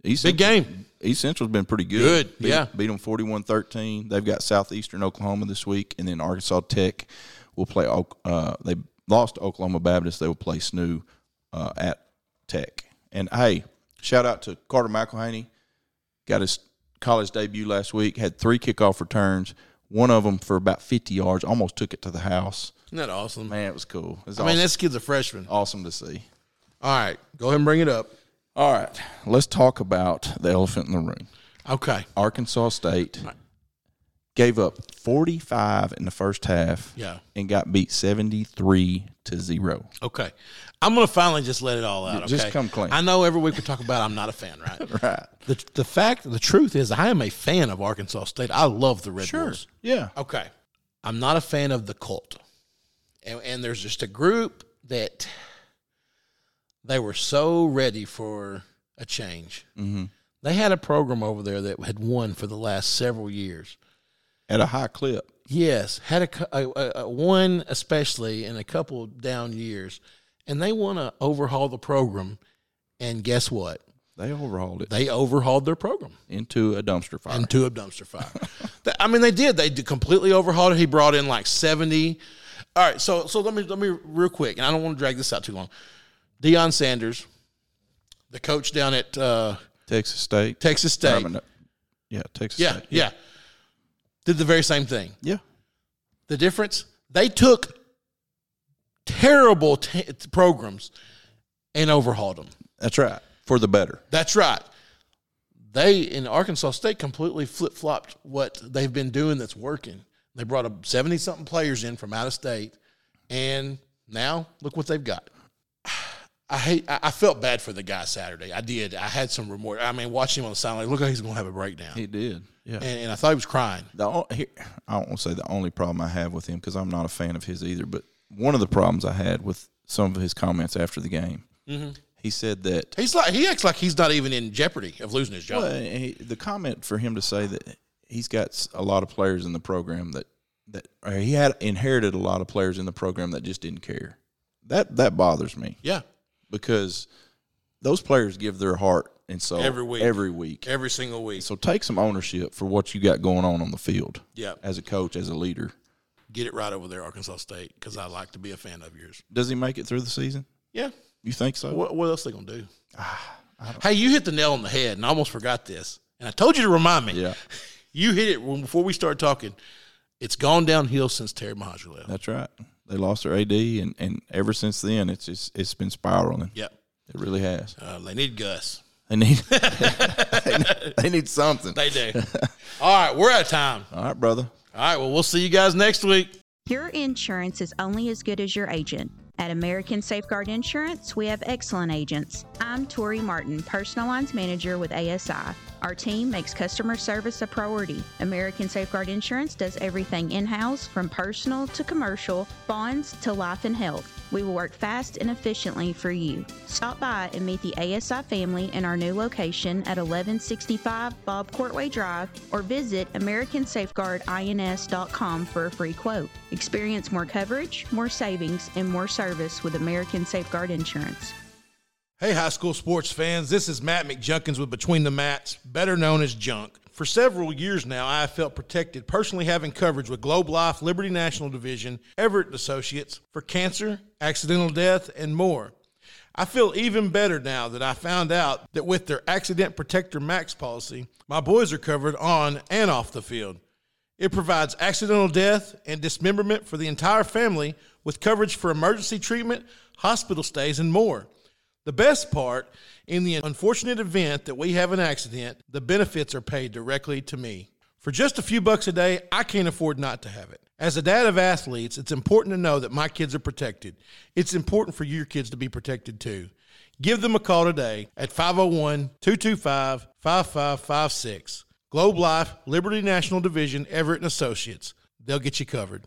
[SPEAKER 4] East
[SPEAKER 2] Big
[SPEAKER 4] Central-
[SPEAKER 2] game.
[SPEAKER 4] East Central's been pretty good.
[SPEAKER 2] Good,
[SPEAKER 4] Beat-
[SPEAKER 2] yeah.
[SPEAKER 4] Beat them 41-13. They've got Southeastern Oklahoma this week, and then Arkansas Tech will play Ok- uh, – they lost to Oklahoma Baptist. They will play SNU uh, at Tech. And, hey, shout out to Carter McElhaney. Got his college debut last week, had three kickoff returns, one of them for about 50 yards, almost took it to the house.
[SPEAKER 2] Isn't that awesome?
[SPEAKER 4] Man, it was cool. It was
[SPEAKER 2] I
[SPEAKER 4] awesome,
[SPEAKER 2] mean, this kid's a freshman.
[SPEAKER 4] awesome to see.
[SPEAKER 2] All right, go ahead and bring it up.
[SPEAKER 4] All right, let's talk about the elephant in the room.
[SPEAKER 2] Okay.
[SPEAKER 4] Arkansas State gave up 45 in the first half
[SPEAKER 2] Yeah.
[SPEAKER 4] and got beat 73 to 0.
[SPEAKER 2] Okay. I'm going to finally just let it all out.
[SPEAKER 4] Yeah, just
[SPEAKER 2] okay?
[SPEAKER 4] come clean.
[SPEAKER 2] I know every week we talk about I'm not a fan, right?
[SPEAKER 4] Right.
[SPEAKER 2] The, the fact, the truth is, I am a fan of Arkansas State. I love the Red Wolves.
[SPEAKER 4] Yeah.
[SPEAKER 2] Okay. I'm not a fan of the cult. And, and there's just a group that they were so ready for a change. Mm-hmm. They had a program over there that had won for the last several years.
[SPEAKER 4] At a high clip.
[SPEAKER 2] Yes, had a, cou- a, a, a one especially in a couple down years, and they want to overhaul the program. And guess what?
[SPEAKER 4] They overhauled it
[SPEAKER 2] They overhauled their program
[SPEAKER 4] into a dumpster fire.
[SPEAKER 2] into a dumpster fire. Th- I mean, they did. They d- completely overhauled it. He brought in like seventy. All right, so so let me let me real quick, and I don't want to drag this out too long. Deion Sanders, the coach down at uh,
[SPEAKER 4] Texas State.
[SPEAKER 2] Texas State.
[SPEAKER 4] I mean, yeah, Texas
[SPEAKER 2] yeah,
[SPEAKER 4] State.
[SPEAKER 2] yeah, did the very same thing.
[SPEAKER 4] Yeah.
[SPEAKER 2] The difference? They took terrible t- programs and overhauled them.
[SPEAKER 4] That's right. For the better.
[SPEAKER 2] That's right. They in Arkansas State completely flip flopped what they've been doing that's working. They brought up 70 something players in from out of state, and now look what they've got. I hate. I I felt bad for the guy Saturday. I did. I had some remorse. I mean, watching him on the sideline, look like he's going to have a breakdown,
[SPEAKER 4] He did. Yeah.
[SPEAKER 2] and, and I thought he was crying.
[SPEAKER 4] the o- here, I don't want to say the only problem I have with him because I'm not a fan of his either. But one of the problems I had with some of his comments after the game,
[SPEAKER 2] Mm-hmm.
[SPEAKER 4] he said that
[SPEAKER 2] He's like he acts like he's not even in jeopardy of losing his job.
[SPEAKER 4] well, and he, the comment for him to say that he's got s- a lot of players in the program that that or he had inherited a lot of players in the program that just didn't care. That that bothers me
[SPEAKER 2] Yeah,
[SPEAKER 4] because those players give their heart and soul
[SPEAKER 2] Every week.
[SPEAKER 4] Oh, Every week.
[SPEAKER 2] every single week.
[SPEAKER 4] So take some ownership for what you got going on on the field.
[SPEAKER 2] Yeah.
[SPEAKER 4] As a coach, as a leader,
[SPEAKER 2] Get it right over there, Arkansas State, because I like to be a fan of yours.
[SPEAKER 4] does he make it through the season?
[SPEAKER 2] Yeah.
[SPEAKER 4] You think so?
[SPEAKER 2] What, what else they gonna do? hey, you hit the nail on the head, and I almost forgot this. And I told you to remind me.
[SPEAKER 4] Yeah,
[SPEAKER 2] You hit it when, before we started talking. It's gone downhill since Terry Mahajer left.
[SPEAKER 4] that's right. They lost their AD, and, and ever since then, it's just it's been spiraling.
[SPEAKER 2] Yep.
[SPEAKER 4] It really has.
[SPEAKER 2] Uh, they need Gus.
[SPEAKER 4] They need they need- they need something.
[SPEAKER 2] They do. All right, we're out of time.
[SPEAKER 4] All right, brother.
[SPEAKER 2] All right, well, we'll see you guys next week.
[SPEAKER 5] Your insurance is only as good as your agent. At American Safeguard Insurance, we have excellent agents. I'm Tori Martin, Personal Lines Manager with ASI. Our team makes customer service a priority. American Safeguard Insurance does everything in house from personal to commercial, bonds to life and health. We will work fast and efficiently for you. Stop by and meet the ASI family in our new location at 1165 Bob Courtway Drive or visit AmericanSafeguardINS.com for a free quote. Experience more coverage, more savings, and more service with American Safeguard Insurance.
[SPEAKER 2] Hey, high school sports fans, this is Matt McJunkins with Between the Mats, better known as Junk. For several years now, I have felt protected personally having coverage with Globe Life, Liberty National Division, Everett and Associates for cancer, accidental death, and more. I feel even better now that I found out that with their Accident Protector Max policy, my boys are covered on and off the field. It provides accidental death and dismemberment for the entire family with coverage for emergency treatment, hospital stays, and more. The best part in the unfortunate event that we have an accident, the benefits are paid directly to me. For just a few bucks a day, I can't afford not to have it. As a dad of athletes, it's important to know that my kids are protected. It's important for your kids to be protected too. Give them a call today at 501 225 5556. Globe Life, Liberty National Division, Everett and Associates. They'll get you covered.